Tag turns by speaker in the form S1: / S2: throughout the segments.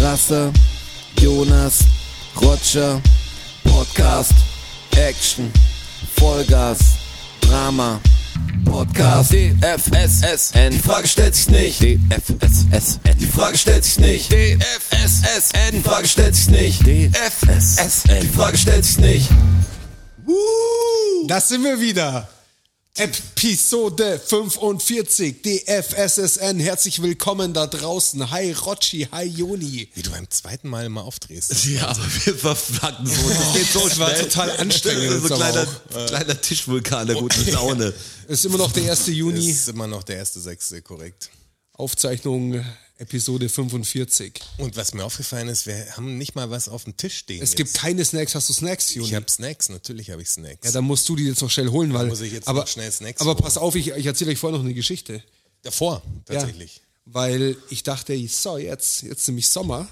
S1: Rasse, Jonas, Roger, Podcast, Action, Vollgas, Drama, Podcast, DFSSN, die Frage stellt sich nicht, DFSSN, die Frage stellt sich nicht, DFSSN, die Frage stellt sich nicht, DFSSN, die Frage stellt sich nicht.
S2: Das sind wir wieder. Episode 45 DFSSN. Herzlich willkommen da draußen. Hi Rotschi, hi Joni.
S3: Wie du beim zweiten Mal immer aufdrehst.
S4: Ja, aber wir verflacken so. Das geht so
S3: Das war
S4: schnell.
S3: total anstrengend
S4: Das ist so
S3: jetzt aber
S4: kleiner, kleiner Tischvulkan der guten Laune.
S2: Ist immer noch der 1. Juni.
S3: Ist immer noch der erste Sechste, korrekt.
S2: Aufzeichnung Episode 45.
S3: Und was mir aufgefallen ist, wir haben nicht mal was auf dem Tisch stehen.
S2: Es gibt
S3: jetzt.
S2: keine Snacks. Hast du Snacks, Joni?
S3: Ich habe Snacks, natürlich habe ich Snacks.
S2: ja, dann musst du die jetzt noch schnell holen, weil.
S3: muss ich jetzt
S2: aber,
S3: noch schnell Snacks
S2: Aber
S3: holen.
S2: pass auf, ich, ich erzähle euch vorher noch eine Geschichte.
S3: Davor, tatsächlich.
S2: Ja, weil ich dachte, so, jetzt, jetzt nämlich Sommer,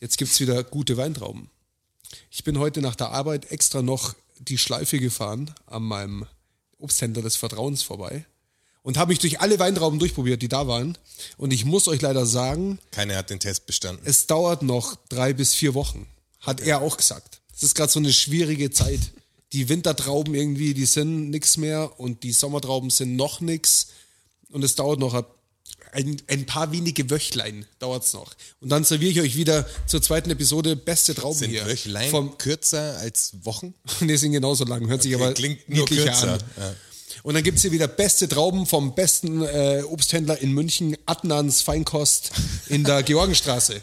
S2: jetzt gibt es wieder gute Weintrauben. Ich bin heute nach der Arbeit extra noch die Schleife gefahren an meinem Obsthändler des Vertrauens vorbei und habe mich durch alle Weintrauben durchprobiert, die da waren. Und ich muss euch leider sagen,
S3: Keiner hat den Test bestanden.
S2: es dauert noch drei bis vier Wochen, hat er auch gesagt. Es ist gerade so eine schwierige Zeit. Die Wintertrauben irgendwie, die sind nix mehr und die Sommertrauben sind noch nix. Und es dauert noch ein, ein paar wenige Wöchlein, dauert's noch. Und dann serviere ich euch wieder zur zweiten Episode beste Trauben
S3: Sind
S2: hier.
S3: Wöchlein
S2: Vom,
S3: kürzer als Wochen?
S2: nee, sind genauso lang, hört sich
S3: Okay,
S2: aber
S3: klingt nur
S2: niedlicher
S3: kürzer.
S2: an.
S3: Ja.
S2: Und dann gibt's hier wieder beste Trauben vom besten äh, Obsthändler in München, Adnans Feinkost in der Georgenstraße.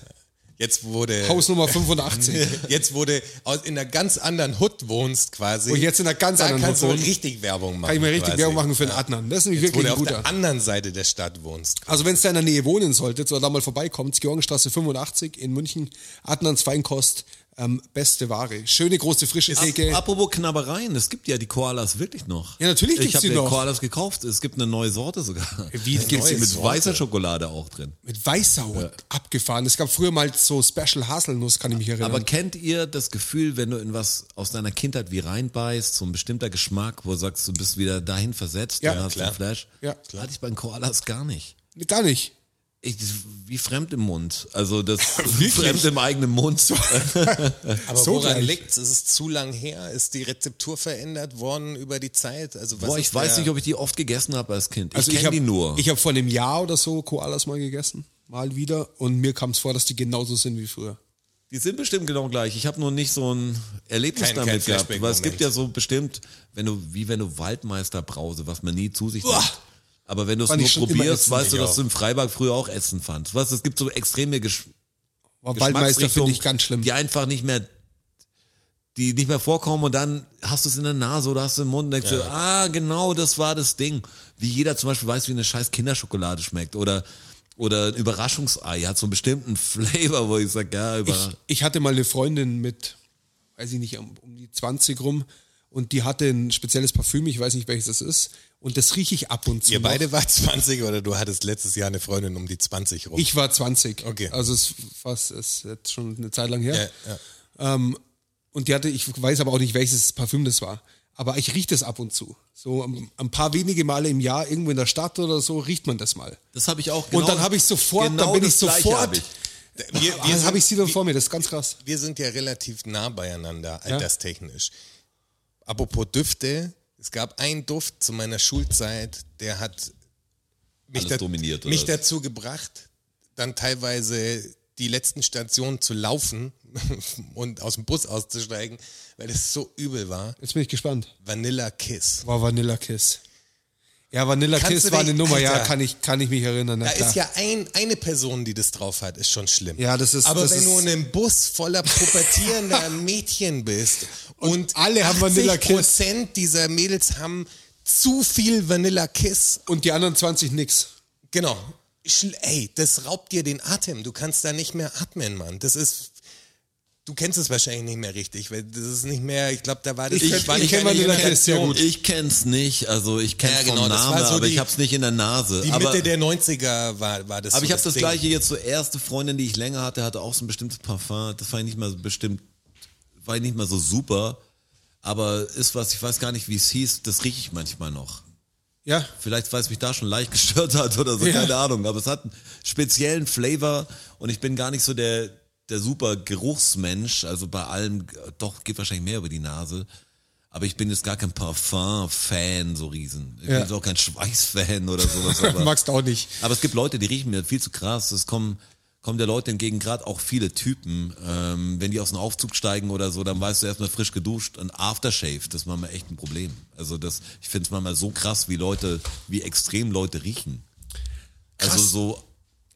S3: Jetzt wurde.
S2: Hausnummer 85.
S3: Jetzt wurde aus, in einer ganz anderen Hood wohnst quasi.
S2: Wo ich jetzt in einer ganz
S3: da
S2: anderen
S3: kannst
S2: Hood
S3: du
S2: wohne.
S3: richtig Werbung machen.
S2: Kann ich mir richtig
S3: quasi.
S2: Werbung machen für einen Adnan. Das ist nämlich
S3: Wo
S2: wirklich
S3: du
S2: ein
S3: auf der
S2: guter.
S3: anderen Seite der Stadt wohnst.
S2: Also wenn es da in der Nähe wohnen solltet oder da mal vorbeikommt, Georgenstraße 85 in München, Adnans Feinkost, ähm, beste Ware. Schöne große frische Theke.
S4: Apropos Knabbereien, es gibt ja die Koalas wirklich noch.
S2: Ja, natürlich gibt's
S4: Ich habe
S2: die
S4: mir
S2: noch.
S4: Koalas gekauft. Es gibt eine neue Sorte sogar.
S2: Wie,
S4: Eine
S2: gibt's die
S4: neue mit
S2: Sorte?
S4: weißer Schokolade auch drin.
S2: Mit Weißsauer abgefahren. Es gab früher mal so Special Haselnuss, kann ich mich erinnern.
S4: Aber kennt ihr das Gefühl, wenn du in was aus deiner Kindheit wie reinbeißt, so ein bestimmter Geschmack, wo du sagst, du bist wieder dahin versetzt,
S2: Ja,
S4: dann hast du
S3: klar.
S4: einen Flash?
S2: Ja,
S4: klar. Hatte ich bei den Koalas gar nicht.
S2: Gar nicht.
S4: Ich, das ist wie fremd im Mund. Also das fremd im eigenen Mund.
S3: Aber
S2: So
S3: woran
S2: gleich.
S3: liegt's? Ist es zu lang her? Ist die Rezeptur verändert worden über die Zeit? Also was
S4: Boah,
S3: ist
S4: ich weiß
S3: der-
S4: nicht, ob ich die oft gegessen habe als Kind. Ich
S2: Also
S4: kenn
S2: ich habe
S4: die nur.
S2: Ich habe vor einem Jahr oder so Koalas mal gegessen. Mal wieder. Und mir kam es vor, dass die genauso sind wie früher.
S4: die sind bestimmt genau gleich. Ich habe nur nicht so ein Erlebnis
S3: Kein- kein
S4: damit gehabt. Weil es
S3: Flashback-Moment.
S4: gibt ja so bestimmt, wenn du, wie wenn du Waldmeisterbrause, was man nie zu sich nimmt. Aber wenn du es
S2: Fand
S4: nur
S2: ich schon immer
S4: probierst,
S2: ätzend,
S4: weißt du,
S3: ich
S4: dass
S3: auch.
S4: du im Freibad früher auch Essen fandst. Weißt du, es gibt so extreme Gesch
S2: Aber Waldmeister finde ich
S4: Geschmacksrichtungen,
S2: ganz schlimm.
S4: Die einfach nicht mehr, die nicht mehr vorkommen und dann hast du es in der Nase oder hast du im Mund und denkst dir, ah, genau, das war das Ding. Wie jeder zum Beispiel weiß, wie eine scheiß Kinderschokolade schmeckt oder, oder ein Überraschungsei hat so einen bestimmten Flavor, wo ich sag, ja, über,
S2: Ich, ich hatte mal eine Freundin mit, weiß ich nicht, um, um die 20 rum und die hatte ein spezielles Parfüm, ich weiß nicht welches es ist und das rieche ich ab und zu.
S3: Ihr
S2: noch.
S3: beide wart 20 oder du hattest letztes Jahr eine Freundin um die 20 rum.
S2: Ich war 20.
S3: Okay.
S2: Also es fast ist jetzt schon eine Zeit lang her.
S3: ja, ja.
S2: Und die hatte, ich weiß aber auch nicht, welches Parfüm das war. Aber ich rieche das ab und zu. So ein, ein paar wenige Male im Jahr, irgendwo in der Stadt oder so, riecht man das mal.
S4: das habe ich auch genau
S2: und dann habe ich sofort, dann bin ich
S4: das Gleiche hab
S2: sofort.
S4: ich.
S3: Wir, wir,
S2: Ah, dann
S3: sind,
S2: habe ich sie dann vor mir, das ist ganz krass.
S3: wir sind ja relativ nah beieinander, alterstechnisch. Apropos Düfte, es gab einen Duft zu meiner Schulzeit, der hat mich,
S4: Alles dominiert, oder
S3: mich
S4: was?
S3: dazu gebracht, dann teilweise die letzten Stationen zu laufen und aus dem Bus auszusteigen, weil es so übel war.
S2: Jetzt bin ich gespannt.
S3: Vanilla Kiss.
S2: War Vanilla Kiss. Ja, Vanilla
S3: Kannst
S2: Kiss
S3: du
S2: war
S3: dich-
S2: eine Nummer, ja,
S3: Alter.
S2: kann ich, kann ich mich erinnern. Na
S3: Da
S2: klar.
S3: ist ja ein, eine Person, die das drauf hat, ist schon schlimm.
S2: Ja, das ist-
S3: Aber
S2: das
S3: wenn
S2: ist-
S3: du in einem Bus voller pubertierender Mädchen bist und,
S2: alle haben Vanilla Kiss.
S3: Prozent dieser Mädels haben zu viel Vanilla Kiss.
S2: Und die anderen 20 nix.
S3: Genau. Schl ey, das raubt dir den Atem. Du kannst da nicht mehr atmen, Mann. Das ist. Du kennst es wahrscheinlich nicht mehr richtig, weil das ist nicht mehr. Ich glaube, da war das.
S2: Ich
S3: das
S2: kenn-
S3: war
S2: ich
S3: nicht
S2: kenn
S3: eine
S2: Vanilla Kiss sehr
S3: Generation.
S2: gut.
S4: Ich kenn's nicht, also ich kenn's
S3: Ja, genau,
S4: vom
S3: das war
S4: Namen,
S3: so
S4: aber
S3: die-
S4: ich hab's nicht in der Nase.
S3: Die
S4: aber,
S3: Mitte der 90er war, war das.
S4: Aber
S3: so
S4: ich habe das,
S3: Ding.
S4: gleiche jetzt zur erste Freundin, die ich länger hatte, hatte auch so ein bestimmtes Parfum. Das fand ich nicht mal so bestimmt, war nicht mal so super. Aber ist was, ich weiß gar nicht, wie es hieß, das rieche ich manchmal noch.
S2: Ja.
S4: Vielleicht, weil es mich da schon leicht gestört hat oder so,
S2: Ja.
S4: keine Ahnung. Aber es hat einen speziellen Flavor und ich bin gar nicht so der, der super Geruchsmensch, also bei allem, äh, doch, geht wahrscheinlich mehr über die Nase. Aber ich bin jetzt gar kein Parfum-Fan, so riesen. Ich
S2: Ja.
S4: bin jetzt auch kein Schweiß-Fan oder sowas. Aber,
S2: Magst du auch nicht.
S4: aber es gibt Leute, die riechen mir viel zu krass. Es kommen, kommen der Leute entgegen, gerade auch viele Typen. Ähm, wenn die aus dem Aufzug steigen oder so, dann weißt du erstmal frisch geduscht und Aftershave, das ist manchmal echt ein Problem. Also das, ich finde es manchmal so krass, wie Leute, wie extrem Leute riechen. Also
S2: Krass.
S4: so,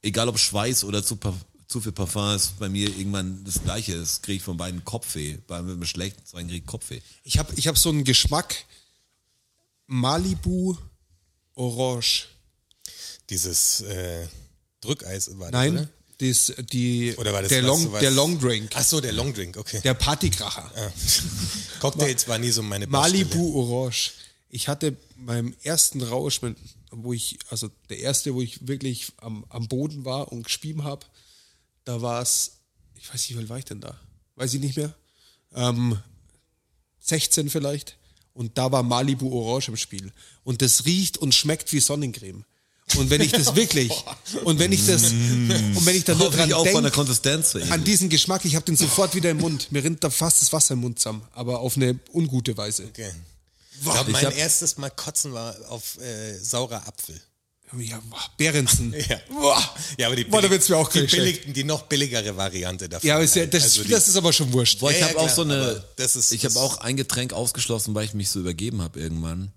S4: egal ob Schweiß oder zu, Parf- zu viel Parfum ist bei mir irgendwann das Gleiche. Das kriege ich von beiden Kopfweh. Bei mir schlecht, zwei kriege ich Kopfweh.
S2: Ich habe ich hab so einen Geschmack. Malibu Orange.
S3: Dieses äh, Drückeis war das,
S2: Nein,
S3: oder?
S2: das, die,
S3: Oder war das
S2: der,
S3: was,
S2: Long,
S3: was-
S2: der Long Drink.
S3: Ach so, der Long Drink, okay.
S2: Der Partykracher.
S3: Ah. Cocktails war nie so meine Baustelle.
S2: Malibu Orange. Ich hatte beim ersten Rausch, mein- wo ich, also der erste, wo ich wirklich am, am Boden war und gespieben habe, da war es, ich weiß nicht, wie alt war ich denn da? Weiß ich nicht mehr. Ähm, 16 vielleicht. Und da war Malibu Orange im Spiel. Und das riecht und schmeckt wie Sonnencreme. Und wenn ich das wirklich, und wenn ich das,
S4: Mm.
S2: und wenn ich da nur dran
S4: Hoffentlich auch von der
S2: denke,
S4: Konsistenz. her.
S2: an diesen Geschmack, ich habe den sofort wieder im Mund. Mir rinnt da fast das Wasser im Mund zusammen, aber auf eine ungute Weise.
S3: Okay. Ich glaub,
S4: ich
S3: mein
S4: hab-
S3: erstes Mal kotzen war auf äh, saurer Apfel.
S2: Ja, boah, Behrensen.
S3: Ja.
S2: Boah.
S3: Ja, aber die,
S2: Boah, da wird's mir auch
S3: die,
S2: gleich schlecht.
S3: billig, die noch billigere Variante davon.
S2: Ja, aber ist ja,
S3: halt.
S2: das,
S3: Also die-
S2: das ist aber schon wurscht.
S4: Boah, ich
S3: Ja,
S4: habe
S3: ja,
S4: auch so
S3: klar,
S4: eine.
S3: aber das ist-
S4: ich habe
S3: das-
S4: auch ein Getränk ausgeschlossen, weil ich mich so übergeben habe irgendwann.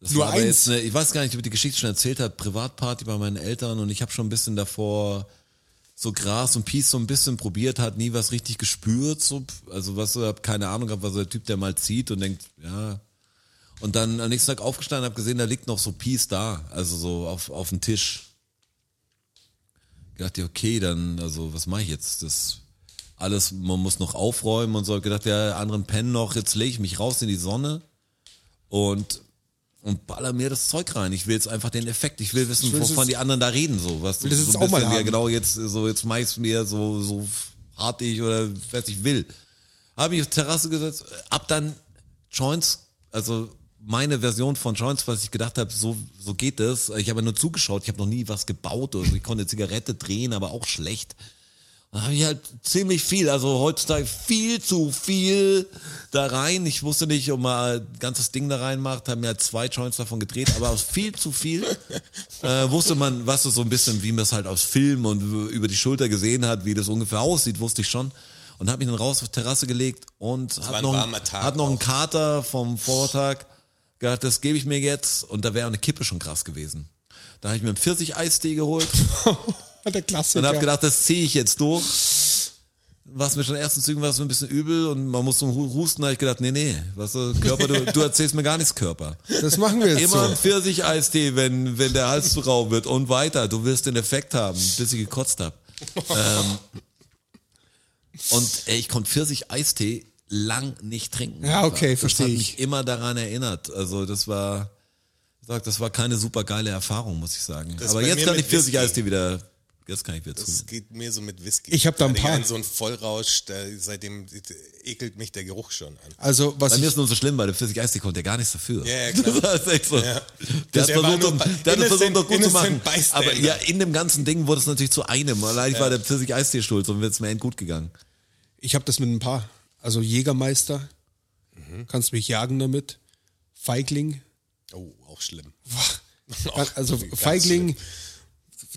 S4: Das
S2: Nur
S4: aber
S2: eins?
S4: Jetzt eine, ich weiß gar nicht, ob ich die Geschichte schon erzählt habe. Privatparty bei meinen Eltern und ich habe schon ein bisschen davor so Gras und Peace so ein bisschen probiert, hat nie was richtig gespürt. So, also was, hab keine Ahnung gehabt, was der Typ, der mal zieht und denkt, ja, und dann am nächsten Tag aufgestanden, habe gesehen, da liegt noch so Peace da, also so auf, auf dem Tisch. Gedacht, ja, okay, dann, also was mache ich jetzt? Das alles, man muss noch aufräumen und so. Hab Gedacht, ja, anderen pennen noch, jetzt lege ich mich raus in die Sonne und, und baller mir das Zeug rein. Ich will jetzt einfach den Effekt. Ich will wissen,
S2: will das
S4: wovon
S2: jetzt-
S4: die anderen da reden, so. Was,
S2: will das
S4: so
S2: jetzt
S4: ein
S2: auch mal
S4: bisschen, ja,
S2: haben.
S4: genau, jetzt, so, jetzt mach ich's mir so, so hart ich oder was ich will. Habe ich auf die Terrasse gesetzt, äh, ab dann Joints, also meine Version von Joints, was ich gedacht habe, so, so geht das. Ich habe nur zugeschaut, ich habe noch nie was gebaut. Also ich konnte Zigarette drehen, aber auch schlecht. Da habe ich halt ziemlich viel, also heutzutage viel zu viel da rein. Ich wusste nicht, ob man ein ganzes Ding da reinmacht, haben mir halt zwei Joints davon gedreht, aber aus viel zu viel äh, wusste man, was es so ein bisschen, wie man es halt aus Film und w- über die Schulter gesehen hat, wie das ungefähr aussieht, wusste ich schon. Und habe mich dann raus auf die Terrasse gelegt und
S3: war
S4: hat
S3: ein
S4: noch,
S3: warmer Tag
S4: hat noch einen
S3: auch.
S4: Kater vom Vortag gedacht, das gebe ich mir jetzt. Und da wäre eine Kippe schon krass gewesen. Da habe ich mir einen Pfirsich-Eistee geholt
S2: Der Klassiker.
S4: und habe gedacht, das ziehe ich jetzt durch. Was mir schon in den ersten Zügen war so ein bisschen übel und man muss so hu- husten, da habe ich gedacht, nee, nee, was du, Körper, du, du erzählst mir gar nichts, Körper.
S2: das machen wir jetzt
S4: Immer
S2: so.
S4: ein Pfirsich-Eistee, wenn, wenn der Hals zu rau wird und weiter. Du wirst den Effekt haben, bis ich gekotzt habe. ähm, und ey, ich konnte Pfirsich-Eistee lang nicht trinken.
S2: Ja, okay,
S4: Das
S2: verstehe
S4: hat
S2: ich.
S4: mich immer daran erinnert. Also das war, ich sag, das war keine super geile Erfahrung, muss ich sagen.
S3: Das ist
S4: Aber
S3: bei
S4: jetzt
S3: mir
S4: kann ich
S3: mit
S4: Pfirsich-Eistee wieder, jetzt kann ich wieder zu.
S3: Das geht mir so mit Whisky.
S2: Ich hab da ein
S3: Gerade
S2: paar.
S3: an So ein Vollrausch, da, seitdem ekelt mich der Geruch schon an.
S2: Also, was
S4: Bei mir
S2: ich,
S4: ist nur so schlimm, weil der Physik-Eistee konnte ja gar nichts dafür.
S3: Ja, ja, klar.
S4: Das ist echt so. Der
S3: Der
S4: hat
S3: war
S4: versucht,
S3: nur
S4: um,
S3: bei-
S4: der hat es versucht,
S3: innocent-
S4: noch gut zu machen.
S3: innocent bystander.
S4: Aber ja, in dem ganzen Ding wurde es natürlich zu einem. Allein war der Physik-Eistee schuld, sonst wäre es mir end gut gegangen.
S2: ich habe das mit ein paar. Also, Jägermeister.
S4: Mhm.
S2: Kannst mich jagen damit. Feigling.
S3: Oh, auch schlimm.
S2: also,
S3: ganz
S2: Feigling.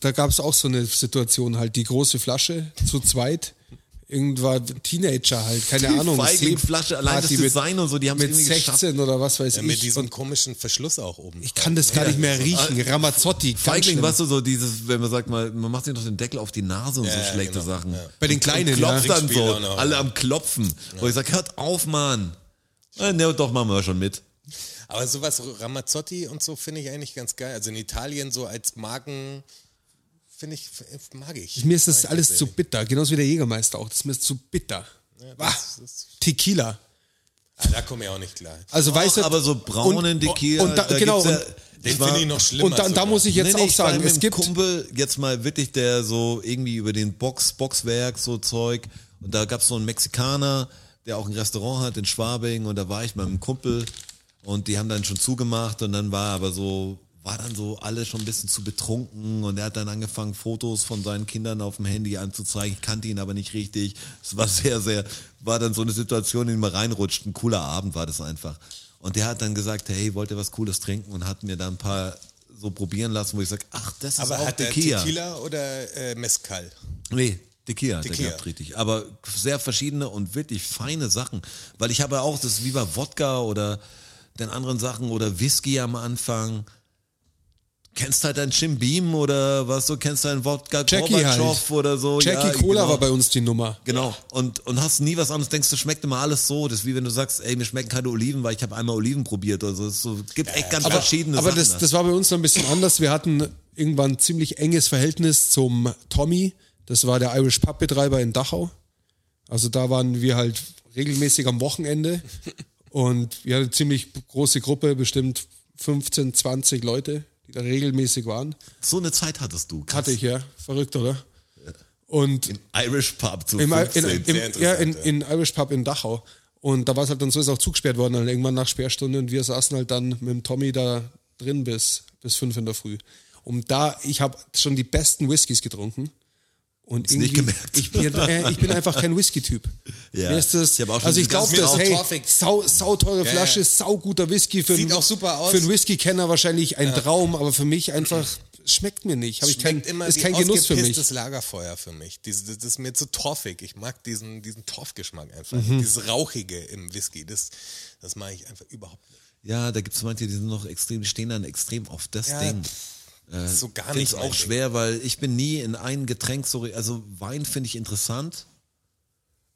S2: Da gab es auch so eine Situation halt. Die große Flasche zu zweit. Irgendwann Teenager halt. Keine Ahnung.
S4: Feigling-Flasche, allein das
S2: Party mit-
S4: Design und so, die haben es
S2: mit
S4: irgendwie geschafft.
S2: 16 oder was weiß
S3: Ja, mit
S2: ich.
S3: diesem komischen Verschluss auch oben. ne?
S2: Ich kann das gar nicht mehr riechen. Ramazzotti. ganz
S4: Feigling,
S2: schlimm.
S4: weißt du, so dieses, wenn man sagt mal, man macht sich doch den Deckel auf die Nase und so
S3: Ja, ja,
S4: schlechte
S3: genau.
S4: Sachen.
S3: Ja.
S2: Bei den Kleinen,
S4: und klopft
S2: ja.
S4: dann so,
S3: Trinkspiele auch noch.
S4: alle am Klopfen. Wo ich sage, hört auf, Mann. Äh, ne, doch, machen wir schon mit.
S3: Aber sowas Ramazzotti und so finde ich eigentlich ganz geil. Also in Italien so als Marken finde ich f- mag ich.
S2: Mir ist das alles zu bitter, genauso wie der Jägermeister auch. Das ist mir zu bitter. Bah,
S3: das ist-
S2: Tequila.
S3: Ah, da komme ich auch nicht klar.
S2: Also weißt
S4: Doch,
S2: du,
S4: aber so braunen
S2: und-
S4: Tequila.
S2: und da- genau,
S4: gibt's
S2: und-
S4: ich
S3: Den
S4: war-
S3: finde ich noch schlimmer.
S2: und dann, da
S3: sogar.
S2: muss ich jetzt
S4: Nee, nee,
S2: auch
S4: war
S2: sagen,
S4: mit
S2: es
S4: einem
S2: gibt
S4: Kumpel jetzt mal wirklich der so irgendwie über den Box Boxwerk so Zeug und da gab's so einen Mexikaner, der auch ein Restaurant hat in Schwabing und da war ich mit einem Kumpel und die haben dann schon zugemacht und dann war aber so war dann so alle schon ein bisschen zu betrunken und er hat dann angefangen, Fotos von seinen Kindern auf dem Handy anzuzeigen. Ich kannte ihn aber nicht richtig. Es war sehr, sehr, war dann so eine Situation, in die man reinrutscht. Ein cooler Abend war das einfach. Und der hat dann gesagt, hey, wollt ihr was Cooles trinken? Und hat mir dann ein paar so probieren lassen, wo ich sage, ach, das ist
S3: Aber
S4: auch
S3: hat der
S4: Tequila.
S3: Tequila oder äh, Mezcal?
S4: Nee, Tequila hat er
S3: Tequila.
S4: gehabt, richtig. Aber sehr verschiedene und wirklich feine Sachen. Weil ich habe auch, das ist wie bei Wodka oder den anderen Sachen oder Whisky am Anfang. Kennst halt dein Jim Beam oder was so, kennst deinen Wodka
S2: Jackie
S4: Gorbatschow
S2: halt.
S4: oder so.
S2: Jackie
S4: ja,
S2: Cola
S4: genau.
S2: war bei uns die Nummer.
S4: Genau. Und, und hast nie was anderes, denkst du, schmeckt immer alles so. Das ist wie wenn du sagst, ey, mir schmecken keine Oliven, weil ich habe einmal Oliven probiert. Also es so, gibt echt ganz
S2: Aber,
S4: verschiedene
S2: aber
S4: Sachen.
S2: das, das war bei uns noch ein bisschen anders. Wir hatten irgendwann ein ziemlich enges Verhältnis zum Tommy. Das war der Irish Pub Betreiber in Dachau. Also da waren wir halt regelmäßig am Wochenende und wir hatten eine ziemlich große Gruppe, bestimmt 15, 20 Leute, die da regelmäßig waren.
S4: so eine Zeit hattest du. Krass.
S2: Hatte ich ja. Verrückt, oder? Und
S4: Irish Pub zu
S2: im, in,
S4: 15.
S2: im,
S3: sehr
S2: ja, in,
S3: interessant,
S2: in Irish Pub in Dachau. Und da war es halt dann so, ist auch zugesperrt worden, dann irgendwann nach Sperrstunde und wir saßen halt dann mit dem Tommy da drin bis, bis fünf in der Früh. Und da, ich habe schon die besten Whiskys getrunken. Und irgendwie,
S4: nicht gemerkt.
S2: Ich, bin, äh, ich bin einfach kein Whisky-Typ.
S4: Ja.
S2: Mir ist das,
S4: Ich hab auch schon
S2: also ich
S4: diese
S2: glaube
S4: ganzen
S2: das, hey,
S3: Autofix.
S2: sau, sau teure
S3: Ja,
S2: Flasche,
S3: ja.
S2: sau guter Whisky. Für
S3: Sieht
S2: einen-
S3: auch super aus.
S2: Für einen Whisky-Kenner wahrscheinlich ein Traum, aber für mich einfach, schmeckt mir nicht. Hab ich kein,
S3: Schmeckt immer
S2: ist
S3: wie
S2: kein Genuss für mich.
S3: ausgepisstes Lagerfeuer für mich. Diese- das ist mir zu torfig. Ich mag diesen, diesen Torfgeschmack einfach.
S2: Mhm.
S3: Dieses Rauchige im Whisky, das, das mag ich einfach überhaupt nicht.
S4: Ja, da gibt es manche, die sind noch extrem, die stehen dann extrem auf das
S3: Ja,
S4: Ding.
S3: Das
S2: äh,
S3: ist so gar
S4: Finde
S3: nicht.
S4: ich
S3: mein
S4: auch
S3: Ding.
S4: schwer, weil ich bin nie in ein Getränk so, re- also Wein finde ich interessant.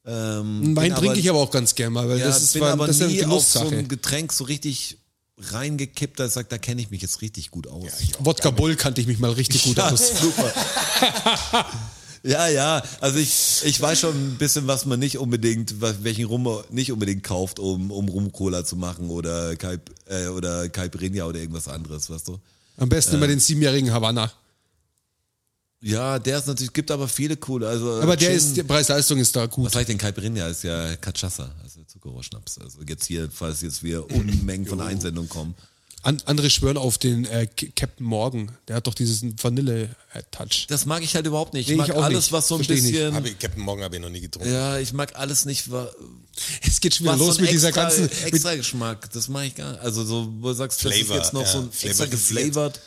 S4: Ähm,
S2: Wein
S4: bin
S2: trinke ich aber auch ganz gerne mal, weil
S4: ja,
S2: das ist,
S4: bin
S2: war,
S4: aber
S2: das ist eine
S4: nie auf so
S2: Genusssache.
S4: ein Getränk so richtig reingekippt, da ich sag, da kenne ich mich jetzt richtig gut aus.
S2: Wodka Bull kannte ich mich mal richtig gut
S4: Ja,
S2: aus.
S4: super. ja, ja, also ich, ich weiß schon ein bisschen, was man nicht unbedingt, was- welchen Rum man nicht unbedingt kauft, um, um Rum-Cola zu machen oder Kalb, äh, oder Caipirinha oder irgendwas anderes, weißt du?
S2: Am besten immer den siebenjährigen Havanna.
S4: Ja, der ist natürlich, gibt aber viele coole, also.
S2: Aber der
S4: Gin-
S2: ist, die Preis-Leistung ist da
S4: Was
S2: gut.
S4: sag ich denn? Caipirinha ist ja Cachaça, also Zuckerrohrschnaps. Also jetzt hier, falls jetzt wir Unmengen von Einsendungen kommen.
S2: An, andere schwören auf den äh, K- Captain Morgan. Der hat doch diesen Vanille-Touch.
S4: Das mag ich halt überhaupt nicht.
S2: Nee,
S4: Ich
S2: ich
S4: mag
S2: auch
S4: alles,
S2: nicht.
S4: was so ein
S2: Versteh ich nicht.
S4: bisschen.
S3: Hab ich, Captain Morgan habe ich noch nie getrunken.
S4: Ja, ich mag alles nicht, wa-
S2: Es geht schon wieder
S4: was
S2: los
S4: so ein
S2: mit dieser
S4: extra,
S2: ganzen. Mit,
S4: extra Geschmack. Das mag ich gar nicht. Also so, wo du sagst, das ist
S3: Flavor,
S4: jetzt noch
S3: ja,
S4: so ein extra
S3: flavorisiert.
S4: geflavored.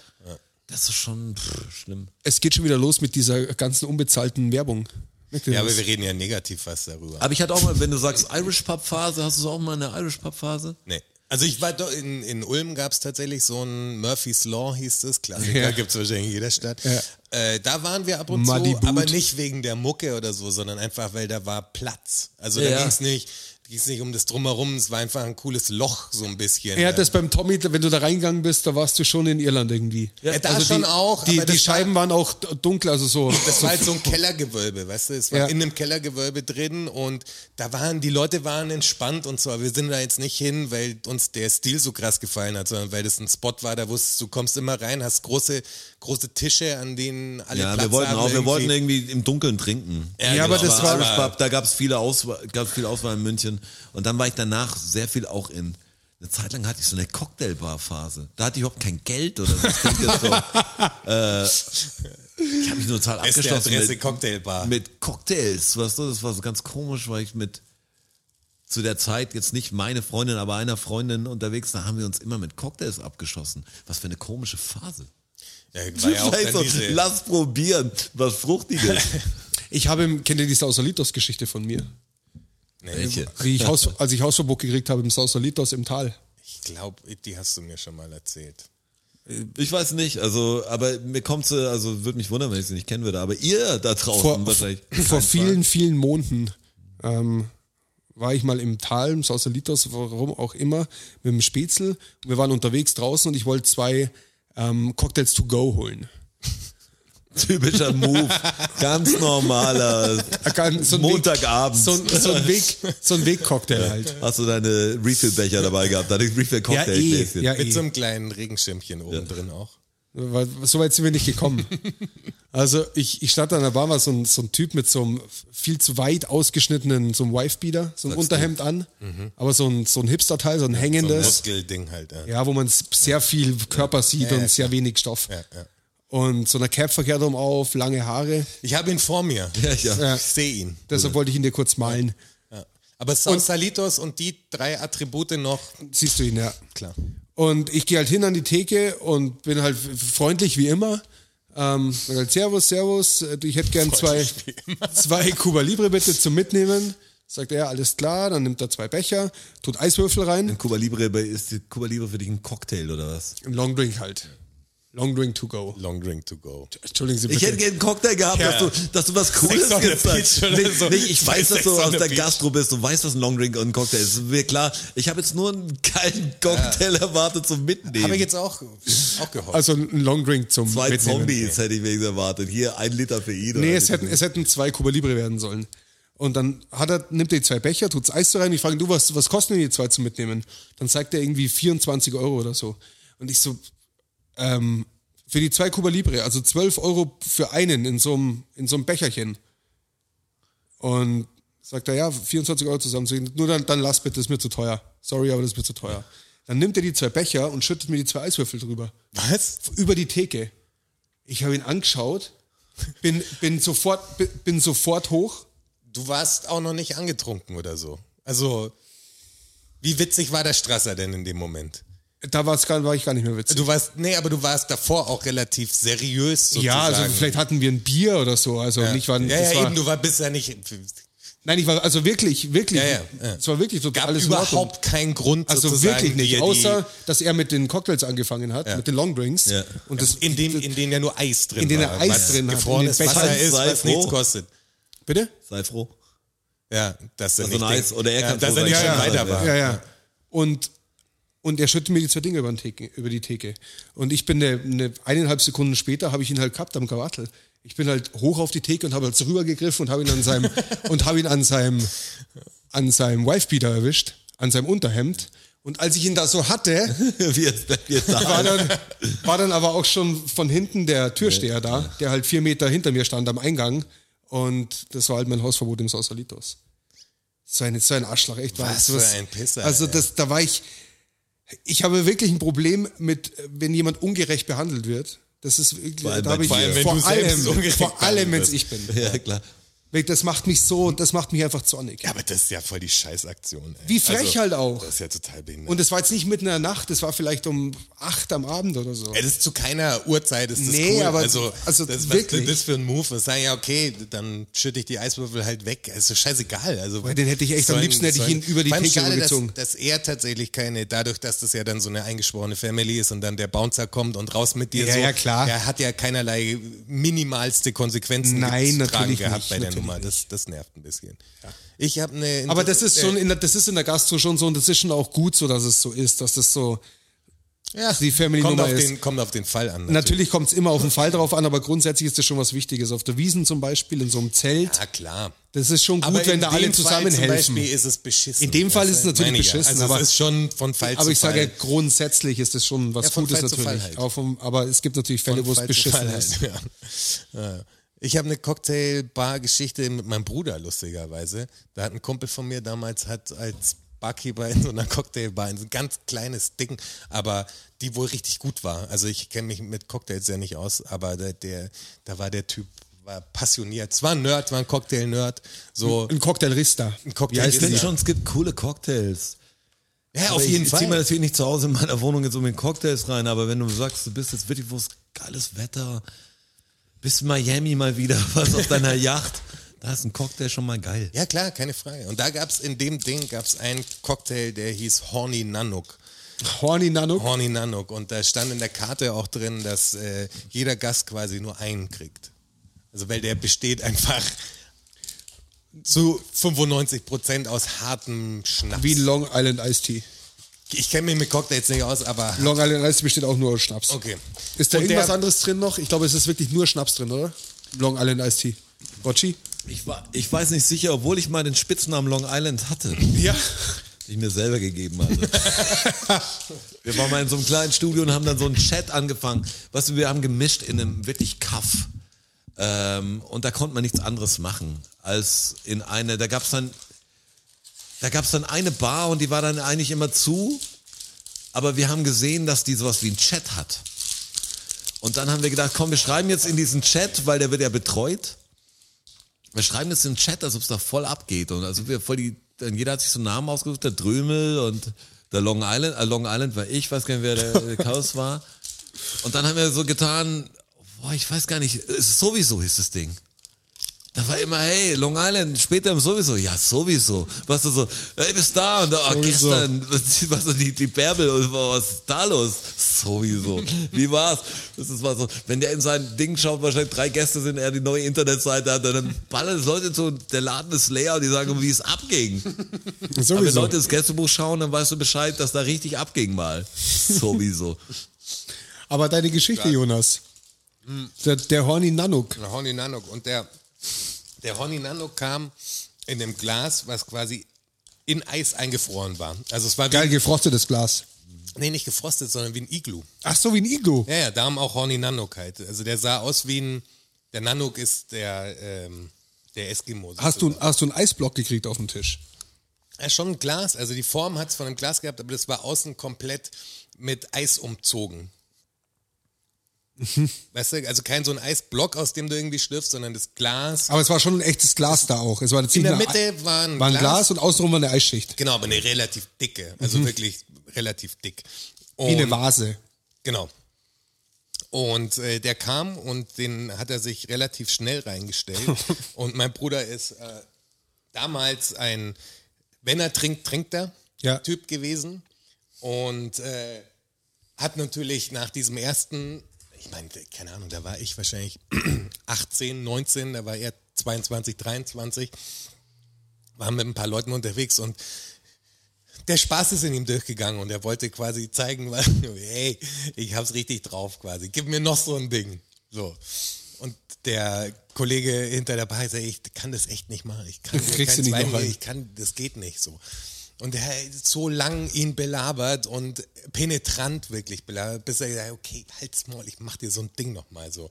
S4: Das ist schon pff, schlimm.
S2: es geht schon wieder los mit dieser ganzen unbezahlten Werbung. Merkt ihr
S3: Ja, aber
S2: das?
S3: wir reden ja negativ was darüber.
S4: Aber ich hatte auch mal, wenn du sagst Irish Pub Phase, hast du so auch mal eine Irish Pub Phase?
S3: Nee. Also ich war doch in, in Ulm gab es tatsächlich so ein Murphy's Law hieß es, Klassiker
S2: Ja.
S3: gibt's gibt es wahrscheinlich in jeder Stadt.
S2: Ja.
S3: Äh, da waren wir ab und
S2: Muddy
S3: zu,
S2: Boot.
S3: aber nicht wegen der Mucke oder so, sondern einfach, weil da war Platz. Also
S4: Ja,
S3: da
S4: ja.
S3: ging's nicht, ging's nicht um das Drumherum, es war einfach ein cooles Loch so ein bisschen. äh,
S2: er hat das beim Tommy, wenn du da reingegangen bist, da warst du schon in Irland irgendwie. Also
S3: Ja, da schon
S2: die,
S3: auch,
S2: Die,
S3: aber
S2: die
S3: das war-
S2: Scheiben waren auch d- dunkel, also so.
S3: Das war halt so ein Kellergewölbe, weißt du? Es war
S2: Ja.
S3: in einem Kellergewölbe drin und da waren, die Leute waren entspannt und so, aber wir sind da jetzt nicht hin, weil uns der Stil so krass gefallen hat, sondern weil das ein Spot war, da wusstest du, kommst immer rein, hast große, große Tische, an denen alle
S4: Ja,
S3: Platz
S4: wir wollten
S3: haben.
S4: auch, wir
S3: irgendwie.
S4: wollten irgendwie im Dunkeln trinken.
S3: Ja, Ja, aber genau. das
S4: Aber
S3: war-
S4: Irish Pub, da gab es viele Auswahl, gab's viel Auswahl in München. Und dann war ich danach sehr viel auch in. Eine Zeit lang hatte ich so eine Cocktailbar-Phase. Da hatte ich überhaupt kein Geld oder so. Das klingt jetzt so. äh, ich habe mich nur total
S3: Ist der
S4: abgeschlossen.
S3: Adresse
S4: mit-
S3: Cocktailbar.
S4: mit Cocktails, weißt du, das war so ganz komisch, weil ich mit zu der Zeit jetzt nicht meine Freundin, aber einer Freundin unterwegs, da haben wir uns immer mit Cocktails abgeschossen. Was für eine komische Phase.
S3: Ja, war ja auch dann
S4: Vielleicht so,
S3: diese,
S4: lass probieren, was Fruchtiges.
S2: Ich habe, kennt ihr die Sausalitos-Geschichte von mir?
S4: Welche?
S2: Wie Also ich Haus, als ich Hausverbot gekriegt habe im Sausalitos im Tal.
S3: ich glaube, die hast du mir schon mal erzählt.
S4: Ich weiß nicht, also, aber mir kommt sie, also würde mich wundern, wenn ich sie nicht kennen würde, aber ihr da draußen
S2: vor,
S4: wahrscheinlich.
S2: vor vielen, vielen Monaten ähm, war ich mal im Tal, im Sausalitos, warum auch immer, mit dem Spätzle. Wir waren unterwegs draußen und ich wollte zwei ähm, Cocktails to go holen.
S4: Typischer Move, ganz normaler.
S2: Ganz- so ein Weg,
S4: Montagabend.
S2: so, ein- so ein Weg, so ein Wegcocktail halt.
S4: Hast du deine Refill-Becher dabei gehabt? Deine Refill-Cocktail.
S2: Ja, eh.
S3: Mit so einem kleinen Regenschirmchen oben drin auch.
S2: Weil, so weit sind wir nicht gekommen. also ich, ich stand an der Bar, war so ein, so ein Typ mit so einem viel zu weit ausgeschnittenen, so einem Wifebeater, so ein Unterhemd an, aber so ein, so ein Hipster-Teil, so ein
S3: Mhm. So ein
S2: hängendes.
S3: Muskelding halt. Ja.
S2: ja, wo man s- sehr viel Körper sieht
S3: Ja,
S2: und
S3: ja,
S2: sehr wenig Stoff.
S3: Ja, ja.
S2: Und so eine Cap verkehrt um auf, lange Haare.
S3: Ich habe ihn vor mir.
S4: ja.
S2: Ja.
S3: Ich sehe ihn.
S2: Deshalb wollte ich ihn dir kurz malen.
S3: Ja. Aber Sausalitos und die drei Attribute noch,
S2: Siehst du ihn, ja.
S3: klar.
S2: Und ich gehe halt hin an die Theke und bin halt freundlich wie immer. Ähm, sag halt, servus, servus, äh, ich hätte gern zwei,
S3: Freundlich wie immer.
S2: zwei Cuba Libre bitte zum Mitnehmen. Sagt er, alles klar, dann nimmt er zwei Becher, tut Eiswürfel rein,
S4: Cuba Libre, bei- ist die Cuba Libre für dich ein Cocktail oder was?
S2: Ein Long Drink halt. Long Drink to go.
S3: Long Drink to go.
S2: Entschuldigen Sie bitte.
S4: Ich hätte gerne einen Cocktail gehabt,
S3: Ja.
S4: dass, du, dass du was Cooles
S3: on the
S4: jetzt sagst.
S3: beach oder
S4: Nicht,
S3: so.
S4: nicht, ich weiß, dass du
S3: Sex on
S4: aus
S3: the
S4: der
S3: beach.
S4: Gastro bist, du weißt, was ein Longdrink und ein Cocktail ist. Ist mir klar. Ich habe jetzt nur einen geilen Cocktail erwartet zum Mitnehmen.
S3: Habe ich jetzt auch, auch gehofft.
S2: also ein Long Drink zum
S4: Zwei
S2: Mitnehmen.
S4: Zombies hätte ich wenigstens erwartet. Hier ein Liter für ihn.
S2: Nee,
S4: oder
S2: es
S4: wie
S2: hätten,
S4: das
S2: es hätten zwei Cuba Libre werden sollen. Und dann hat er, nimmt er die zwei Becher, tut's Eis da rein. Ich frage, du, was, was kosten denn die zwei zum Mitnehmen? Dann zeigt er irgendwie 24 Euro oder so. Und ich so, ähm, für die zwei Cuba Libre, also 12 Euro für einen in so einem, in so einem Becherchen. Und sagt er, ja, 24 Euro zusammen. Sag ich, Nur dann, dann lass bitte, ist mir zu teuer. Sorry, aber das ist mir zu teuer. Dann nimmt er die zwei Becher und schüttet mir die zwei Eiswürfel drüber
S3: was?
S2: über die Theke. Ich habe ihn angeschaut, bin, bin, sofort, bin- bin sofort hoch.
S3: Du warst auch noch nicht angetrunken oder so. Also, wie witzig war der Strasser denn in dem Moment?
S2: Da war's gar, war ich gar nicht mehr witzig.
S3: Du warst, nee, aber du warst davor auch relativ seriös sozusagen.
S2: ja, also vielleicht hatten wir ein Bier oder so. Also
S3: Ja.
S2: nicht waren,
S3: ja,
S2: das
S3: ja,
S2: war,
S3: eben, du war bisher nicht.
S2: Nein, ich war also wirklich, wirklich.
S3: Ja, ja, ja.
S2: Es war wirklich total
S3: Gab
S2: alles in Ordnung.
S3: überhaupt keinen Grund
S2: Also
S3: sozusagen,
S2: wirklich
S3: dir
S2: nicht.
S3: die-
S2: Außer, dass er mit den Cocktails angefangen hat, mit den Longdrinks.
S4: Ja.
S2: Und das,
S3: in dem, in denen ja nur Eis drin
S2: In denen
S3: war,
S2: Eis
S3: was
S2: drin hat, in
S3: gefrorenes
S2: den
S3: Wasser
S4: Bechern.
S3: ist,
S4: Sei
S3: was nichts
S4: froh.
S3: kostet.
S2: bitte?
S4: Sei froh.
S3: Ja, dass er
S4: Also
S3: nicht
S4: ein
S3: denkt-
S4: Eis oder er
S3: ja,
S4: kann
S3: dass
S4: froh
S3: er nicht
S4: sein,
S3: schon
S4: dass er
S3: weiter
S4: da
S3: war.
S2: Ja, ja. Und, und er schüttet mir die zwei Dinge über, den Theke, über die Theke. Und ich bin eine, eine eineinhalb Sekunden später, habe ich ihn halt gehabt am Krawattel. Ich bin halt hoch auf die Theke und habe halt so rübergegriffen und habe ihn an seinem, und habe ihn an seinem, an seinem Wifebeater erwischt, an seinem Unterhemd. Und als ich ihn da so hatte,
S4: Wie es bleibt jetzt
S2: war
S4: da.
S2: dann, war dann aber auch schon von hinten der Türsteher da, der halt vier Meter hinter mir stand am Eingang. Und das war halt mein Hausverbot im Sausalitos. So ein, so ein Arschloch, echt. war
S3: Was
S2: das was-
S3: für ein Pisser,
S2: Also
S3: ey.
S2: das, da war ich, ich habe wirklich ein Problem mit, wenn jemand ungerecht behandelt wird. Das ist wirklich,
S4: allem
S2: da habe
S4: bei
S2: ich
S4: dir. Vor allem,
S2: vor
S3: wenn du selbst
S2: allem,
S3: ungerecht
S2: vor allem, wenn es
S3: behandelt
S2: ich bin.
S4: Ja, klar.
S2: Wirklich, Das macht mich so, das macht mich einfach zornig.
S3: Ja, aber das ist ja voll die Scheißaktion. Ey. Also,
S2: Wie frech halt auch.
S3: Das ist ja total behindert.
S2: Und es war jetzt nicht mitten in der Nacht, es war vielleicht um acht am Abend oder so.
S3: Ey, das ist zu keiner Uhrzeit ist das
S2: Nee,
S3: cool.
S2: aber-
S3: also,
S2: also
S3: das, was
S2: wirklich.
S3: ist das für ein Move? Das sagen ja, okay, dann schütte ich die Eiswürfel halt weg. Es ist scheißegal. Also,
S2: Weil den hätte ich echt am liebsten hätte ich ihn über die
S3: vor allem
S2: Theke
S3: schade,
S2: gezogen.
S3: Dass, dass er tatsächlich keine, dadurch, dass das ja dann so eine eingeschworene Family ist und dann der Bouncer kommt und raus mit dir
S2: Ja,
S3: so.
S2: ja, klar.
S3: Er hat ja keinerlei minimalste Konsequenzen
S2: Nein,
S3: getragen
S2: natürlich
S3: gehabt
S2: nicht,
S3: bei der
S2: natürlich
S3: Nummer. Das, das nervt ein bisschen. Ich habe eine.
S2: Aber das ist schon in der, das ist in der Gastro schon so und das ist schon auch gut so, dass es so ist, dass das so.
S3: ja,
S2: die
S3: kommt
S2: Family-Nummer
S3: auf,
S2: ist-
S3: den, kommt auf den Fall an.
S2: Natürlich kommt es immer auf den Fall drauf an, aber grundsätzlich ist das schon was Wichtiges. Auf der Wiesen zum Beispiel, in so einem Zelt,
S3: Ja, Ah, klar.
S2: das ist schon gut,
S3: Aber
S2: wenn
S3: in
S2: da alle
S3: dem Fall zum
S2: zusammenhelfen.
S3: Beispiel ist es beschissen.
S2: In dem Fall ist es
S3: Meine
S2: natürlich
S3: ich ja.
S2: beschissen,
S3: Also
S2: aber-
S3: es ist schon von Fall
S2: Aber
S3: zu
S2: ich
S3: Fall.
S2: sage, ja, grundsätzlich ist das schon was
S3: Ja, von
S2: Gutes
S3: Fall zu Fall
S2: natürlich.
S3: halt.
S2: Auch vom, aber es gibt natürlich Fälle,
S3: von
S2: wo es
S3: Fall zu
S2: beschissen
S3: Fall
S2: ist.
S3: halt, Ja. Ja. Ich habe eine Cocktailbar-Geschichte mit meinem Bruder, lustigerweise. Da hat ein Kumpel von mir damals hat als Barkeeper in so einer Cocktailbar, in so ein ganz kleines Ding, aber die wohl richtig gut war. Also ich kenne mich mit Cocktails ja nicht aus, aber der, der, da war der Typ war passioniert. Es war ein Nerd, war ein Cocktail-Nerd. So,
S2: Ein Cocktail Rista.
S3: halt. ein Cocktail
S4: Ja, ich
S3: ist
S4: finde
S3: er.
S4: schon, es gibt coole Cocktails.
S3: ja,
S4: Aber
S3: auf jeden
S4: ich Ich
S3: Fall.
S4: ziehe mir natürlich nicht zu Hause in meiner Wohnung jetzt um den Cocktails rein, aber wenn du sagst, du bist jetzt wirklich, wo es geiles Wetter, bist in Miami mal wieder, was auf deiner Yacht, da ist ein Cocktail schon mal geil.
S3: Ja, klar, keine Frage. Und da gab's in dem Ding gab's einen Cocktail, der hieß Horny Nanook.
S2: Horny Nanook.
S3: Horny Nanook. Und da stand in der Karte auch drin, dass äh, jeder Gast quasi nur einen kriegt. Also, weil der besteht einfach zu 95 Prozent aus hartem Schnaps.
S2: Wie Long Island Iced Tea.
S3: ich kenne mich mit Cocktails nicht aus, aber
S2: Long Island Iced Tea besteht auch nur aus Schnaps.
S3: okay.
S2: Ist da
S3: Und
S2: irgendwas
S3: der-
S2: anderes drin noch? Ich glaube, es ist wirklich nur Schnaps drin, oder? Long Island Iced Tea. Rotschi?
S4: Ich, war, ich weiß nicht sicher, obwohl ich mal den Spitznamen Long Island hatte.
S2: Ja.
S4: die ich mir selber gegeben hatte. wir waren mal in so einem kleinen Studio und haben dann so einen Chat angefangen. Weißt du, wir haben gemischt in einem wirklich Kaff. Ähm, und da konnte man nichts anderes machen, als in eine, da gab es dann, da gab es dann eine Bar und die war dann eigentlich immer zu, aber wir haben gesehen, dass die sowas wie einen Chat hat. Und dann haben wir gedacht, komm, wir schreiben jetzt in diesen Chat, weil der wird ja betreut. Wir schreiben jetzt in den Chat, als ob es da voll abgeht. Und also wir voll die, dann jeder hat sich so einen Namen ausgesucht, der Drömel und der Long Island, äh, Long Island war ich, weiß gar nicht, wer der, der Chaos war. Und dann haben wir so getan, boah, ich weiß gar nicht, es ist sowieso hieß das Ding. Da war immer, hey, Long Island, später im sowieso, ja, sowieso. Weißt du so, hey, bist da und oh,
S2: Sowieso.
S4: gestern, was so die, die Bärbel und boah, was ist da los? Sowieso. Wie war's? Das ist mal so, wenn der in sein Ding schaut, wahrscheinlich drei Gäste sind, er die neue Internetseite hat, dann ballern es Leute zu, der Laden ist leer und die sagen, wie es abging. Aber wenn
S2: Sowieso.
S4: Leute ins Gästebuch schauen, dann weißt du Bescheid, dass da richtig abging mal. Sowieso.
S2: Aber deine Geschichte, Jonas. Der, der Horny Nanook.
S3: Der Horny Nanook. Und der, der Horny Nanook kam in einem Glas, was quasi in Eis eingefroren war. Also es war
S2: Geil
S3: wie,
S2: gefrostetes Glas.
S3: nee, nicht gefrostet, sondern wie ein Iglu.
S2: Ach so, wie ein Iglu.
S3: Ja, ja, darum auch Horny Nanook halt. Also der sah aus wie ein, der Nanook ist der, ähm, der Eskimo.
S2: Hast du, hast du einen Eisblock gekriegt auf dem Tisch?
S3: Ja, schon ein Glas. Also die Form hat es von einem Glas gehabt, aber das war außen komplett mit Eis umzogen. weißt du, also kein so ein Eisblock, aus dem du irgendwie schlürfst, sondern das Glas.
S2: Aber es war schon ein echtes Glas da auch. Es war
S3: In der Mitte war ein
S2: war ein
S3: Glas.
S2: Glas und außenrum war eine Eisschicht.
S3: Genau, aber eine relativ dicke. Also wirklich relativ dick. Und,
S2: Mhm. Wie eine Vase.
S3: Genau. Und äh, der kam und den hat er sich relativ schnell reingestellt. und mein Bruder ist äh, damals ein, wenn er trinkt, trinkt er
S2: Ja.
S3: Typ gewesen. Und äh, hat natürlich nach diesem ersten, ich meine, keine Ahnung, da war ich wahrscheinlich 18, 19, da war er 22, 23, waren mit ein paar Leuten unterwegs und der Spaß ist in ihm durchgegangen und er wollte quasi zeigen, weil, hey, ich hab's richtig drauf quasi, gib mir noch so ein Ding. So. Und der Kollege hinter der Bar sagt, ich kann das echt nicht machen. Ich kann,
S2: Kriegst du
S3: keinen
S2: nicht
S3: zweiten
S2: noch
S3: Weg,
S2: ein?
S3: ich kann, das geht nicht so. Und er hat so lang ihn belabert und penetrant wirklich belabert, bis er gesagt hat, okay, halt's Maul, ich mach dir so ein Ding nochmal so.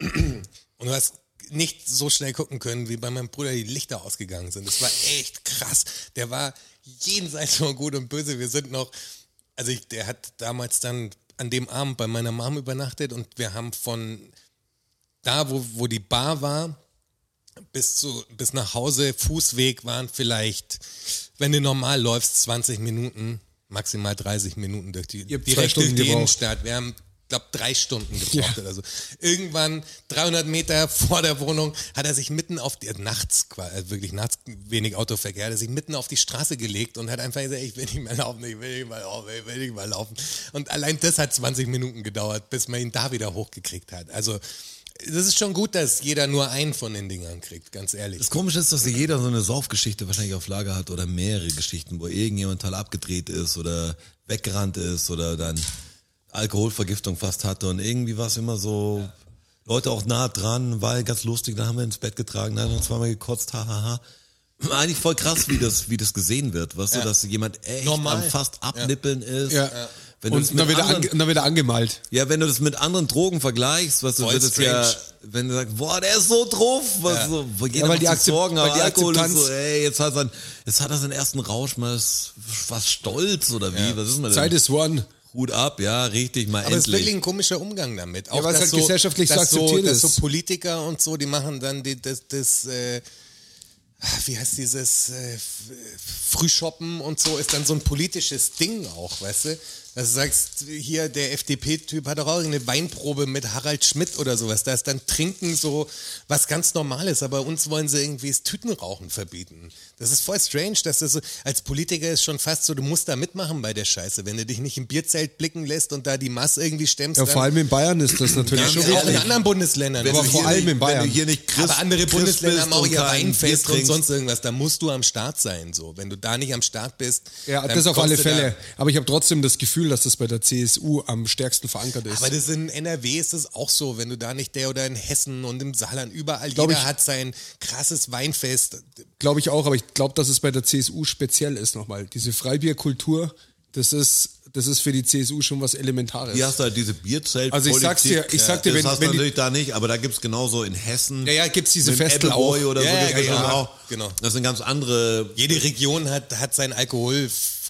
S3: Und du hast nicht so schnell gucken können, wie bei meinem Bruder die Lichter ausgegangen sind. Das war echt krass. Der war jenseits von gut und böse. Wir sind noch, also ich, der hat damals dann an dem Abend bei meiner Mom übernachtet und wir haben von da, wo, wo die Bar war, bis, zu, bis nach Hause, Fußweg waren vielleicht, wenn du normal läufst, 20 Minuten, maximal 30 Minuten durch die,
S2: Ihr habt zwei
S3: direkt durch
S2: Stunden
S3: die
S2: gebraucht.
S3: Innenstadt. Wir haben, glaube drei Stunden gebraucht oder so. Irgendwann, 300 Meter vor der Wohnung, hat er sich mitten auf die, äh, nachts, qua- äh, wirklich nachts, wenig Autoverkehr, hat er sich mitten auf die Straße gelegt und hat einfach gesagt, ich will nicht mehr laufen, ich will nicht mehr laufen, ich will nicht mehr laufen. Und allein das hat 20 Minuten gedauert, bis man ihn da wieder hochgekriegt hat. Also, das ist schon gut, dass jeder nur einen von den Dingern kriegt, ganz ehrlich.
S4: Das Komische ist, dass jeder so eine Saufgeschichte wahrscheinlich auf Lager hat oder mehrere Geschichten, wo irgendjemand total abgedreht ist oder weggerannt ist oder dann Alkoholvergiftung fast hatte und irgendwie war es immer so, Leute auch nah dran, war ganz lustig, dann haben wir ins Bett getragen, dann haben wir uns zweimal gekotzt, hahaha. Eigentlich voll krass, wie das, wie das gesehen wird, weißt du, dass jemand echt
S3: Normal.
S4: am fast abnippeln ist.
S2: Ja.
S4: Wenn du es
S2: Und
S4: mit
S2: dann wird, er
S4: anderen-
S2: ange, dann wird er angemalt.
S4: ja, wenn du das mit anderen Drogen vergleichst, was du
S3: Voll
S4: wird es
S3: strange.
S4: ja, wenn du sagst, boah, der ist so drauf, was
S3: Ja.
S4: so, wo jeder
S2: Ja, weil
S4: macht
S2: die
S4: sich
S2: Akzept-
S4: Sorgen,
S2: weil
S4: aber
S2: die
S4: Alkohol ist
S2: Akzeptanz-
S4: so, ey, jetzt hat er, sein- jetzt hat er seinen ersten Rausch, mal ist was stolz oder wie, was Also- ist man denn?
S2: Zeit ist one.
S4: Hut ab, ja, richtig, mal
S3: Aber es ist
S4: endlich.
S3: wirklich ein komischer Umgang damit. Auch
S2: weil es
S3: dass
S2: halt
S3: so,
S2: gesellschaftlich so
S3: dass so,
S2: akzeptiert
S3: dass
S2: ist.
S3: so Politiker und so, die machen dann die, das, das äh, wie heißt dieses äh, F- Frühshoppen und so, ist dann so ein politisches Ding auch, weißt du? Dass du sagst, hier der FDP-Typ hat doch auch eine Weinprobe mit Harald Schmidt oder sowas. Da ist dann Trinken so was ganz Normales, aber uns wollen sie irgendwie das Tütenrauchen verbieten. Das ist voll strange, dass das so, als Politiker ist schon fast so, du musst da mitmachen bei der Scheiße. Wenn du dich nicht im Bierzelt blicken lässt und da die Masse irgendwie stemmst,
S2: Ja,
S3: dann
S2: vor allem in Bayern ist das natürlich
S3: ja,
S2: schon
S3: auch in
S2: richtig.
S3: anderen Bundesländern.
S2: Aber
S3: Wenn
S2: vor
S3: du
S2: allem
S3: hier
S2: in Bayern.
S4: Wenn du hier nicht Christ,
S3: aber andere
S4: Christ
S3: Bundesländer
S4: bist
S3: haben auch
S4: und
S3: ihr
S4: kein
S3: Weinfest
S4: Bier
S3: und
S4: trinkst.
S3: sonst irgendwas. Da musst du am Start sein. So, wenn du da nicht am Start bist,
S2: Ja,
S3: dann
S4: Ähm,
S2: das auf
S3: kommst
S2: alle
S3: du
S2: Fälle. Aber ich habe trotzdem das Gefühl, dass das bei der CSU am stärksten verankert ist.
S3: Aber das in NRW ist es auch so, wenn du da nicht der oder in Hessen und im Saarland, überall,
S2: Glaub
S3: jeder
S2: ich-
S3: hat sein krasses Weinfest.
S2: Glaube ich auch, aber ich glaube, dass es bei der CSU speziell ist nochmal. Diese Freibierkultur, das ist, das ist für die CSU schon was Elementares.
S4: Hier hast du halt diese Bierzelt.
S2: Also ich sag's dir- ich sag dir,
S4: das
S2: wenn-
S4: hast
S2: wenn
S4: du
S2: die-
S4: natürlich da nicht, aber da gibt's genauso in Hessen.
S2: Ja, ja, gibt's diese
S4: mit dem
S2: Festel
S4: Appleboy
S2: auch.
S4: oder
S3: Ja,
S4: so.
S3: ja,
S4: gibt's
S3: ja,
S4: das
S3: ja.
S4: auch.
S3: Genau.
S4: Das sind ganz andere.
S3: Jede Region hat, hat sein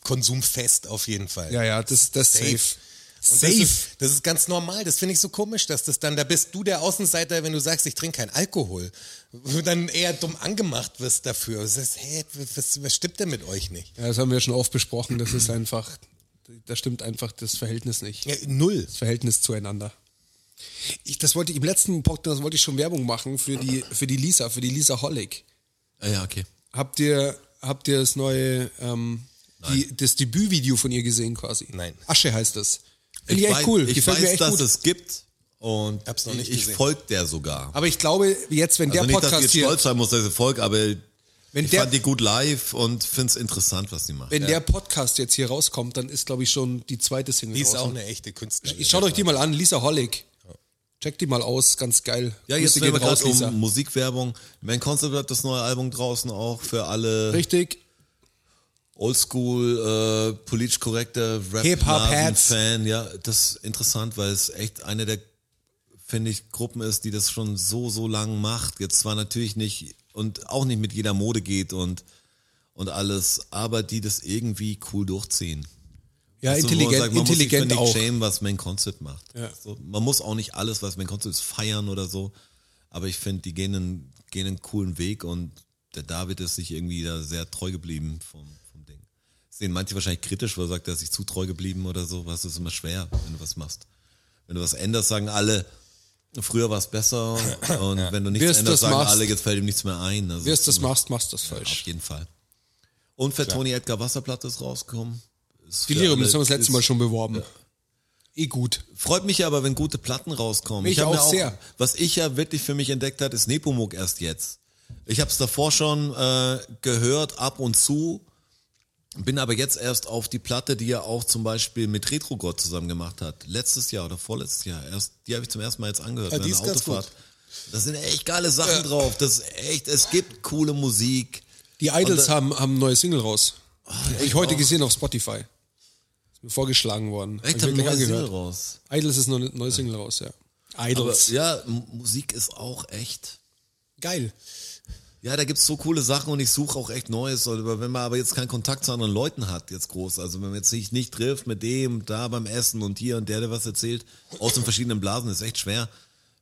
S3: Alkoholkonsumfest auf jeden Fall.
S2: Ja, ja, das, das safe.
S3: Safe. Und Das ist, das ist ganz normal. Das finde ich so komisch, dass das dann, da bist du der Außenseiter, wenn du sagst, ich trinke keinen Alkohol. Und Dann eher dumm angemacht wirst dafür. Das ist, hä, was, was stimmt denn mit euch nicht?
S2: Ja, das haben wir schon oft besprochen. Das ist einfach, da stimmt einfach das Verhältnis nicht.
S3: Ja, null.
S2: Das Verhältnis zueinander. Ich, das wollte ich, im letzten Podcast wollte ich schon Werbung machen für die, für die Lisa, für die Lisa Hollig.
S4: Ah, ja, okay.
S2: Habt ihr, habt ihr das neue, ähm, die, das Debütvideo von ihr gesehen quasi?
S3: Nein.
S2: Asche heißt das. Finde ich, echt
S4: weiß,
S2: cool.
S4: Ich
S2: Gefällt
S4: weiß,
S2: mir echt
S4: dass
S2: gut.
S4: es gibt und
S3: Hab's noch nicht
S4: ich
S3: gesehen.
S4: folge der sogar.
S2: Aber ich glaube, jetzt, wenn der
S4: Also nicht, dass ich
S2: Podcast
S4: jetzt
S2: hier,
S4: stolz sein muss, dass ich folge, aber
S2: wenn
S4: ich
S2: der,
S4: fand die gut live und find's interessant, was die machen.
S2: wenn der Podcast jetzt hier rauskommt, dann ist, glaube ich, schon die zweite Single
S3: Die ist auch
S2: draußen.
S3: eine echte Künstlerin.
S2: Ich schaut euch die mal an, Lisa Hollig. Checkt die mal aus, ganz geil.
S4: Ja,
S2: Grüße
S4: jetzt
S2: gehen
S4: reden wir gerade
S2: Lisa.
S4: um Musikwerbung. Mein Concept hat das neue Album draußen auch für alle
S2: Richtig.
S4: Oldschool, äh, politisch korrekte
S2: Hip-Hop-Hats.
S4: Rap-Fan. Ja, das ist interessant, weil es echt eine der, finde ich, Gruppen ist, die das schon so, so lang macht. Jetzt zwar natürlich nicht und auch nicht mit jeder Mode geht und, und alles, aber die das irgendwie cool durchziehen.
S2: Ja,
S4: Also, wo man
S2: intelligent,
S4: sagt, man muss
S2: intelligent
S4: sich für
S2: auch.
S4: nicht schämen, was Main Concept macht. So, man muss auch nicht alles, was Main Concept ist, feiern oder so. Aber ich finde, die gehen einen, gehen einen coolen Weg und der David ist sich irgendwie da sehr treu geblieben vom, vom Ding. Sehen manche wahrscheinlich kritisch, weil er sagt, er ist sich zu treu geblieben oder so. Was ist immer schwer, wenn du was machst. Wenn du was änderst, sagen alle, früher war es besser und wenn du
S2: Wirst
S4: nichts änderst,
S2: das
S4: sagen
S2: machst.
S4: alle, jetzt fällt ihm nichts mehr ein. Also
S2: Wirst
S4: es
S2: das
S4: ist immer-
S2: machst, machst das
S4: Auf
S2: falsch.
S4: jeden Fall. Und für Tony Edgar Wasserplatte ist rausgekommen. Ist für
S2: Delirium,
S4: alle-
S2: das haben wir das letzte
S4: ist-
S2: Mal schon beworben. Eh gut.
S4: Freut mich aber, wenn gute Platten rauskommen.
S2: Mich
S4: hab
S2: auch
S4: mir
S2: sehr.
S4: Was ich ja wirklich für mich entdeckt hat, ist Nepomuk erst jetzt. Ich habe es davor schon äh, gehört, ab und zu, bin aber jetzt erst auf die Platte, die er auch zum Beispiel mit Retrogott zusammen gemacht hat. Letztes Jahr oder vorletztes Jahr. Erst, die habe ich zum ersten Mal jetzt angehört.
S3: Ja, die
S4: während
S3: ist
S4: der
S3: ganz gut.
S4: Da sind echt geile Sachen drauf. Das ist echt, es gibt coole Musik.
S2: Die Idols
S4: Und da-
S2: haben, haben eine neue Single raus. Hab ich heute gesehen auf Spotify. Ist mir vorgeschlagen worden. Hab
S4: oh, Echt,
S2: ich
S4: haben
S2: wirklich
S4: neue Single
S2: angehört.
S4: raus.
S2: Idols ist noch eine neue Single raus, ja.
S4: Aber,
S2: Idols.
S4: ja, M- Musik ist auch echt.
S2: Geil.
S4: Ja, da gibt's so coole Sachen und ich suche auch echt Neues. Aber wenn man aber jetzt keinen Kontakt zu anderen Leuten hat, jetzt groß, also wenn man jetzt sich nicht trifft mit dem, da beim Essen und hier und der, der was erzählt, aus den verschiedenen Blasen, ist echt schwer,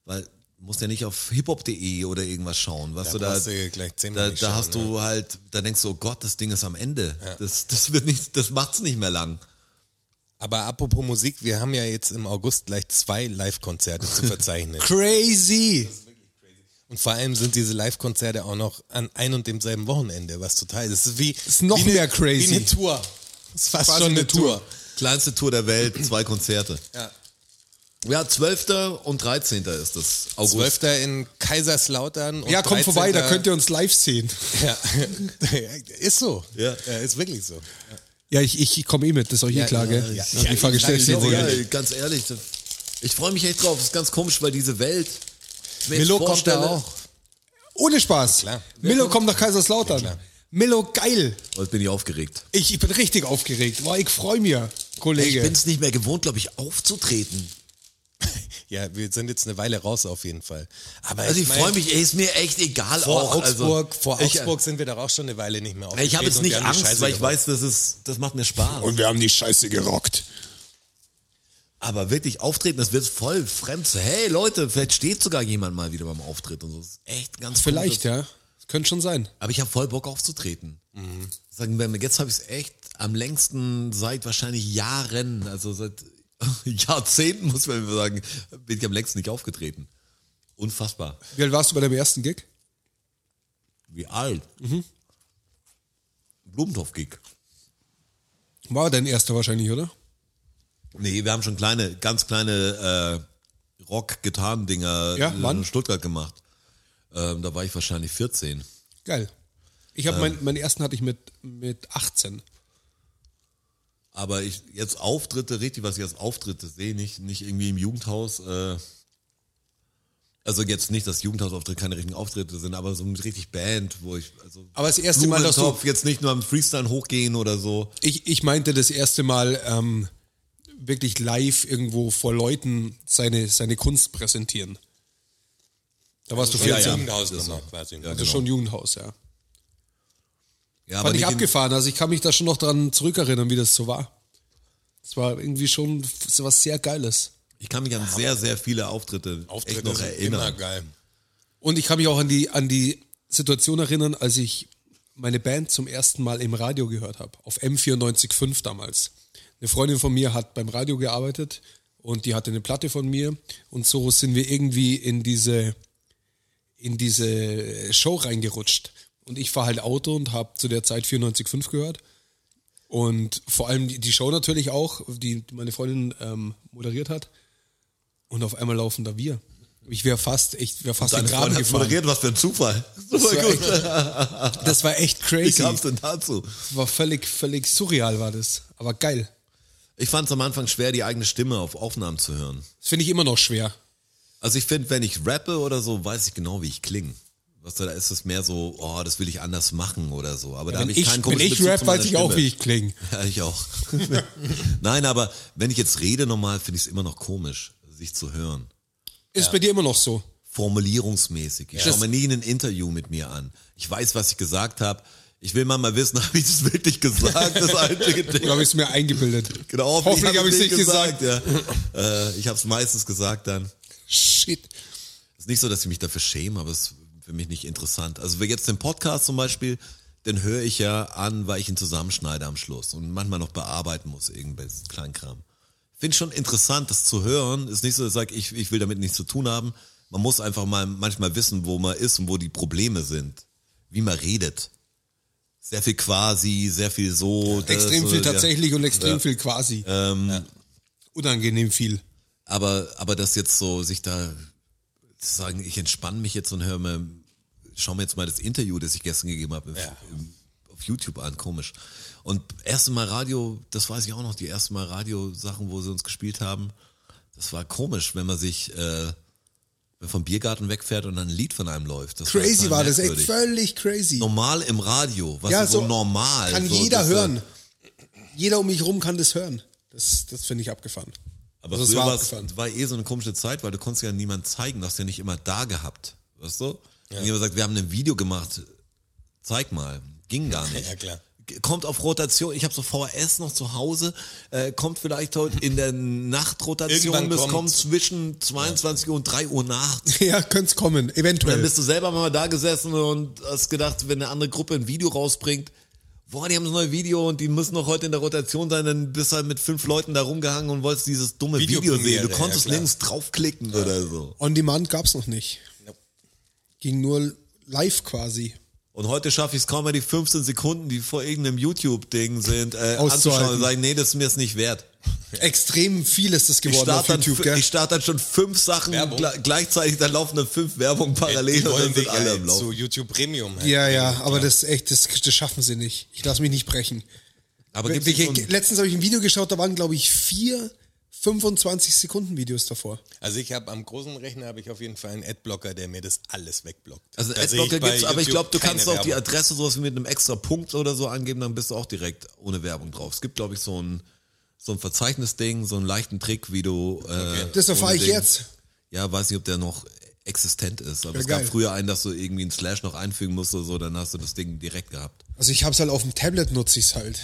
S4: weil du musst ja nicht auf hiphop.de oder irgendwas schauen, was
S3: Da
S4: du eh da,
S3: brauchst du gleich zehnmal
S4: da,
S3: nicht
S4: da
S3: schauen, ne?
S4: hast du halt, da denkst du, oh Gott, das Ding ist am Ende. Das, das wird nicht, das macht's nicht mehr lang.
S3: Aber apropos Musik, wir haben ja jetzt im August gleich zwei Live-Konzerte zu verzeichnen.
S2: Crazy.
S3: Und vor allem sind diese Live-Konzerte auch noch an ein und demselben Wochenende, was total ist. Das ist wie, ist
S2: noch
S3: wie eine,
S2: mehr crazy.
S3: Wie eine Tour. Das ist fast
S2: Quasi
S3: schon eine,
S2: eine
S3: Tour.
S2: Tour.
S4: Kleinste Tour der Welt, zwei Konzerte.
S3: Ja.
S4: Ja, 12. und 13. ist das. August.
S3: 12. in Kaiserslautern. Und
S2: Ja, kommt vorbei, da
S3: 13..
S2: könnt ihr uns live sehen.
S3: Ja. ist so.
S4: Ja.
S3: Ist wirklich so.
S2: Ja, ich, ich komme eh mit, das ist euch eh klar,
S3: ja,
S2: gell?
S3: ja,
S2: Ja,
S3: ja,
S2: die Frage
S3: ja,
S2: stellst du
S3: ja,
S2: jetzt
S3: ja,
S2: eh
S4: Ja,
S2: nicht.
S4: ganz ehrlich, das- ich freue mich echt drauf. Das ist ganz komisch, weil diese Welt. wenn ich
S3: Milo
S4: mir
S3: kommt da
S4: vorstelle-
S3: auch.
S2: Ohne Spaß.
S3: klar.
S2: Milo kommt nach Kaiserslautern. Milo, geil.
S4: Oh, Jetzt bin ich aufgeregt.
S2: Ich, ich bin richtig aufgeregt. Boah, ich freue mich,
S4: Ich
S2: Kollege.
S4: bin es nicht mehr gewohnt, glaube ich, aufzutreten.
S3: Ja, wir sind jetzt eine Weile raus auf jeden Fall. Aber
S4: Also ich
S3: mein,
S4: freue mich, ey, ist mir echt egal.
S3: Vor
S4: auch,
S3: Augsburg,
S4: also,
S3: vor
S4: ich,
S3: Augsburg sind wir doch auch schon eine Weile nicht mehr
S4: Ich habe jetzt
S3: aufgetreten und wir
S4: nicht
S3: haben die
S4: Angst,
S3: Scheiße
S4: weil ich
S3: gebaut.
S4: weiß, das, ist, das macht mir Spaß.
S2: Und wir haben die Scheiße gerockt.
S4: Aber wirklich auftreten, das wird voll fremd. Hey Leute, vielleicht steht sogar jemand mal wieder beim Auftritt und so. Das ist echt ganz
S2: Vielleicht,
S4: komisch.
S2: ja. Könnte schon sein.
S4: Aber ich habe voll Bock aufzutreten.
S2: Mhm.
S4: Sagen wir mal, jetzt habe ich es echt am längsten seit wahrscheinlich Jahren, also seit Jahrzehnten muss man sagen, bin ich am längsten nicht aufgetreten. Unfassbar.
S2: Wie alt warst du bei deinem ersten Gig?
S4: Wie alt.
S2: Mhm.
S4: Blumentopf-Gig.
S2: War dein erster wahrscheinlich, oder?
S4: Nee, wir haben schon kleine, ganz kleine äh, Rock-Gitarrendinger
S2: Ja, wann?
S4: in Stuttgart gemacht. Ähm, da war ich wahrscheinlich 14.
S2: Geil. Ich habe mein, meinen ersten hatte ich mit, mit 18.
S4: Aber ich jetzt Auftritte, richtig, was ich als Auftritte sehe, nicht, nicht irgendwie im Jugendhaus. Äh, also jetzt nicht, dass Jugendhausauftritte keine richtigen Auftritte sind, aber so mit richtig Band, wo ich also
S2: Aber das erste Mal, dass du-
S4: Blumentopf jetzt nicht nur am Freestyle hochgehen oder so.
S2: Ich, ich meinte das erste Mal ähm, wirklich live irgendwo vor Leuten seine, seine Kunst präsentieren. Da warst du
S3: Schon
S2: 14.
S3: als
S4: ja.
S3: Jugendhausnummer quasi. ne?
S2: Das ist schon Jugendhaus, ja.
S4: Ja,
S2: Fand ich
S4: nicht in-
S2: abgefahren. Also ich kann mich da schon noch dran zurückerinnern, wie das so war. Es war irgendwie schon f- was sehr Geiles.
S4: Ich kann mich an sehr, sehr viele Auftritte, echt
S3: Auftritte
S4: noch
S3: sind immer
S4: erinnern.
S3: geil.
S2: Und ich kann mich auch an die, an die Situation erinnern, als ich meine Band zum ersten Mal im Radio gehört habe, auf M94.5 damals. Eine Freundin von mir hat beim Radio gearbeitet und die hatte eine Platte von mir und so sind wir irgendwie in diese, in diese Show reingerutscht. Und ich fahre halt Auto und habe zu der Zeit 94.5 gehört. Und vor allem die, die Show natürlich auch, die die meine Freundin ähm, moderiert hat. Und auf einmal laufen da wir. Ich wäre fast, ich wäre fast in
S4: Deine
S2: den Graben
S4: Freundin hat's
S2: gefahren.
S4: moderiert, was für ein Zufall.
S2: Das
S4: Super
S2: war,
S4: gut.
S2: echt, das war echt
S4: Wie
S2: crazy.
S4: kam es denn dazu?
S2: War völlig, völlig surreal war das. Aber geil.
S4: Ich fand es am Anfang schwer, die eigene Stimme auf Aufnahmen zu hören.
S2: Das finde ich immer noch schwer.
S4: Also ich finde, wenn ich rappe oder so, weiß ich genau, wie ich klinge. Was da ist es mehr so, oh, das will ich anders machen oder so. Aber da
S2: Wenn
S4: habe ich
S2: ich,
S4: keinen
S2: wenn
S4: komischen
S2: ich
S4: Bezug
S2: rap,
S4: zu meiner
S2: weiß ich auch,
S4: Stimme.
S2: wie ich klinge.
S4: Ja, ich auch. Nein, aber wenn ich jetzt rede normal, finde ich es immer noch komisch, sich zu hören.
S2: Ist bei dir immer noch so.
S4: formulierungsmäßig. Ich
S2: Ja.
S4: schaue mir nie ein Interview mit mir an. Ich weiß, was ich gesagt habe. Ich will mal mal wissen, habe ich das wirklich gesagt, das einzige
S2: Oder habe
S4: Ding.
S2: ich es mir eingebildet?
S4: Genau,
S2: Hoffentlich habe ich es nicht gesagt.
S4: Ja. Äh, ich habe es meistens gesagt dann.
S2: Shit.
S4: Es ist nicht so, dass ich mich dafür schäme, aber es ist für mich nicht interessant. Also wenn jetzt den Podcast zum Beispiel, den höre ich ja an, weil ich ihn zusammenschneide am Schluss und manchmal noch bearbeiten muss, irgendwelches Kleinkram. Finde schon interessant, das zu hören. Ist nicht so, dass ich sage, ich, ich will damit nichts zu tun haben. Man muss einfach mal manchmal wissen, wo man ist und wo die Probleme sind. Wie man redet. Sehr viel quasi, sehr viel so. das
S2: Extrem
S4: oder
S2: viel
S4: der-
S2: tatsächlich und extrem viel quasi.
S4: Ähm,
S2: Ja. Unangenehm viel.
S4: Aber, aber das jetzt so, sich da zu sagen, ich entspanne mich jetzt und höre mir, schau mir jetzt mal das Interview, das ich gestern gegeben habe, im- im- auf YouTube an, komisch. Und erste Mal Radio, das weiß ich auch noch, die ersten Mal Radio-Sachen, wo sie uns gespielt haben, das war komisch, wenn man sich, äh, wenn man vom Biergarten wegfährt und dann ein Lied von einem läuft. Das
S2: Crazy
S4: total
S2: war das, echt
S4: merkwürdig.
S2: völlig crazy.
S4: Normal im Radio, was
S2: Ja,
S4: ist so,
S2: so
S4: normal.
S2: Kann
S4: so,
S2: jeder
S4: das-
S2: hören. Jeder um mich rum kann das hören. Das, das finde ich abgefahren.
S4: Aber
S2: Also es
S4: früher
S2: war
S4: war's-
S2: abgefahren.
S4: war eh so eine komische Zeit, weil du konntest ja niemand zeigen, du hast ja nicht immer da gehabt. Weißt du? Wenn jemand sagt, wir haben ein Video gemacht, zeig mal. Ging gar nicht.
S3: Ja, klar.
S4: G- Kommt auf Rotation, ich habe so VHS noch zu Hause, äh, kommt vielleicht heute in der Nachtrotation,
S3: Irgendwann
S4: das kommt
S3: kommt's.
S4: zwischen 22 Uhr und 3 Uhr nachts.
S2: Ja, könnte es kommen,
S4: Dann
S2: eventuell.
S4: bist du selber mal da gesessen und hast gedacht, wenn eine andere Gruppe ein Video rausbringt, boah, die haben das neue Video und die müssen noch heute in der Rotation sein, dann bist du halt mit fünf Leuten da rumgehangen und wolltest dieses dumme Video,
S3: Videopremiere,
S4: sehen. Du konntest
S3: ja, klar.
S4: links draufklicken oder so.
S2: On Demand gab es noch nicht.
S3: Nope.
S2: Ging nur live quasi.
S4: Und heute schaffe ich es kaum mehr, die 15 Sekunden, die vor irgendeinem YouTube-Ding sind, äh,
S2: Auszuhalten.
S4: anzuschauen und sagen, nee, das ist mir jetzt nicht wert.
S2: Extrem viel ist das
S4: Ich
S2: geworden auf
S4: starte dann,
S2: YouTube,
S4: fü-
S2: gell?
S4: ich starte dann schon fünf Sachen
S3: Werbung.
S4: gla- gleichzeitig, dann laufen dann fünf Werbungen parallel
S3: Äh, Die
S4: und
S3: wollen
S4: dann sind
S3: dich
S4: alle
S3: alle
S4: am Laufen.
S3: zu YouTube Premium. Halt.
S2: Ja, ja, aber das ist echt, das, das schaffen sie nicht. Ich lasse mich nicht brechen.
S4: Aber gibt's
S2: Ich,
S4: nicht so ein-
S2: ich, letztens habe ich ein Video geschaut, da waren, glaube ich, vier 25-Sekunden-Videos davor.
S3: Also ich habe am großen Rechner habe ich auf jeden Fall einen Adblocker, der mir das alles wegblockt.
S4: Also
S3: Da sehe
S4: Adblocker
S3: ich bei
S4: gibt's, aber ich
S3: YouTube
S4: glaube, du
S3: keine
S4: kannst auch die
S3: Werbung.
S4: Adresse sowas wie mit einem extra Punkt oder so angeben, dann bist du auch direkt ohne Werbung drauf. Es gibt, glaube ich, so ein, so ein Verzeichnisding, so einen leichten Trick, wie du. Äh,
S2: Das erfahre
S4: ohne
S2: ich
S4: Ding-
S2: jetzt.
S4: Ja, weiß nicht, ob der noch existent ist, aber
S2: Ja,
S4: es gab
S2: geil.
S4: früher einen, dass du irgendwie einen Slash noch einfügen musst oder so, dann hast du das Ding direkt gehabt.
S2: Also ich habe es halt auf dem Tablet, nutze ich es halt.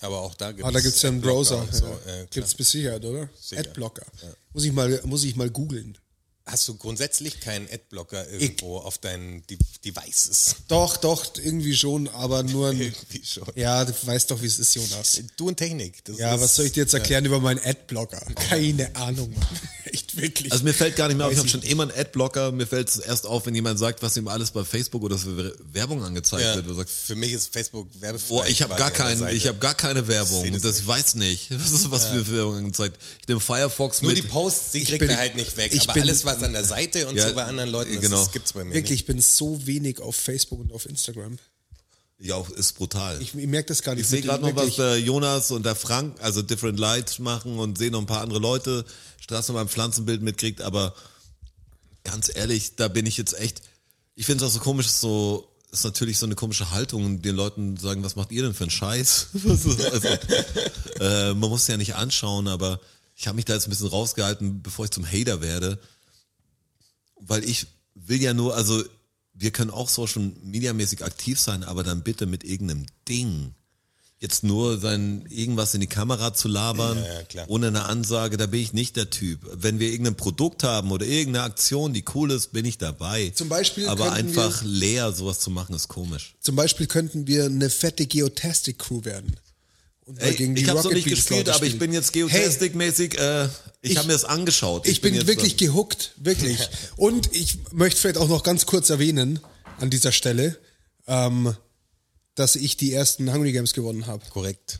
S3: Aber auch da gibt
S2: Ah, da gibt's ja einen Browser.
S3: So.
S2: ja.
S3: Äh, klar.
S2: gibt's bis Sicherheit, oder?
S3: Sicher.
S2: Adblocker. Muss, ich mal, muss ich mal googeln.
S3: Hast du grundsätzlich keinen Adblocker irgendwo auf deinen De Devices?
S2: Doch, doch, irgendwie schon, aber nur ein.
S3: Irgendwie schon.
S2: ja, du weißt doch, wie es ist, Jonas.
S3: Du und Technik. Das
S2: Ja,
S3: ist,
S2: was soll ich dir jetzt erklären über meinen Adblocker? Keine Ahnung, Mann. Echt wirklich.
S4: Also mir fällt gar nicht mehr auf, ich
S2: Weiß
S4: habe schon immer einen Adblocker, mir fällt es erst auf, wenn jemand sagt, was ihm alles bei Facebook oder für Werbung angezeigt
S3: Ja.
S4: wird. Du sagst,
S3: Für mich ist Facebook werbefrei.
S4: Boah, ich habe
S3: quasi
S4: gar
S3: an der
S4: keinen,
S3: Seite.
S4: ich habe gar keine Werbung.
S3: Seh
S4: Das,
S3: das
S4: ich weiß nicht. Das ist was für Werbung angezeigt. Ich nehme Firefox
S3: Nur
S4: mit.
S3: die Posts, die kriegt
S2: bin-
S3: er halt nicht weg.
S2: ich
S3: aber
S2: bin-
S3: alles, was an der Seite und
S4: Ja,
S3: so bei anderen Leuten
S4: genau.
S3: ist, das gibt's bei mir
S2: wirklich, ich bin so wenig auf Facebook und auf Instagram.
S4: Ja, auch ist brutal.
S2: Ich, ich merke das gar nicht.
S4: Ich sehe
S2: mit
S4: gerade
S2: dem
S4: noch, was
S2: wirklich.
S4: der Jonas und der Frank, also Different Lights machen und sehen noch ein paar andere Leute, Straße beim Pflanzenbild mitkriegt, aber ganz ehrlich, da bin ich jetzt echt, ich finde es auch so komisch, so, ist natürlich so eine komische Haltung, den Leuten zu sagen, was macht ihr denn für einen Scheiß? also, äh, man muss ja nicht anschauen, aber ich habe mich da jetzt ein bisschen rausgehalten, bevor ich zum Hater werde, weil ich will ja nur, also wir können auch Social Media mäßig aktiv sein, aber dann bitte mit irgendeinem Ding. Jetzt nur sein irgendwas in die Kamera zu labern,
S3: Ja, ja, klar.
S4: ohne eine Ansage, da bin ich nicht der Typ. Wenn wir irgendein Produkt haben oder irgendeine Aktion, die cool ist, bin ich dabei.
S2: Zum Beispiel
S4: Aber
S2: könnten wir-
S4: einfach leer sowas zu machen, ist komisch.
S2: Zum Beispiel könnten wir eine fette Geotastic-Crew werden. Und mal
S4: Ey,
S2: gegen die
S4: ich habe so
S2: Rocket
S4: nicht
S2: Beans
S4: gespielt,
S2: Leute
S4: aber ich
S2: spielen.
S4: bin jetzt geotastic-mäßig, äh, ich,
S2: Ich-
S4: habe mir das angeschaut.
S2: Ich bin,
S4: jetzt
S2: wirklich gehuckt, wirklich. Und ich möchte vielleicht auch noch ganz kurz erwähnen an dieser Stelle, ähm, dass ich die ersten Hungry Games gewonnen habe.
S3: Korrekt.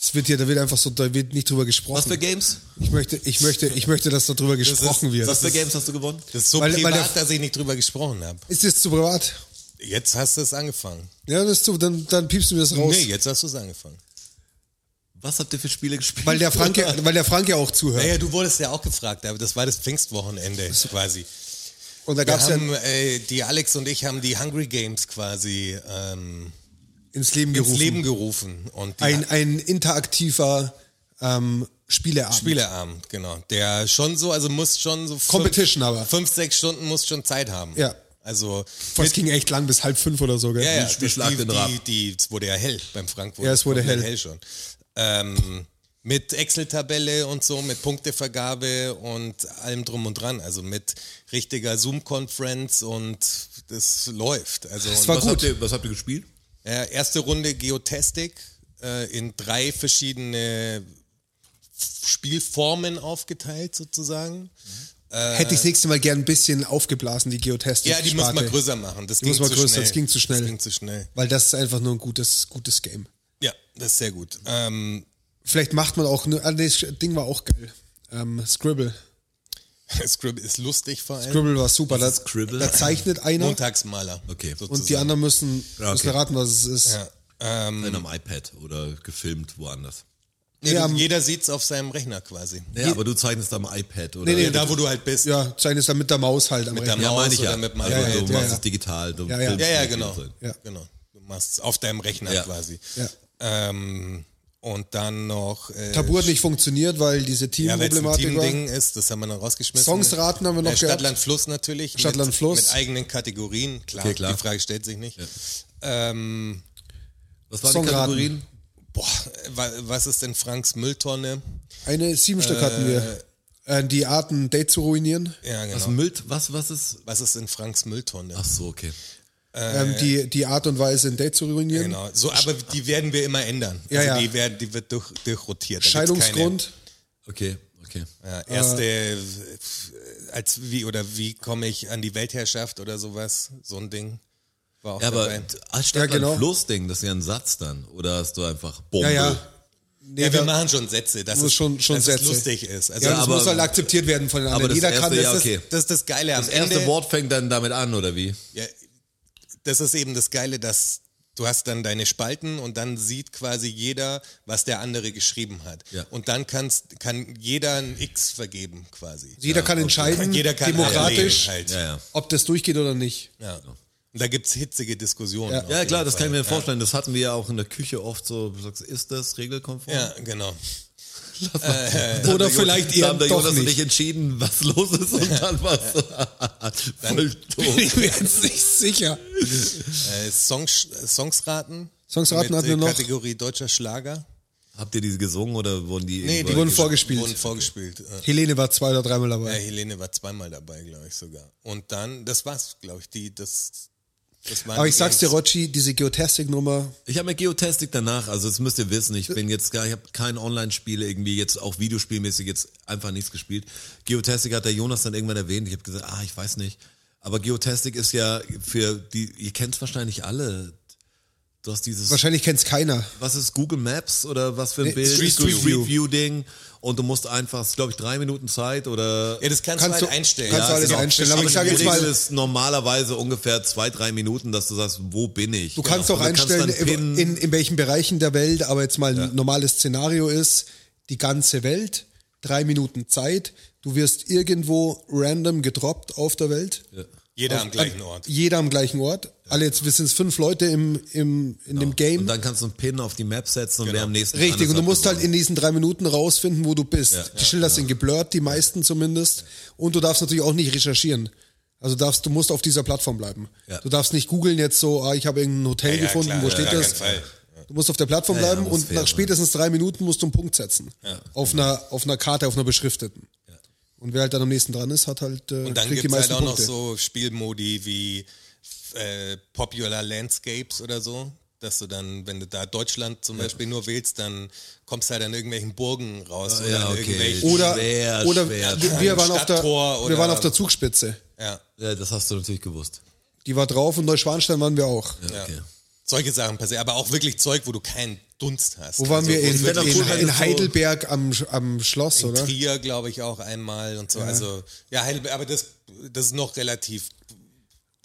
S2: Es wird hier, da wird einfach so, da wird nicht drüber
S4: Was für
S2: gesprochen.
S4: Games?
S2: Ich möchte, ich möchte, ich möchte, dass darüber gesprochen wird.
S4: Was für Games hast du gewonnen?
S3: Das ist so
S2: Weil- weil
S3: privat,
S2: der-
S3: dass ich nicht drüber gesprochen habe.
S2: Ist das zu privat?
S3: Jetzt hast du es angefangen.
S2: Ja, das ist zu, dann, dann piepst du mir das raus.
S3: Nee, jetzt hast du es angefangen.
S4: Was habt ihr für Spiele gespielt?
S2: Weil der Frank, ja- weil der Frank ja auch zuhört.
S3: Naja, du wurdest ja auch gefragt, aber das war das Pfingstwochenende quasi.
S2: Und da
S3: Wir
S2: gab's ja
S3: haben, äh, die Alex und ich haben die Hungry Games quasi ähm,
S2: ins Leben
S3: ins
S2: gerufen.
S3: Leben gerufen. Und die
S2: Ein, ein interaktiver ähm, Spieleabend.
S3: Spieleabend, genau. Der schon so, also muss schon so fünf,
S2: Competition aber.
S3: fünf, sechs Stunden muss schon Zeit haben.
S2: Ja.
S3: Also
S2: Voll, Es ging echt lang, bis halb fünf oder so, gell?
S3: ja, ja,
S4: Spiel
S3: das-
S4: schlag
S3: die,
S4: den Rab.
S3: die, die, es wurde ja hell beim Frankfurt.
S2: Ja, es wurde
S3: Komplett
S2: hell.
S3: schon. Ähm, mit Excel-Tabelle und so, mit Punktevergabe und allem drum und dran. Also mit richtiger Zoom-Conference und das läuft. Also
S2: Es
S3: und
S2: war
S4: was,
S2: gut.
S4: habt ihr, was habt ihr gespielt?
S3: äh, erste Runde Geotastic äh, in drei verschiedene Spielformen aufgeteilt sozusagen.
S2: Hätte ich das nächste Mal gern ein bisschen aufgeblasen, die Geotastik.
S3: Ja, die muss man größer machen. Das
S2: Die
S3: ging
S2: muss man
S3: zu
S2: größer,
S3: schnell.
S2: das ging zu schnell.
S3: Das ging zu schnell.
S2: Weil das ist einfach nur ein gutes, gutes Game.
S3: Ja, das ist sehr gut. Ähm,
S2: Vielleicht macht man auch, nur, ah, nee, das Ding war auch geil. Ähm, Scribble.
S3: Scribble ist lustig vor allem.
S2: Scribble war super. Da,
S4: ist Scribble?
S2: da zeichnet einer
S3: Montagsmaler.
S4: Okay. Und die
S2: und die
S3: sozusagen.
S2: anderen müssen,
S4: Ja,
S2: müssen
S4: okay.
S2: raten, was es ist.
S3: Ja. Ähm,
S4: In einem iPad oder gefilmt woanders.
S3: nee,
S2: Ja,
S3: du-
S2: am-
S3: jeder sieht's auf seinem Rechner quasi.
S4: Ja, aber du zeichnest am iPad oder?
S2: Nee, nee,
S3: Da, wo du halt bist.
S2: Ja, zeichnet dann mit der Maus halt am
S3: Mit der
S2: Rechner.
S4: ja,
S3: Maus
S4: meine ich
S3: oder
S4: ja.
S3: mit dem
S4: also,
S3: iPad,
S4: du
S2: ja,
S4: machst
S2: ja.
S4: es digital. Du
S2: Ja, ja.
S4: filmst
S3: Ja, ja,
S4: mit
S3: genau.
S4: dem Zeug.
S2: Ja.
S3: genau. Du machst auf deinem Rechner
S4: Ja.
S3: quasi.
S2: Ja.
S3: Ähm, und dann noch. Äh,
S2: Tabu hat nicht funktioniert, weil diese
S3: ja, weil es ein
S2: Teamproblematik war.
S3: Teamding ist, das haben wir dann rausgeschmissen.
S2: Songs raten haben wir noch
S3: äh,
S2: gehabt.
S3: Stadtland Fluss natürlich.
S2: Stadtland
S3: mit,
S2: Fluss.
S3: Mit eigenen Kategorien, klar,
S4: Okay, klar.
S3: Die Frage stellt sich nicht. Ähm,
S4: Was waren die
S2: Songraten.
S4: Kategorien?
S3: boah, Äh, wa- was ist denn Franks Mülltonne?
S2: Eine sieben Stück hatten wir. Äh, die Arten, Date zu ruinieren.
S3: Ja,
S4: Was
S3: genau.
S4: Müll, was, was ist?
S3: Was ist in Franks Mülltonne?
S4: Ach so, okay.
S2: ähm, die, die Art und Weise, ein Date zu ruinieren.
S3: Äh, Genau, so, aber die werden wir immer ändern.
S2: Ja,
S3: also
S2: ja.
S3: Die, werden, die wird durch, durchrotiert. Da gibt's
S2: Scheidungsgrund.
S4: Okay, okay.
S3: Keine, ja, erste, äh, als wie oder wie komme ich an die Weltherrschaft oder sowas, so ein Ding war auch
S4: Ja, aber
S3: dabei.
S4: statt ja,
S2: genau.
S4: genau. Flussding, das ist ja ein Satz dann. Oder hast du einfach Bombe?
S2: Ja, ja. Nee,
S3: Ja, wir
S2: da-
S3: machen schon Sätze, dass,
S2: Muss
S3: es,
S2: schon- schon
S3: dass
S2: Sätze.
S3: es lustig ist. Also
S2: ja,
S3: das,
S2: das
S4: aber-
S2: muss halt akzeptiert werden von den
S4: Aber
S2: anderen.
S4: das
S2: Jeder
S4: erste,
S2: kann das.
S4: ja,
S2: ist-
S4: okay.
S3: das ist das Geile am
S4: Das erste
S3: Ende.
S4: Wort fängt dann damit an, oder wie?
S3: Ja, das ist eben das Geile, dass du hast dann deine Spalten und dann sieht quasi jeder, was der andere geschrieben hat.
S4: Ja.
S3: Und dann kannst, kann jeder ein X vergeben quasi.
S2: Jeder kann entscheiden,
S3: Jeder kann
S2: demokratisch,
S3: ablehnen halt.
S4: Ja, ja.
S2: ob das durchgeht oder nicht.
S3: Ja. Und da gibt's hitzige Diskussionen.
S2: Ja.
S3: auf
S4: Ja,
S3: jeden
S4: klar, das
S3: Fall.
S4: kann ich mir vorstellen. Das hatten wir ja auch in der Küche oft so. Du sagst, ist das regelkonform?
S3: Ja, genau.
S2: Oder vielleicht
S4: Da
S2: eher
S4: haben der
S2: doch
S4: Jonas und ich
S2: nicht.
S4: entschieden, was los ist und dann was. Voll doof.
S2: Ich bin jetzt nicht sicher.
S3: Äh, Songs, Songs raten.
S2: Songs raten
S3: mit,
S2: hatten wir
S3: äh,
S2: noch.
S3: Kategorie deutscher Schlager.
S4: Habt ihr diese gesungen oder wurden die
S3: Nee,
S4: irgendwo-
S2: wurden vorgespielt.
S3: Wurden vorgespielt. Äh,
S2: Helene war zwei oder dreimal
S3: Ja,
S2: dabei.
S3: Helene war zweimal dabei, glaube ich sogar. Und dann, das war's, glaube ich, die, das, das waren
S2: Aber
S3: die
S2: ich sag's dir,
S3: Games.
S2: Rocci, diese Geotastic-Nummer,
S4: Ich habe mir Geotastic danach, also das müsst ihr wissen, ich bin jetzt gar, ich habe kein Online-Spiel irgendwie jetzt auch videospielmäßig jetzt einfach nichts gespielt. Geotastic hat der Jonas dann irgendwann erwähnt, ich habe gesagt, ah, ich weiß nicht. Aber Geotastic ist ja für die, ihr kennt es wahrscheinlich alle, Du hast dieses,
S2: Wahrscheinlich kennt es keiner.
S4: was ist Google Maps oder was für ein
S2: Nee,
S4: Bild?
S3: Street View.
S4: Ding. Und du musst einfach, glaube ich, drei Minuten Zeit oder.
S3: Ja, das kannst,
S2: Kannst
S3: du
S2: du-
S3: halt einstellen.
S2: kannst du
S3: ja,
S2: alles
S3: genau.
S2: einstellen, aber ich sag jetzt
S4: die
S2: mal-
S4: Regel ist normalerweise ungefähr zwei, drei Minuten, dass du sagst, wo bin ich?
S2: Du kannst auch
S4: Genau, Und du
S2: einstellen,
S4: dann pinnen.
S2: in, in welchen Bereichen der Welt, aber jetzt mal ein normales Szenario ist, die ganze Welt, drei Minuten Zeit, du wirst irgendwo random gedroppt auf der Welt.
S3: Jeder am gleichen
S2: An-
S3: Ort.
S2: Jeder am gleichen Ort. Alle jetzt, wir sind fünf Leute im, im, in dem Game. Genau.
S4: und dann kannst du einen Pin auf die Map setzen und wer am nächsten dran
S2: Richtig,
S4: ist,
S2: und du
S4: hat
S2: musst halt
S4: gewonnen.
S2: in diesen drei Minuten rausfinden, wo du bist.
S4: Ja,
S2: die Schilder sind geblurrt, die meisten zumindest. Und du darfst natürlich auch nicht recherchieren. Also darfst, du musst auf dieser Plattform bleiben.
S4: Ja.
S2: Du darfst nicht googeln jetzt so, ah, ich habe irgendein Hotel
S3: Ja, ja,
S2: gefunden,
S3: klar,
S2: wo
S3: auf
S2: steht
S3: gar
S2: das?
S3: keinen Fall.
S2: Du musst auf der Plattform
S4: Ja, ja,
S2: bleiben
S4: muss
S2: und
S4: fair
S2: nach
S4: sein.
S2: spätestens drei Minuten musst du einen Punkt setzen. auf, einer, auf einer Karte, auf einer beschrifteten. Und wer halt dann am nächsten dran ist, hat halt äh,
S3: Und dann
S2: kriegt
S3: gibt
S2: die
S3: es halt
S2: meisten
S3: auch noch
S2: Punkte.
S3: so Spielmodi wie äh, Popular Landscapes oder so, dass du dann, wenn du da Deutschland zum Beispiel nur wählst, dann kommst du halt an irgendwelchen Burgen raus oder
S4: ja,
S3: an
S4: okay.
S3: irgendwelchen.
S2: Ah, oder
S4: Schwer,
S2: oder
S4: schwer.
S2: wir, wir, waren auf der,
S3: Stadttor oder-
S2: wir waren auf der Zugspitze.
S3: ja,
S4: Ja, das hast du natürlich gewusst.
S2: Die war drauf und Neuschwanstein waren wir auch.
S4: Ja, okay.
S3: solche Sachen passieren, aber auch wirklich Zeug, wo du keinen Dunst hast. Also
S2: Wo waren wir?
S3: es
S2: In,
S4: wär doch
S3: wirklich
S4: cool,
S2: in,
S4: wenn
S2: in
S4: es so-
S2: Heidelberg am, Sch- am Schloss, oder?
S3: Trier, glaube ich, auch einmal und so. Also, ja, Heidelberg, aber das, das ist noch relativ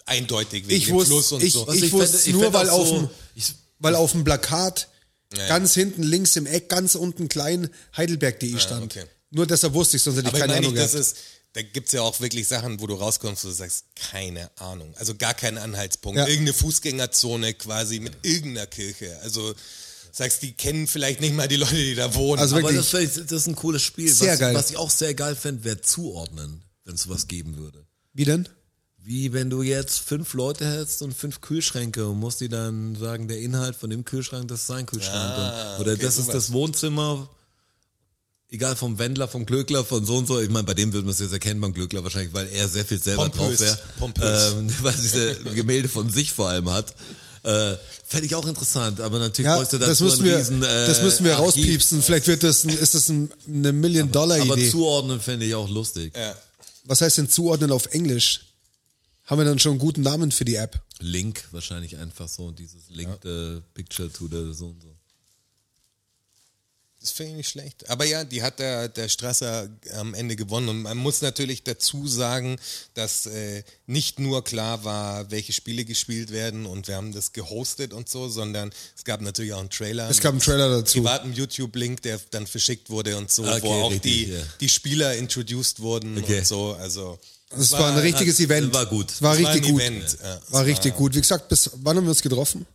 S3: eindeutig wegen
S2: Ich
S3: dem
S2: wusste-
S3: Fluss und
S2: ich-
S3: so.
S4: Also
S2: ich- wusste nur,
S4: fänd auch
S2: weil auf dem-
S4: ich,
S2: Weil auf dem Plakat
S3: Ja, ja.
S2: ganz hinten links im Eck, ganz unten klein Heidelberg.de stand.
S3: okay.
S2: Nur deshalb wusste ich, sonst hätte ich
S3: aber ich
S2: Also keine
S3: meine,
S2: Ahnung
S3: nicht, das
S2: gehabt.
S3: ist, da gibt es ja auch wirklich Sachen, wo du rauskommst und du sagst, keine Ahnung. Also gar keinen Anhaltspunkt.
S2: Ja.
S3: Irgendeine Fußgängerzone quasi mit irgendeiner Kirche. Also sagst, die kennen vielleicht nicht mal die Leute, die da wohnen.
S2: Also
S4: aber
S2: wirklich.
S4: das, wär- das ist ein cooles Spiel.
S2: Sehr
S4: was,
S2: geil.
S4: was ich auch sehr geil fände, wäre zuordnen, wenn es sowas geben würde.
S2: Wie denn?
S4: Wie wenn du jetzt fünf Leute hättest und fünf Kühlschränke und musst die dann sagen, der Inhalt von dem Kühlschrank, das ist sein Kühlschrank. und, oder
S3: Ah, okay,
S4: das ist
S3: sowas.
S4: das Wohnzimmer, egal vom Wendler, vom Glöckler, von so und so. Ich meine, bei dem würde man es jetzt erkennen, beim Glöckler wahrscheinlich, weil er sehr viel selber
S3: Pompös,
S4: drauf
S3: pompös.
S4: wäre. Ähm, weil er diese Gemälde von sich vor allem hat. Äh, Fände ich auch interessant, aber natürlich
S2: Ja,
S4: bräuchte
S2: das
S4: dazu
S2: müssen
S4: einen
S2: wir,
S4: riesen, äh,
S2: das müssen wir
S4: Archiv.
S2: rauspiepsen. Vielleicht wird das ein, ist das ein, eine
S4: Aber
S2: Million-Dollar-Idee.
S4: zuordnen fände ich auch lustig.
S3: ja.
S2: Was heißt denn zuordnen auf Englisch? Haben wir dann schon einen guten Namen für die App?
S4: Link wahrscheinlich einfach so, dieses Linked äh, Picture to the so und so.
S3: Das finde ich nicht schlecht. Aber ja, die hat der, der Strasser am Ende gewonnen. Und man muss natürlich dazu sagen, dass äh, nicht nur klar war, welche Spiele gespielt werden und wir haben das gehostet und so, sondern es gab natürlich auch einen Trailer.
S2: Es gab einen Trailer dazu.
S3: privaten YouTube-Link, der dann verschickt wurde und so,
S4: Okay,
S3: wo auch
S4: richtig,
S3: die,
S4: ja.
S3: die Spieler introduced wurden
S4: Okay.
S3: und so. Also
S2: Es war, ein richtiges Event.
S4: war gut.
S2: War
S3: es war
S2: richtig
S3: ein
S2: gut.
S3: Event. Ja.
S2: War richtig gut. Wie gesagt, bis wann haben wir uns getroffen?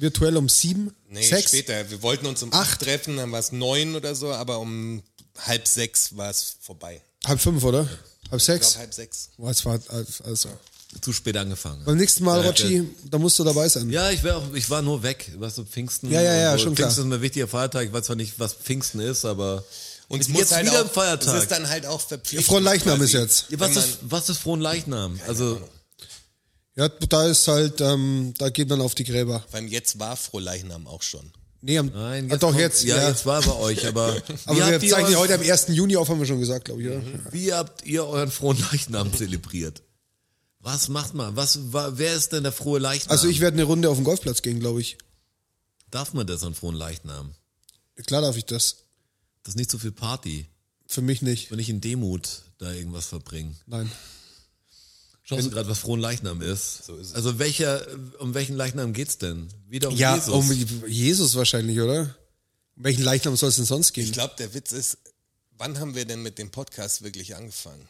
S2: Virtuell um sieben?
S3: Nee,
S2: sechs?
S3: später. Wir wollten uns um
S2: Acht.
S3: acht treffen, dann war es neun oder so, aber um halb sechs war es vorbei.
S2: Halb fünf, oder? Halb
S3: Ich
S2: sechs?
S3: glaube halb sechs.
S2: Boah, es war, also.
S4: Zu spät angefangen.
S2: Beim nächsten Mal,
S4: Ja,
S2: Rotschi, da musst du dabei sein.
S4: Ja, ich, wär auch, ich war nur weg, weißt du, Pfingsten.
S2: Ja, ja, ja,
S4: und
S2: schon klar.
S4: Pfingsten ist ein wichtiger Feiertag. Ich weiß zwar nicht, was Pfingsten ist, aber.
S3: Und es
S4: jetzt
S3: muss halt
S4: wieder
S3: auch,
S4: ein Feiertag.
S3: Es ist dann halt auch verpflichtend.
S2: Frohen Leichnam ist
S3: quasi.
S2: jetzt.
S4: Ja, was,
S3: wenn man-
S4: ist, was ist frohen Leichnam? Also,
S2: genau. Ja, da ist halt, ähm, da geht man auf die Gräber.
S3: Beim Jetzt war Frohleichnam auch schon.
S2: Nee, am,
S4: nein.
S2: ah, doch
S4: kommt-
S2: jetzt,
S4: Ja,
S2: ja.
S4: jetzt war bei euch, aber. wie,
S2: Aber wir
S4: habt ihr Mhm.
S2: zeichnen ja heute
S4: euren,
S2: am 1. Juni auf, haben wir schon gesagt, glaube ich, oder?
S4: wie habt ihr euren frohen Leichnam zelebriert? Was macht man? Was, wa- wer ist denn der frohe Leichnam?
S2: Also ich werde eine Runde auf den Golfplatz gehen, glaube ich.
S4: Darf man das an frohen Leichnam?
S2: Klar darf ich das.
S4: Das ist nicht so viel Party.
S2: Für mich nicht.
S4: Wenn ich in Demut da irgendwas verbringen.
S2: Nein.
S4: Schaust du gerade, was frohen Leichnam ist? Also welcher, um welchen Leichnam geht's denn? Wieder um
S2: Ja,
S4: Jesus.
S2: um Jesus wahrscheinlich, oder? Um welchen Leichnam soll es denn sonst
S3: Ich
S2: gehen?
S3: glaube, der Witz ist, wann haben wir denn mit dem Podcast wirklich angefangen?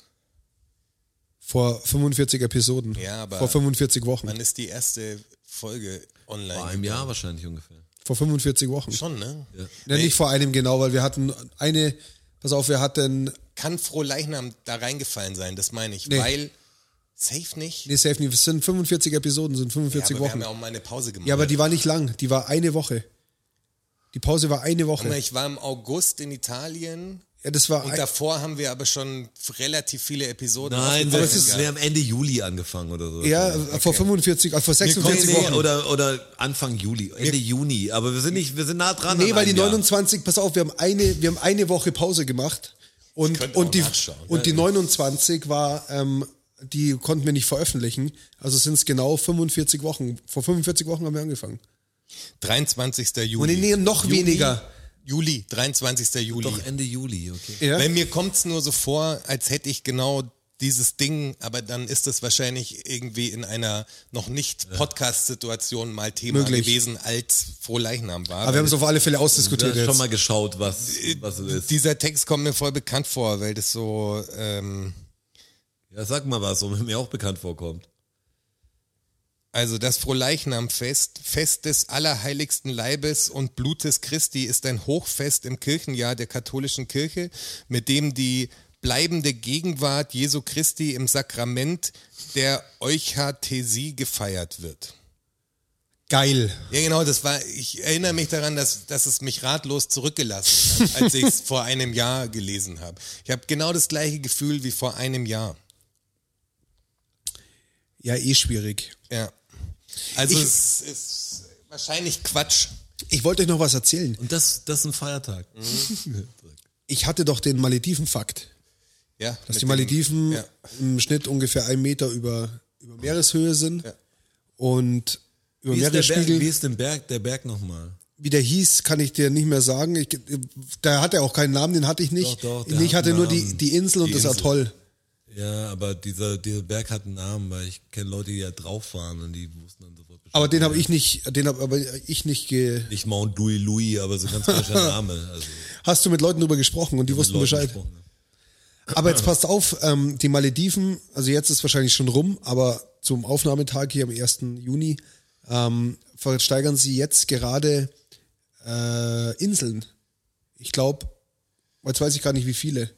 S2: Vor 45 Episoden.
S3: Ja, aber-
S2: Vor 45 Wochen.
S3: Wann ist die erste Folge online?
S4: Vor einem Jahr wahrscheinlich ungefähr.
S2: Vor 45 Wochen.
S3: Schon, ne?
S2: Ja, nicht vor einem genau, weil wir hatten eine, pass auf, wir hatten,
S3: Kann Frohleichnam da reingefallen sein, das meine ich.
S2: Nee.
S3: Weil, safe nicht.
S2: nee, safe nicht, es sind 45 Episoden, sind
S3: ja, aber
S2: 45
S3: wir
S2: Wochen.
S3: haben ja auch mal eine Pause gemacht.
S2: Ja, aber die war nicht lang. Die war eine Woche. Die Pause war eine
S3: Guck mal,
S2: Woche.
S3: Ne? Ich war im August in Italien
S2: Ja, das war
S3: und
S2: ein,
S3: davor haben wir aber schon relativ viele Episoden.
S4: Nein,
S3: aufgenommen
S4: das ist
S3: gehabt.
S4: wir haben Ende Juli angefangen oder so.
S2: ja, vor 45, also vor 46
S4: nee,
S2: Wochen.
S4: nee, oder, oder Anfang Juli, Ende Juni. Aber wir sind nicht, wir sind nah dran.
S2: nee,
S4: an
S2: weil die
S4: einem Jahr.
S2: 29, pass auf, wir haben eine, wir haben eine Woche Pause gemacht und,
S3: könnte auch
S2: und, die,
S3: nachschauen.
S2: und die 29 war, ähm, die konnten wir nicht veröffentlichen. Also sind es genau 45 Wochen. Vor 45 Wochen haben wir angefangen.
S3: 23. Juli.
S2: Und in ihr noch
S3: Juli,
S2: weniger. äh,
S3: Juli, 23. Juli.
S4: Doch Ende Juli, okay.
S2: Ja?
S3: Weil mir kommt es nur so vor, als hätte ich genau dieses Ding, aber dann ist es wahrscheinlich irgendwie in einer noch nicht Podcast-Situation mal Thema
S2: Möglich.
S3: gewesen, als Frohleichnam war.
S2: Aber wir haben es auf alle Fälle
S4: Du
S2: ausdiskutiert
S4: hast
S2: jetzt. Äh,
S4: schon mal geschaut, was, was es ist.
S3: Dieser Text kommt mir voll bekannt vor, weil das so, ähm,
S4: Ja, sag mal was, womit mir auch bekannt vorkommt.
S3: also das Frohleichnamfest, Fest des allerheiligsten Leibes und Blutes Christi ist ein Hochfest im Kirchenjahr der katholischen Kirche, mit dem die bleibende Gegenwart Jesu Christi im Sakrament der Euchathesie gefeiert wird.
S2: Geil.
S3: Ja, genau, das war, ich erinnere mich daran, dass, dass es mich ratlos zurückgelassen hat, als ich es vor einem Jahr gelesen habe. Ich habe genau das gleiche Gefühl wie vor einem Jahr.
S2: Ja, eh schwierig.
S3: Ja. Also
S2: Ich-
S3: es ist wahrscheinlich Quatsch.
S2: Ich wollte euch noch was erzählen.
S4: Und das, das ist ein Feiertag.
S2: Ich hatte doch den Malediven-Fakt,
S3: Ja,
S2: dass
S3: mit
S2: die
S3: dem-
S2: Malediven
S3: ja.
S2: im Schnitt ungefähr einen Meter über, über Meereshöhe sind
S3: Ja.
S2: und über
S4: Wie ist, der Berg,
S2: Meeresspiegel.
S4: wie ist denn Berg, der Berg nochmal?
S2: wie der hieß, kann ich dir nicht mehr sagen. Ich, da hat er auch keinen Namen, den hatte ich nicht.
S4: Doch, doch, der
S2: ich
S4: hat
S2: hatte
S4: einen
S2: nur die,
S4: Namen.
S2: die Insel und
S3: Die
S2: das
S3: Insel.
S2: Atoll.
S4: Ja, aber dieser, dieser Berg hat einen Namen, weil ich kenne Leute, die da drauf waren und die wussten dann sofort Bescheid.
S2: Aber den habe ich nicht, den habe aber ich nicht ge
S4: Nicht Mount Louis Louis, aber so ganz falscher Name. Also,
S2: Hast du mit Leuten drüber gesprochen und die wussten
S4: Leuten
S2: Bescheid.
S4: gesprochen, ne?
S2: Aber jetzt passt auf, ähm, die Malediven, also jetzt ist wahrscheinlich schon rum, aber zum Aufnahmetag hier am 1. Juni ähm, versteigern sie jetzt gerade äh, Inseln. Ich glaube, jetzt weiß ich gar nicht wie viele,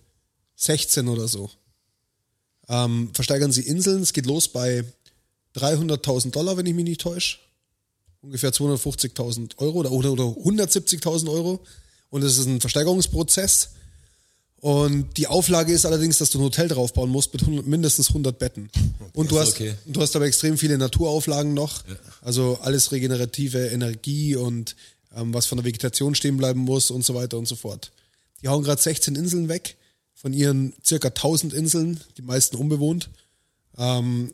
S2: 16 oder so. Ähm, versteigern sie Inseln, es geht los bei 300.000 Dollar, wenn ich mich nicht täusche. Ungefähr 250.000 Euro oder, oder, oder 170.000 Euro. Und es ist ein Versteigerungsprozess. Und die Auflage ist allerdings, dass du ein Hotel draufbauen musst mit 100, mindestens 100 Betten. Und du
S4: Ist
S2: hast,
S4: okay.
S2: und du hast aber extrem viele Naturauflagen noch. Also alles regenerative Energie und ähm, was von der Vegetation stehen bleiben muss und so weiter und so fort. Die hauen gerade 16 Inseln weg von ihren circa 1000 Inseln, die meisten unbewohnt, ähm,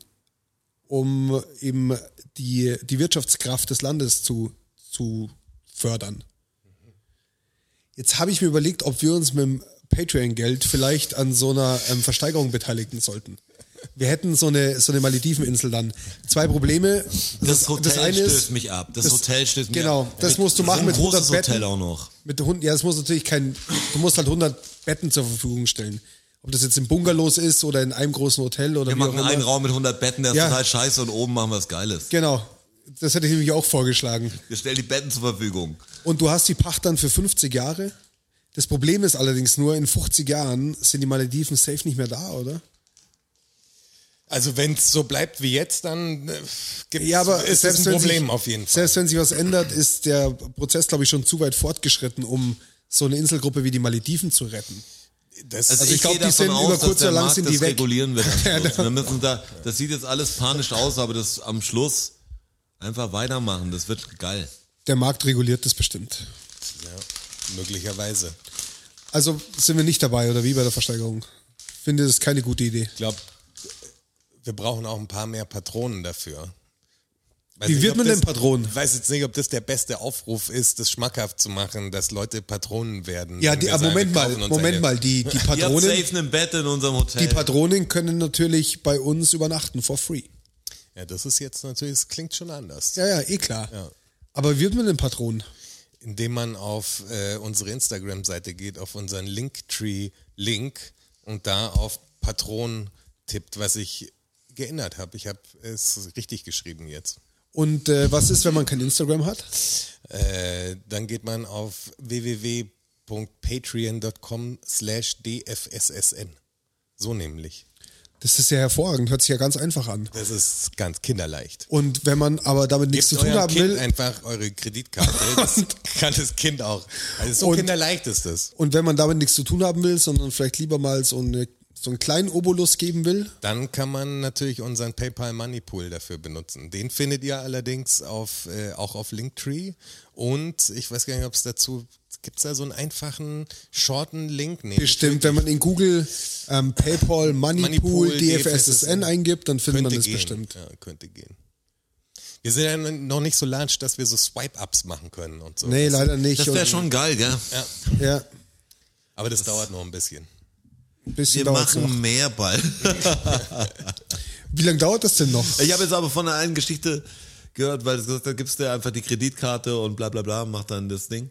S2: um eben die, die Wirtschaftskraft des Landes zu, zu fördern. Jetzt habe ich mir überlegt, ob wir uns mit dem Patreon-Geld vielleicht an so einer ähm, Versteigerung beteiligen sollten. Wir hätten so eine, so eine Malediveninsel dann. Zwei Probleme.
S4: Das Hotel
S2: das eine
S4: stößt
S2: ist-
S4: mich ab. Das,
S2: das-
S4: Hotel stößt mich
S2: genau,
S4: ab.
S2: das musst du machen
S4: so ein
S2: mit
S4: großes
S2: 100 Betten.
S4: Hotel auch noch.
S2: Mit Hunden, ja, es muss natürlich kein, du musst halt 100 Betten zur Verfügung stellen. Ob das jetzt im Bungalows ist oder in einem großen Hotel oder
S4: Wir
S2: wie auch
S4: machen einen
S2: immer.
S4: Raum mit 100 Betten, der ist
S2: Ja.
S4: total scheiße und oben machen wir was Geiles.
S2: Genau, das hätte ich nämlich auch vorgeschlagen.
S4: Wir stellen die Betten zur Verfügung. Also
S2: Und du hast die Pacht dann für 50 Jahre. Das Problem ist allerdings nur, in 50 Jahren sind die Malediven safe nicht mehr da, oder?
S3: Also wenn es so bleibt wie jetzt, dann äh, gibt's,
S2: Ja, aber
S3: ist
S2: selbst
S3: das ein
S2: wenn
S3: Problem
S2: sich,
S3: auf jeden Fall.
S2: Selbst wenn sich was ändert, ist der Prozess, glaube ich, schon zu weit fortgeschritten, um so eine Inselgruppe wie die Malediven zu retten.
S3: Das,
S4: Also,
S2: ich
S4: ich
S2: glaub,
S4: gehe
S2: die sind
S4: davon aus,
S2: über
S4: dass
S2: kurz
S4: der
S2: oder lang
S4: Markt
S2: sind
S4: das
S2: die weg.
S4: regulieren wird. Am Schluss. wir müssen da, das sieht jetzt alles panisch aus, aber das am Schluss einfach weitermachen. Das wird geil.
S2: Der Markt reguliert das bestimmt.
S3: ja, möglicherweise.
S2: Also sind wir nicht dabei, oder wie bei der Versteigerung? Finde das ist keine gute Idee.
S3: Ich glaube, wir brauchen auch ein paar mehr Patronen dafür. Weiß
S2: Wie wird
S3: ob
S2: man
S3: das-
S2: denn Patron?
S3: Ich weiß jetzt nicht, ob das der beste Aufruf ist, das schmackhaft zu machen, dass Leute Patronen werden.
S2: Ja,
S3: wenn
S2: die,
S3: wir
S2: aber
S3: sagen, wir
S2: Moment mal,
S3: kaufen uns
S2: Moment
S3: eine.
S2: mal, die, die
S4: Ihr habt
S2: Patronen,
S4: safe ein Bett in unserem Hotel.
S2: die Patronen können natürlich bei uns übernachten for free.
S3: Ja, das ist jetzt natürlich, das klingt schon anders.
S2: Ja, ja, eh klar.
S3: Ja.
S2: Aber wie wird man denn Patronen?
S3: Indem man auf äh, unsere Instagram-Seite geht, auf unseren Linktree-Link und da auf Patronen tippt, was ich geändert habe. Ich habe es richtig geschrieben jetzt.
S2: Und äh, was ist, wenn man kein Instagram hat?
S3: Äh, dann geht man auf www.patreon.com slash dfssn. So nämlich.
S2: Das ist ja hervorragend, hört sich ja ganz einfach an.
S3: Das ist ganz kinderleicht.
S2: Und wenn man aber damit nichts
S3: Gebt
S2: zu tun
S3: eurem
S2: haben
S3: kind
S2: will,
S3: einfach eure Kreditkarte. Das kann das Kind auch. Also so
S2: Und-
S3: kinderleicht ist das.
S2: und wenn man damit nichts zu tun haben will, sondern vielleicht lieber mal so, eine, so einen kleinen Obolus geben will,
S3: Dann kann man natürlich unseren PayPal Money Pool dafür benutzen. Den findet ihr allerdings auf, äh, auch auf Linktree. Und ich weiß gar nicht, ob es dazu gibt es da so einen einfachen, shorten Link? Nee,
S2: Bestimmt, wenn man in Google ähm, PayPal, Moneypool,
S3: Moneypool,
S2: DFSSN
S3: DFSSN
S2: eingibt, dann findet man
S3: könnte
S2: das
S3: gehen.
S2: bestimmt.
S3: Ja, könnte gehen. Wir sind ja noch nicht so large, dass wir so Swipe-Ups machen können und so.
S2: Nee,
S3: das,
S2: leider nicht.
S4: Das wäre
S2: Und-
S4: schon geil, ja.
S2: Ja,
S3: aber das, dauert noch ein bisschen.
S2: ein bisschen
S4: Wir
S2: dauert noch.
S4: machen mehr bald.
S2: Wie lange dauert das denn noch?
S4: Ich habe jetzt aber von einer einen Geschichte gehört, weil es gesagt hat, gibst du einfach die Kreditkarte und bla bla bla, macht dann das Ding.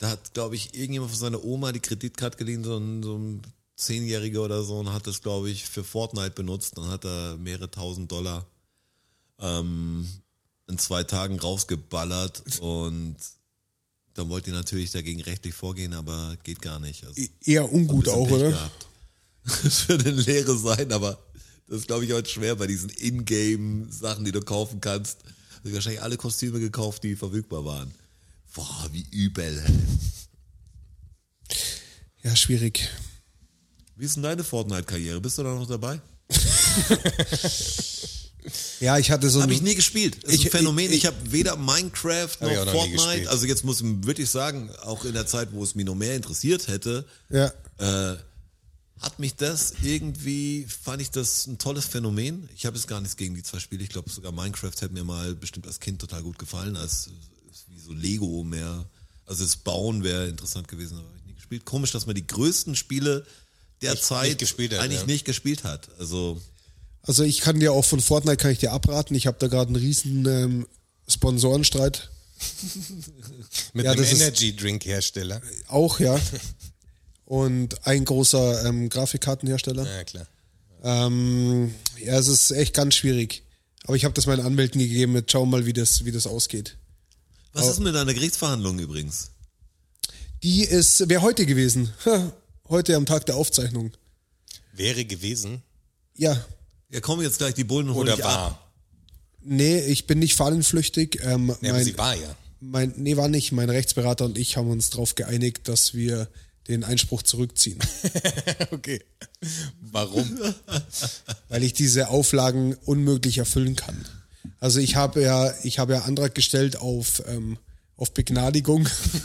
S4: Da hat, glaube ich, irgendjemand von seiner Oma die Kreditkarte geliehen, so ein, so ein Zehnjähriger oder so, und hat das, glaube ich, für Fortnite benutzt und hat da mehrere tausend Dollar ähm, in zwei Tagen rausgeballert und dann wollt ihr natürlich dagegen rechtlich vorgehen, aber geht gar nicht. Also,
S2: Eher ungut
S4: bisschen
S2: auch,
S4: Pech
S2: oder?
S4: gehabt. Das wird eine Lehre sein, aber das ist, glaube ich, heute schwer bei diesen Ingame-Sachen, die du kaufen kannst. Also wahrscheinlich alle Kostüme gekauft, die verfügbar waren. Boah, wie übel.
S2: Ja, schwierig.
S4: Wie ist denn deine Fortnite-Karriere? Bist du da noch dabei?
S2: Ja, ich hatte so
S4: Habe ich
S2: ein,
S3: Mhm.
S4: nie gespielt. Ist
S2: Ich-
S4: ein Phänomen.
S2: ich-
S4: Ich, habe weder Minecraft noch,
S3: ich auch noch nie gespielt.
S4: Fortnite. Also jetzt muss ich wirklich sagen, auch in der Zeit, wo es mich noch mehr interessiert hätte,
S2: ja,
S4: hat mich das irgendwie, fand ich das ein tolles Phänomen. Ich habe jetzt gar nichts gegen die zwei Spiele. Ich glaube, sogar Minecraft hätte mir mal bestimmt als Kind total gut gefallen, als äh, wie so Lego mehr. Also das Bauen wäre interessant gewesen, aber habe ich nie gespielt. Komisch, dass man die größten Spiele der Zeit
S3: nicht gespielt hat,
S4: eigentlich
S3: ja.
S4: nicht gespielt hat. Also
S2: also ich kann dir auch von Fortnite kann ich dir abraten. Ich habe da gerade einen riesen ähm, Sponsorenstreit.
S3: Mit
S2: Ja,
S3: einem
S2: das ist-
S3: Energy-Drink-Hersteller.
S2: Auch, ja. Und ein großer ähm, Grafikkartenhersteller.
S3: Ja, klar.
S2: Ähm, ja, es ist echt ganz schwierig. Aber ich habe das meinen Anwälten gegeben. Jetzt schauen wir mal, wie das, wie das ausgeht.
S4: was ist mit deiner Gerichtsverhandlung übrigens?
S2: Die ist, wäre heute gewesen. Heute am Tag der Aufzeichnung.
S3: Wäre gewesen
S2: Ja,
S4: Ja, kommen jetzt gleich die Bullen und holen
S3: oder
S4: dich
S3: war.
S4: ab.
S2: nee, ich bin nicht fallenflüchtig. Ähm,
S3: Ja, aber
S2: mein,
S3: sie war ja.
S2: mein, nee, war nicht. Mein Rechtsberater und ich haben uns darauf geeinigt, dass wir den Einspruch zurückziehen,
S3: Okay. Warum?
S2: weil ich diese Auflagen unmöglich erfüllen kann. Also ich habe ja, ich habe ja Antrag gestellt auf, ähm, auf Begnadigung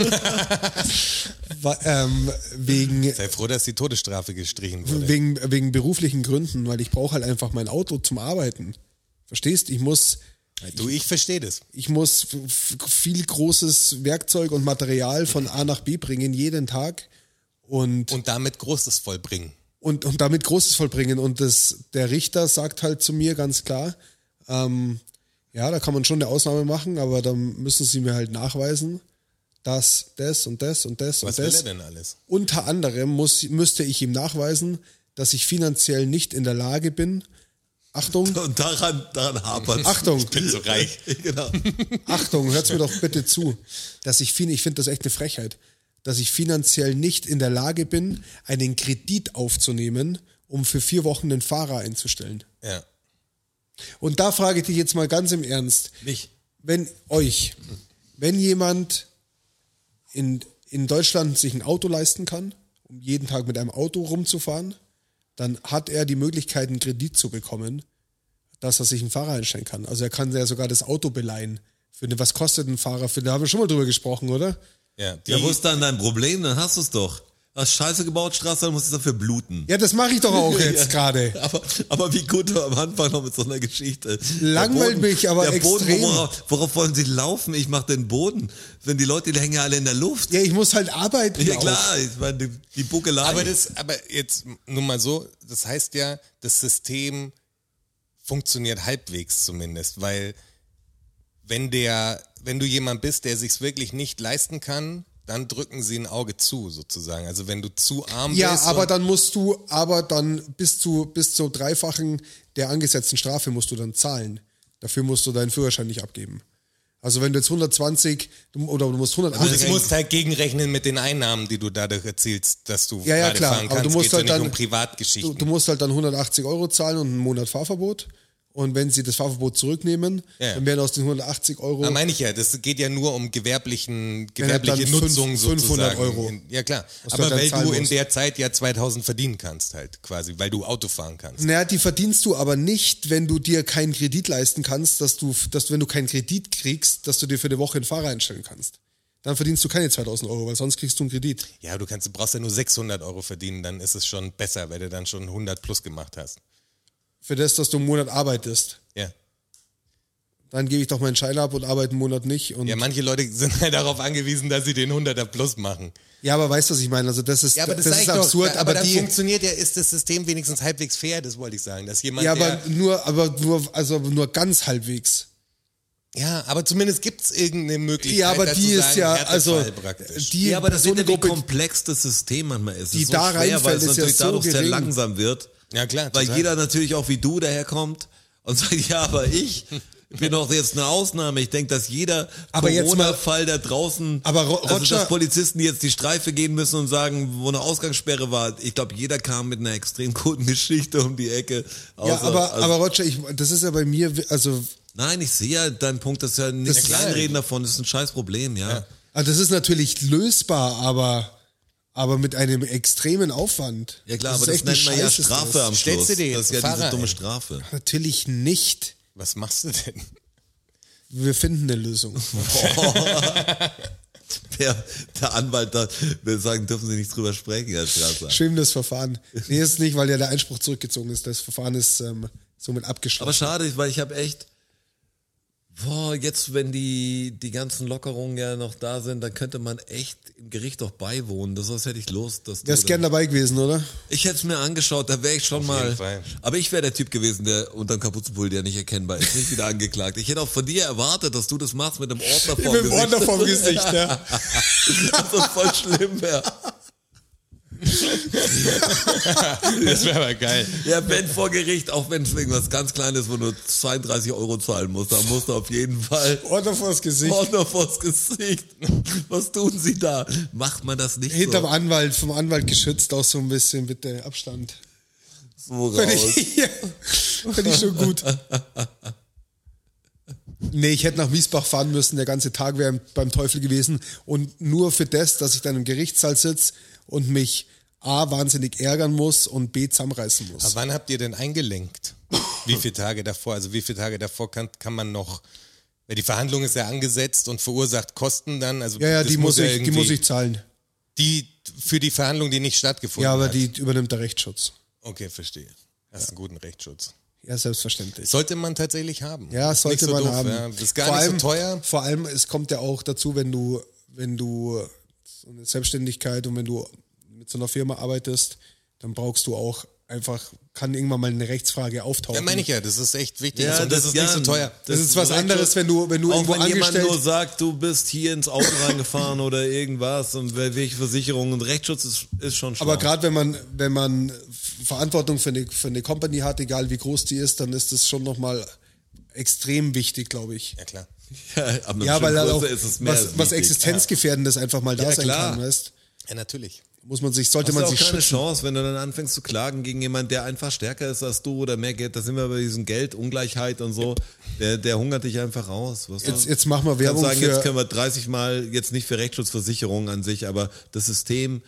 S2: Wa- ähm, wegen,
S3: Sei froh, dass die Todesstrafe gestrichen wurde.
S2: wegen, wegen beruflichen Gründen, weil ich brauche halt einfach mein Auto zum Arbeiten. Verstehst? Ich muss
S3: Du, ich verstehe das.
S2: ich muss f- f- viel großes Werkzeug und Material von A nach B bringen, jeden Tag. Und, und,
S3: Und damit Großes vollbringen.
S2: und, damit Großes vollbringen. Und das, der Richter sagt halt zu mir ganz klar, ähm, ja, da kann man schon eine Ausnahme machen, aber dann müssen sie mir halt nachweisen, dass das und das und das
S3: Was
S2: und
S3: will
S2: das.
S3: er denn alles?
S2: Unter anderem muss, müsste ich ihm nachweisen, dass ich finanziell nicht in der Lage bin. Achtung,
S4: Und daran, daran hapert
S2: Achtung,
S3: Bin so reich.
S4: genau.
S2: Achtung, hört's mir doch bitte zu, dass ich fin- ich finde das echt eine Frechheit, dass ich finanziell nicht in der Lage bin, einen Kredit aufzunehmen, um für vier Wochen den Fahrer einzustellen.
S3: Ja.
S2: Und da frage ich dich jetzt mal ganz im Ernst,
S4: Mich.
S2: wenn euch, wenn jemand in, in Deutschland sich ein Auto leisten kann, um jeden Tag mit einem Auto rumzufahren, dann hat er die Möglichkeit, einen Kredit zu bekommen, dass er sich einen Fahrer einstellen kann. Also er kann ja sogar das Auto beleihen. Für eine, was kostet ein Fahrer? Für, da haben wir schon mal drüber gesprochen, oder?
S3: Ja, die,
S4: Ja, wo ist dann dein Problem? Dann hast du es doch. Hast Scheiße gebaut, Straße, dann musst du dafür bluten.
S2: Ja, das mache ich doch auch jetzt gerade.
S4: Aber, aber wie gut du am Anfang noch mit so einer Geschichte.
S2: Langweilt
S4: Der Boden-
S2: mich, aber
S4: der Boden,
S2: extrem.
S4: worauf, worauf wollen sie laufen? Ich mache den Boden. Wenn die Leute, die hängen ja alle in der Luft. Ja,
S2: Ja, ich muss halt arbeiten. auch.
S4: klar, ich meine, die, die Buckelei.
S3: aber das, aber jetzt nur mal so, das heißt ja, das System funktioniert halbwegs zumindest, weil wenn der, wenn du jemand bist, der sich's wirklich nicht leisten kann, dann drücken sie ein Auge zu sozusagen. Also wenn du zu arm
S2: Ja,
S3: bist,
S2: aber
S3: und,
S2: dann musst du, aber dann bis zu, bis zur dreifachen der angesetzten Strafe musst du dann zahlen. Dafür musst du deinen Führerschein nicht abgeben. Also wenn du jetzt 120 du- oder du musst
S3: Gut, du
S2: 180,
S3: musst halt gegenrechnen mit den Einnahmen, die du dadurch erzielst, dass du
S2: Ja, ja,
S3: gerade
S2: klar,
S3: fahren
S2: aber
S3: kannst.
S2: du musst
S3: Geht's
S2: halt
S3: ja
S2: dann-
S3: nicht um Privatgeschichten.
S2: du, du musst halt dann 180 Euro zahlen und einen Monat Fahrverbot. Und wenn sie das Fahrverbot zurücknehmen,
S3: Ja, ja.
S2: dann werden aus den 180 Euro
S3: Da Ah, meine ich ja, das geht ja nur um gewerblichen,
S2: er dann
S3: gewerbliche
S2: fünf-
S3: Nutzung
S2: 500
S3: sozusagen.
S2: Euro.
S3: In- Ja klar,
S2: Was du
S3: aber
S2: dann
S3: weil
S2: zahlen
S3: du in
S2: musst.
S3: der Zeit ja 2000 verdienen kannst halt quasi, weil du Auto fahren kannst.
S2: Naja, die verdienst du aber nicht, wenn du dir keinen Kredit leisten kannst, dass du, dass du, wenn du keinen Kredit kriegst, dass du dir für eine Woche einen Fahrer einstellen kannst. Dann verdienst du keine 2000 Euro, weil sonst kriegst du einen Kredit.
S3: Ja, du kannst, du brauchst ja nur 600 Euro verdienen, dann ist es schon besser, weil du dann schon 100 plus gemacht hast.
S2: Für das, dass du einen Monat arbeitest.
S3: Ja,
S2: dann gebe ich doch meinen Schein ab und arbeite einen Monat nicht. Und
S3: Ja,
S2: ja,
S3: manche Leute sind halt darauf angewiesen, dass sie den 100er plus machen.
S2: aber weißt du, was ich meine? Also das ist, das
S3: sag
S2: ist
S3: ich doch,
S2: absurd,
S3: da-
S2: aber,
S3: dann
S2: die,
S3: funktioniert ja, ist das System wenigstens halbwegs fair, das wollte ich sagen. Dass jemand,
S2: ja, aber
S3: der,
S2: nur, aber nur, also nur ganz halbwegs.
S3: ja, aber zumindest gibt's irgendeine Möglichkeit.
S2: Ja, aber
S3: dazu
S2: die ist
S3: sagen,
S2: ja,
S3: Härtefall
S2: also
S3: praktisch.
S2: die
S4: ja, aber das sieht ja, wie
S2: Personengruppe-
S4: komplex das System manchmal ist. Es
S2: die
S4: ist so
S2: da
S4: schwer, weil
S2: reinfällt,
S4: es
S2: ist ja
S4: natürlich
S2: so
S4: dadurch sehr
S2: gering.
S4: langsam wird.
S3: Ja, klar,
S4: Weil
S3: total.
S4: jeder natürlich auch wie du daherkommt und sagt, ja, aber ich bin doch jetzt eine Ausnahme. Ich denke, dass jeder
S2: Aber jetzt
S4: Corona-Fall da draußen,
S2: Aber Ro-
S4: also
S2: Roger-
S4: dass Polizisten die jetzt die Streife gehen müssen und sagen, wo eine Ausgangssperre war. Ich glaube, jeder kam mit einer extrem guten Geschichte um die Ecke.
S2: Ja,
S4: Außer-
S2: aber,
S4: also-
S2: aber Roger, ich, das ist ja bei mir, wi- also
S4: nein, ich sehe ja deinen Punkt, das ist ja nicht
S2: Das-
S4: kleinreden davon, das ist ein scheiß Problem, ja.
S2: also das ist natürlich lösbar, aber, aber mit einem extremen Aufwand.
S4: Ja klar,
S2: ist
S4: aber das
S2: echt ein
S4: nennt man ja
S2: Scheiß, ist
S4: Strafe
S2: das.
S4: am
S3: Stellst
S4: Schluss.
S3: du dir
S4: das
S3: jetzt
S4: ist ja
S3: einen
S4: diese
S3: Fahrer
S4: dumme
S3: ein?
S4: Strafe.
S2: Natürlich nicht.
S3: Was machst du denn?
S2: Wir finden eine Lösung.
S4: Der, der Anwalt da will sagen, dürfen Sie nicht drüber sprechen, Herr Strasser.
S2: Schön das Verfahren. Nee, ist nicht, weil ja der Einspruch zurückgezogen ist. Das Verfahren ist ähm, somit
S4: Aber
S2: abgeschlossen.
S4: schade, weil ich habe echt, boah, jetzt wenn die, die ganzen Lockerungen ja noch da sind, dann könnte man echt im Gericht auch beiwohnen. Das, das hätte ich Lust. Dass du
S2: Wärst
S4: da-
S2: gern dabei gewesen, oder?
S4: ich hätte es mir angeschaut, da wäre ich schon mal.
S3: jeden Fall.
S4: Aber ich wäre der Typ gewesen, der unter dem Kapuzenpulli, der nicht erkennbar ist, nicht wieder angeklagt. Ich hätte auch von dir erwartet, dass du das machst mit dem Ordner vorm
S2: Mit dem
S4: Gesicht.
S2: Ordner vorm Gesicht, ja.
S4: Das ist voll schlimm, ja.
S3: Das wäre aber geil.
S4: Ja, wenn vor Gericht, auch wenn es irgendwas ganz Kleines, wo du 32 Euro zahlen musst, dann musst du auf jeden Fall
S2: Ordner vors Gesicht.
S4: Ordner vors Gesicht. Was tun sie da? Macht man das nicht
S2: Hinterm
S4: so,
S2: Anwalt, vom Anwalt geschützt, auch so ein bisschen, bitte Abstand.
S4: so
S2: Finde
S4: raus?
S2: ich, ja, find ich schon gut. Nee, ich hätte nach Wiesbach fahren müssen, der ganze Tag wäre beim Teufel gewesen. Und nur für das, dass ich dann im Gerichtssaal sitze und mich A, wahnsinnig ärgern muss und B, zusammenreißen muss.
S3: Aber wann habt ihr denn eingelenkt? Wie viele Tage davor? Also wie viele Tage davor kann, kann man noch. Weil die Verhandlung ist ja angesetzt und verursacht Kosten dann. Also
S2: ja, ja,
S3: das
S2: die muss, ich, die
S3: irgendwie-
S2: muss ich zahlen.
S3: Die für die Verhandlung, die nicht stattgefunden
S2: Ja, aber
S3: hat.
S2: die übernimmt der Rechtsschutz.
S3: Okay, verstehe. Hast einen guten Rechtsschutz.
S2: Ja, selbstverständlich.
S3: Sollte man tatsächlich haben.
S2: Ja,
S3: Ist
S2: sollte
S3: nicht so
S2: man
S3: doof,
S2: haben.
S3: Ja. Ist gar nicht so teuer.
S2: Vor allem, es kommt ja auch dazu, wenn du, wenn du so eine Selbstständigkeit und wenn du mit so einer Firma arbeitest, dann brauchst du auch einfach, kann irgendwann mal eine Rechtsfrage auftauchen.
S3: Ja, meine ich ja, das ist echt wichtig.
S4: Ja,
S2: Also,
S3: und das,
S4: das-
S3: ist
S4: ja,
S3: nicht so teuer.
S2: das,
S4: Das
S2: ist was
S4: ist
S2: anderes, wenn du, wenn du
S4: Auch
S2: irgendwo
S4: wenn jemand
S2: angestellt
S4: nur sagt, du bist hier ins Auto reingefahren oder irgendwas und welche Versicherung und Rechtsschutz ist, ist schon schlau.
S2: Aber gerade wenn man, wenn man Verantwortung für eine, für eine Company hat, egal wie groß die ist, dann ist das schon nochmal extrem wichtig, glaube ich.
S3: Ja, klar.
S4: ja, ab
S2: Ja, weil
S4: dann
S2: dann auch
S4: ist es mehr als
S2: was, was
S4: wichtig.
S2: Existenzgefährdendes einfach mal da
S4: Ja,
S2: sein
S4: klar.
S2: kann, weißt
S3: Ja, natürlich.
S2: muss man sich, sollte
S4: Hast
S2: man
S4: du auch
S2: sich
S4: keine
S2: schützen.
S4: Chance, wenn du dann anfängst zu klagen gegen jemanden, der einfach stärker ist als du oder mehr Geld. Da sind wir bei diesem Geldungleichheit und so. Der, der hungert dich einfach raus. Was
S2: Jetzt, jetzt machen wir
S4: kann
S2: Werbung
S4: sagen,
S2: für,
S4: jetzt können wir 30 Mal, jetzt nicht für Rechtsschutzversicherungen an sich, aber das System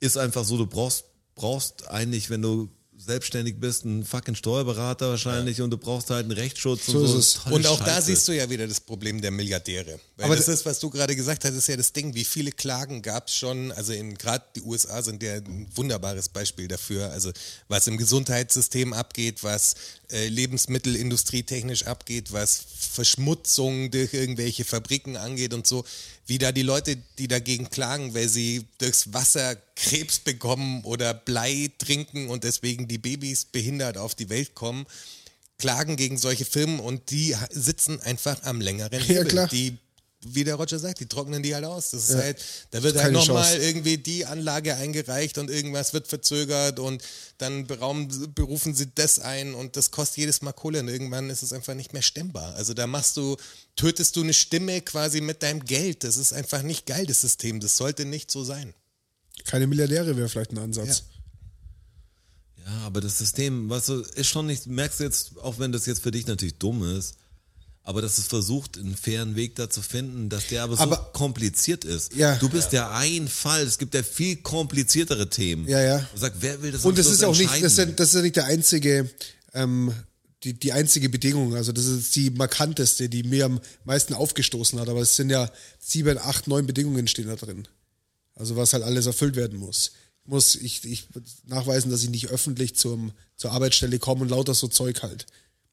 S4: ist einfach so, du brauchst, brauchst eigentlich, wenn du selbstständig bist, einen fucking Steuerberater wahrscheinlich und du brauchst halt einen Rechtsschutz
S2: So
S4: und so.
S2: ist es.
S4: Tolle
S3: Und auch da
S4: Scheiße.
S3: siehst du ja wieder das Problem der Milliardäre. Weil
S2: Aber
S3: das
S2: d-
S3: ist, was du gerade gesagt hast, ist ja das Ding, wie viele Klagen gab es schon, also in gerade die USA sind ja ein wunderbares Beispiel dafür, also was im Gesundheitssystem abgeht, was äh, Lebensmittelindustrie technisch abgeht, was Verschmutzung durch irgendwelche Fabriken angeht und so, wie da die Leute, die dagegen klagen, weil sie durchs Wasser Krebs bekommen oder Blei trinken und deswegen die Babys behindert auf die Welt kommen klagen gegen solche Firmen und die ha- sitzen einfach am längeren Hebel.
S2: klar.
S3: Die, wie der Roger sagt, die trocknen die halt aus. Das ist halt, da wird halt
S2: Keine
S3: nochmal
S2: Chance.
S3: irgendwie die Anlage eingereicht und irgendwas wird verzögert und dann berauben, berufen sie das ein und das kostet jedes Mal Kohle und irgendwann ist es einfach nicht mehr stemmbar. Also da machst du, tötest du eine Stimme quasi mit deinem Geld. Das ist einfach nicht geil, das System. Das sollte nicht so sein.
S2: keine Milliardäre wäre vielleicht ein Ansatz.
S4: Ja, aber das System, weißt du, ist schon nicht, merkst du jetzt, auch wenn das jetzt für dich natürlich dumm ist, aber dass es versucht, einen fairen Weg da zu finden, dass der aber so
S2: Aber-
S4: kompliziert ist.
S2: Ja.
S4: Du bist ja. ein Fall, es gibt ja viel kompliziertere Themen.
S2: Ja, ja.
S4: Und sag, wer will das am
S2: Und das
S4: Schluss
S2: ist auch nicht, das ist, ja-
S4: entscheiden?
S2: das ist ja nicht der einzige, ähm, die, die einzige Bedingung. Also das ist die markanteste, die mir am meisten aufgestoßen hat. Aber es sind ja sieben, acht, neun Bedingungen stehen da drin. Also was halt alles erfüllt werden muss. Ich muss ich, ich nachweisen, dass ich nicht öffentlich zum, zur Arbeitsstelle komme und lauter so Zeug halt.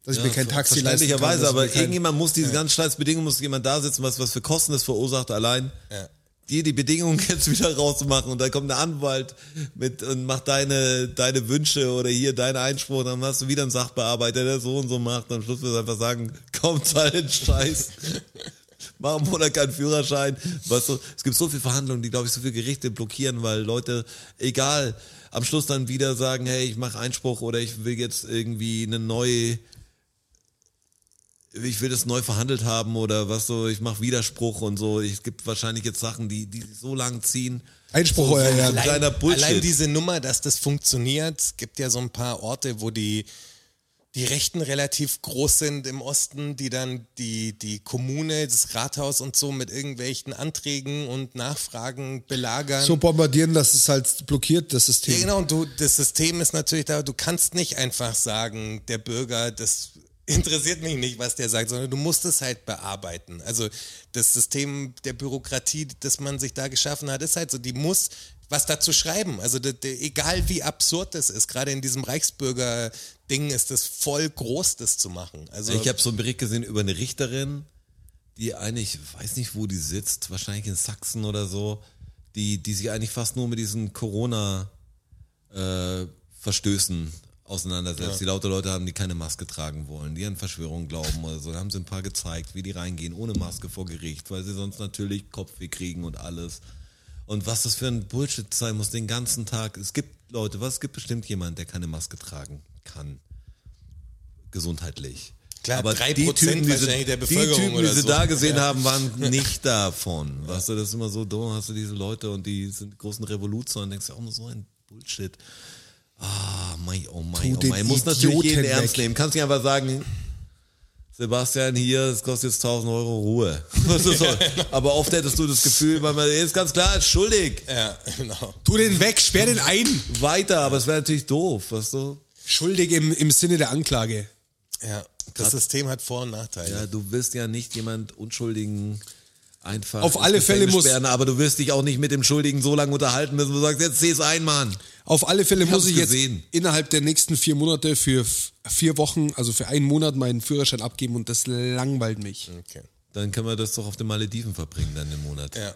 S2: dass ich mir kein Taxi leisten kann.
S4: Verständlicherweise,
S2: dass ich
S4: aber
S2: mir kein-
S4: irgendjemand muss diese ganz scheiß Bedingungen, muss jemand da sitzen, was, was für Kosten das verursacht allein.
S3: Ja.
S4: Dir die Bedingungen jetzt wieder rauszumachen und dann kommt der Anwalt mit und macht deine, deine Wünsche oder hier deinen Einspruch, dann hast du wieder einen Sachbearbeiter, der so und so macht. Am Schluss wirst du einfach sagen, kommt halt Scheiß. Mach einen Monat keinen Führerschein. Weißt du, es gibt so viele Verhandlungen, die, glaube ich, so viele Gerichte blockieren, weil Leute, egal, am Schluss dann wieder sagen, hey, ich mache Einspruch oder ich will jetzt irgendwie eine neue, ich will das neu verhandelt haben oder was so, ich mache Widerspruch und so. Es gibt wahrscheinlich jetzt Sachen, die, die so lang ziehen.
S2: Einspruch, euer Herr.
S4: Allein- Kleiner Bullshit.
S3: Allein diese Nummer, dass das funktioniert, es gibt ja so ein paar Orte, wo die, die Rechten relativ groß sind im Osten, die dann die, die Kommune, das Rathaus und so mit irgendwelchen Anträgen und Nachfragen belagern.
S2: So bombardieren, dass es halt blockiert, das
S3: ja,
S2: System.
S3: genau, und du, das System ist natürlich da, du kannst nicht einfach sagen, der Bürger, das interessiert mich nicht, was der sagt, sondern du musst es halt bearbeiten. Also das System der Bürokratie, das man sich da geschaffen hat, ist halt so, die muss was dazu schreiben. Also de, de, egal wie absurd das ist, gerade in diesem Reichsbürger-Ding ist das voll groß, das zu machen. Also
S4: Ich habe so einen Bericht gesehen über eine Richterin, die eigentlich, ich weiß nicht, wo die sitzt, wahrscheinlich in Sachsen oder so, die, die sich eigentlich fast nur mit diesen Corona-Verstößen auseinandersetzt. Die lauter Leute haben, die keine Maske tragen wollen, die an Verschwörungen glauben oder so. Da haben sie ein paar gezeigt, wie die reingehen, ohne Maske vor Gericht, weil sie sonst natürlich Kopfweh kriegen und alles. Und was das für ein Bullshit sein muss, den ganzen Tag. Es gibt Leute, was, es gibt bestimmt jemand, der keine Maske tragen kann. Gesundheitlich.
S3: Klar,
S4: aber
S3: 3%
S4: die Typen, die sie,
S3: wahrscheinlich der
S4: die
S3: Bevölkerung
S4: Typen, die
S3: oder
S4: sie
S3: so.
S4: da gesehen
S3: Ja.
S4: haben, waren nicht davon. Weißt du, das ist immer so dumm, hast du diese Leute und die sind die großen Revoluzer und denkst ja auch nur so ein Bullshit. Ah, mein, oh mein,
S2: Tu
S4: oh
S2: den
S4: mein. Muss natürlich
S2: Idioten
S4: jeden
S2: weg.
S4: ernst nehmen. Kannst nicht einfach sagen, Sebastian, hier, es kostet jetzt 1000 Euro Ruhe. Was ist so? Aber oft hättest du das Gefühl, weil man ist ganz klar, ist schuldig.
S3: ja, genau.
S2: Tu den weg, sperr den ein.
S4: Weiter, aber es wäre natürlich doof, weißt du?
S2: Schuldig im, im Sinne der Anklage.
S3: Ja, das System hat Vor- und Nachteile.
S4: Ja, du wirst ja nicht jemand Unschuldigen einfach.
S2: Auf
S4: ins
S2: alle Fälle
S4: Gefängnis
S2: muss-
S4: Sperren, aber du wirst dich auch nicht mit dem Schuldigen so lange unterhalten müssen, wo du sagst, jetzt seh's ein, Mann.
S2: Auf alle Fälle muss
S4: hab's
S2: ich jetzt
S4: gesehen.
S2: innerhalb der nächsten vier Monate für f- vier Wochen, also für einen Monat, meinen Führerschein abgeben und das langweilt mich.
S3: Okay.
S4: Dann können wir das doch auf den Malediven verbringen, dann im Monat.
S3: Ja.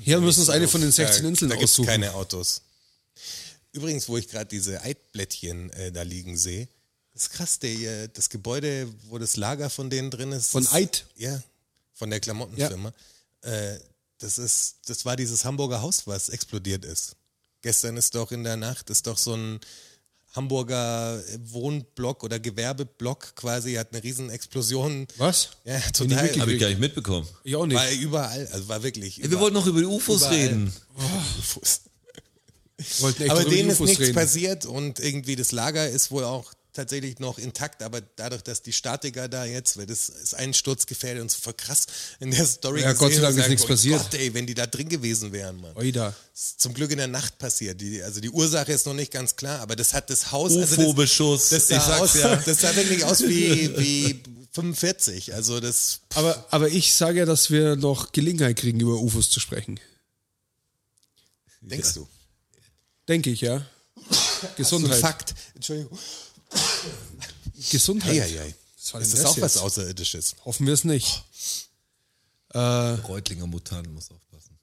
S2: Hier müssen wir uns eine von den 16
S3: da,
S2: Inseln
S3: da gibt's
S2: aussuchen.
S3: keine Autos. Übrigens, wo ich gerade diese Eidblättchen äh, da liegen sehe, das ist krass, der, äh, das Gebäude, wo das Lager von denen drin ist.
S2: Von
S3: das-
S2: Eid?
S3: Ja, von der Klamottenfirma. Äh, das, ist, das war dieses Hamburger Haus, was explodiert ist. Gestern ist doch in der Nacht, ist doch so ein Hamburger äh, Wohnblock oder Gewerbeblock quasi, hat eine riesen Explosion.
S2: Was?
S3: Ja,
S2: Bin ich
S3: total.
S2: wirklich-
S4: Hab
S3: aber
S4: ich gar nicht mitbekommen.
S2: Ich auch nicht.
S3: War überall, also war wirklich.
S4: Wir
S3: überall.
S4: wollten noch über die UFOs
S3: Überall.
S4: reden.
S3: Fuß.
S2: Wir wollten echt
S3: Aber
S2: über die
S3: denen ist
S2: UFOs
S3: nichts
S2: reden.
S3: passiert und irgendwie das Lager ist wohl auch tatsächlich noch intakt, aber dadurch, dass die Statiker da jetzt, weil das ist ein Sturzgefährde und so voll krass in der Story
S2: Ja,
S3: gesehen
S2: Gott sei Dank
S3: und
S2: ist
S3: sagen,
S2: nichts
S3: oh
S2: passiert.
S3: Gott, ey, wenn die da drin gewesen wären, Mann.
S2: Oida.
S3: Ist zum Glück in der Nacht passiert. Die, also die Ursache ist noch nicht ganz klar, aber das hat das Haus... also das,
S4: UFO-Beschuss.
S3: das,
S4: ich
S3: sah
S4: sag's
S3: aus,
S4: ja.
S3: das sah wirklich aus wie, wie 45. Also das...
S2: Aber, aber ich sage ja, dass wir noch Gelegenheit kriegen, über UFOs zu sprechen.
S3: Denkst du?
S2: Denke ich, ja.
S3: Ein
S2: Gesundheit.
S3: Fakt. Entschuldigung.
S2: Gesundheit.
S3: Ei, ei, ei.
S2: Was Oh. war
S3: Das
S2: denn
S3: ist auch
S2: jetzt?
S3: was Außerirdisches.
S2: Hoffen wir es nicht. Äh,
S4: Reutlinger Mutant muss aufpassen.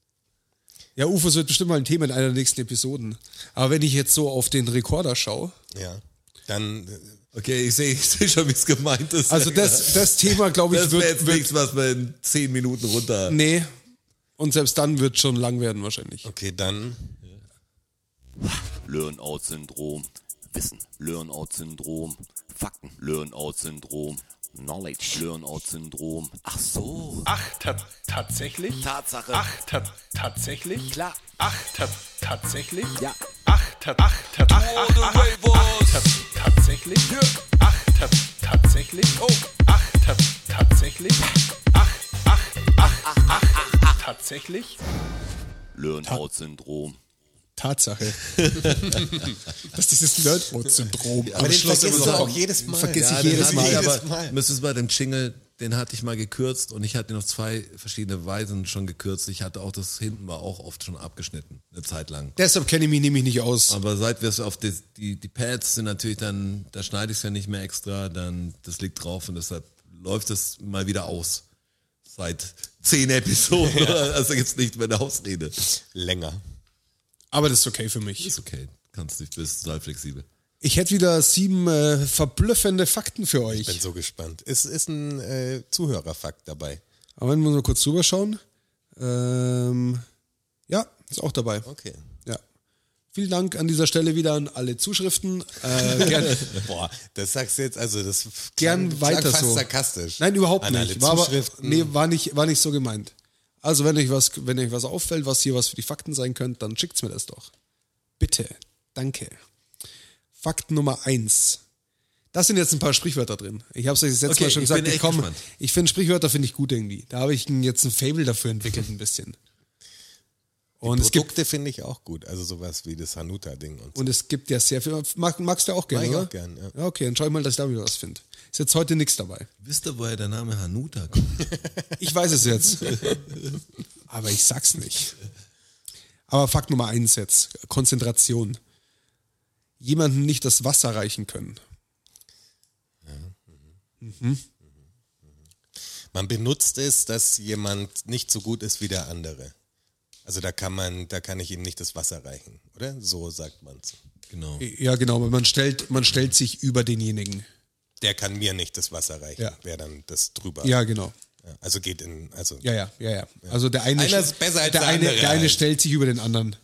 S2: ja, UFOs wird bestimmt mal ein Thema in einer der nächsten Episoden. Aber wenn ich jetzt so auf den Rekorder schaue,
S3: Ja. Dann... äh,
S4: Okay, ich sehe ich seh schon, wie es gemeint ist.
S2: also das, das Thema, glaube ich,
S4: das wäre
S2: wird,
S4: jetzt
S2: wird
S4: nichts, was wir in 10 Minuten runter.
S2: Nee. Und selbst dann wird schon lang werden wahrscheinlich.
S3: Okay, dann...
S5: Learn-out-Syndrom, Wissen, Learn-out-Syndrom, Fakten, Learn-out-Syndrom, Knowledge, Learn-out-Syndrom. Ach so.
S6: Ach, ta tatsächlich?
S5: Tatsache.
S6: Ach, ta tatsächlich?
S5: Klar.
S6: Ach, ta tatsächlich?
S5: Ja.
S6: Ach, ta ach, ta ach, ach, ach, ach, ta tatsächlich? Ach, ta tatsächlich? Oh. Ach, ta tatsächlich? Ach, ach, ach, ach, ach, tatsächlich?
S5: Learn-out-Syndrom.
S2: Tatsache. das ist dieses Nerdrot-Syndrom.
S3: Aber den vergisst du auch jedes Mal.
S2: Vergiss
S3: Ja,
S2: ich
S3: den
S2: jedes
S3: hab
S2: Mal.
S3: jedes
S4: aber
S3: Mal.
S4: müsstest du bei dem Jingle den hatte ich mal gekürzt und ich hatte ihn auf zwei verschiedene Weisen schon gekürzt. Ich hatte auch das hinten war auch oft schon abgeschnitten, eine Zeit lang.
S2: Deshalb kenne ich mich nämlich nicht aus.
S4: Aber seit wir es auf die, die, die Pads sind natürlich dann, da schneide ich es ja nicht mehr extra, dann das liegt drauf und deshalb läuft es mal wieder aus. Seit zehn Episoden, also jetzt nicht mehr eine Ausrede.
S3: Länger.
S2: Aber das ist okay für mich.
S4: Ist okay, kannst dich bist total flexibel.
S2: Ich hätte wieder sieben äh, verblüffende Fakten für
S3: Bin
S2: euch.
S3: so gespannt. Es ist ein äh, Zuhörerfakt dabei.
S2: Aber wenn wir nur kurz drüber schauen. Ähm, ja, ist auch dabei.
S3: Okay.
S2: Ja. Vielen Dank an dieser Stelle wieder an alle Zuschriften. Äh, gerne.
S3: Boah, das sagst du jetzt, also das
S2: Gern weiter
S3: fast
S2: so.
S3: sarkastisch.
S2: Nein, überhaupt
S3: An alle
S2: nicht. War, aber,
S3: Zuschriften.
S2: nee, war nicht. War nicht so gemeint. Also, wenn euch was, wenn euch was auffällt, was hier was für die Fakten sein könnte, dann schickt's mir das doch. Bitte. Danke. Fakt Nummer eins. Das sind jetzt ein paar Sprichwörter drin. Ich habe es euch das letzte
S4: Okay,
S2: Mal schon
S4: ich
S2: gesagt.
S4: bin echt
S2: komm,
S4: gespannt.
S2: ich finde Sprichwörter finde ich gut irgendwie. Da habe ich ein- jetzt ein Fable dafür entwickelt ein bisschen. Und es gibt
S3: Produkte finde ich auch gut. Also sowas wie das Hanuta-Ding und so.
S2: und es gibt ja sehr viel. Mag, magst du auch gerne,
S3: Mag ich
S2: oder?
S3: auch gern, ja.
S2: Okay, dann schau ich mal, dass ich da wieder was finde. Ist jetzt heute nichts dabei.
S4: Wisst ihr, woher der Name Hanuta kommt?
S2: Ich weiß es jetzt. Aber ich sag's nicht. Aber Fakt Nummer eins jetzt: Konzentration. Jemanden nicht das Wasser reichen können.
S3: Man benutzt es, dass jemand nicht so gut ist wie der andere. Also da kann man, da kann ich ihm nicht das Wasser reichen, oder? So sagt man's.
S4: Genau.
S2: Ja, genau. Man stellt, man stellt sich über denjenigen.
S3: Der kann mir nicht das Wasser reichen.
S2: Ja.
S3: Wer dann das drüber.
S2: Ja, genau.
S3: Ja, Also geht in, also
S2: Ja, ja, ja, ja. Also der eine,
S3: Einer ist besser als
S2: der,
S3: der
S2: eine,
S3: andere
S2: der eine
S3: halt.
S2: stellt sich über den anderen.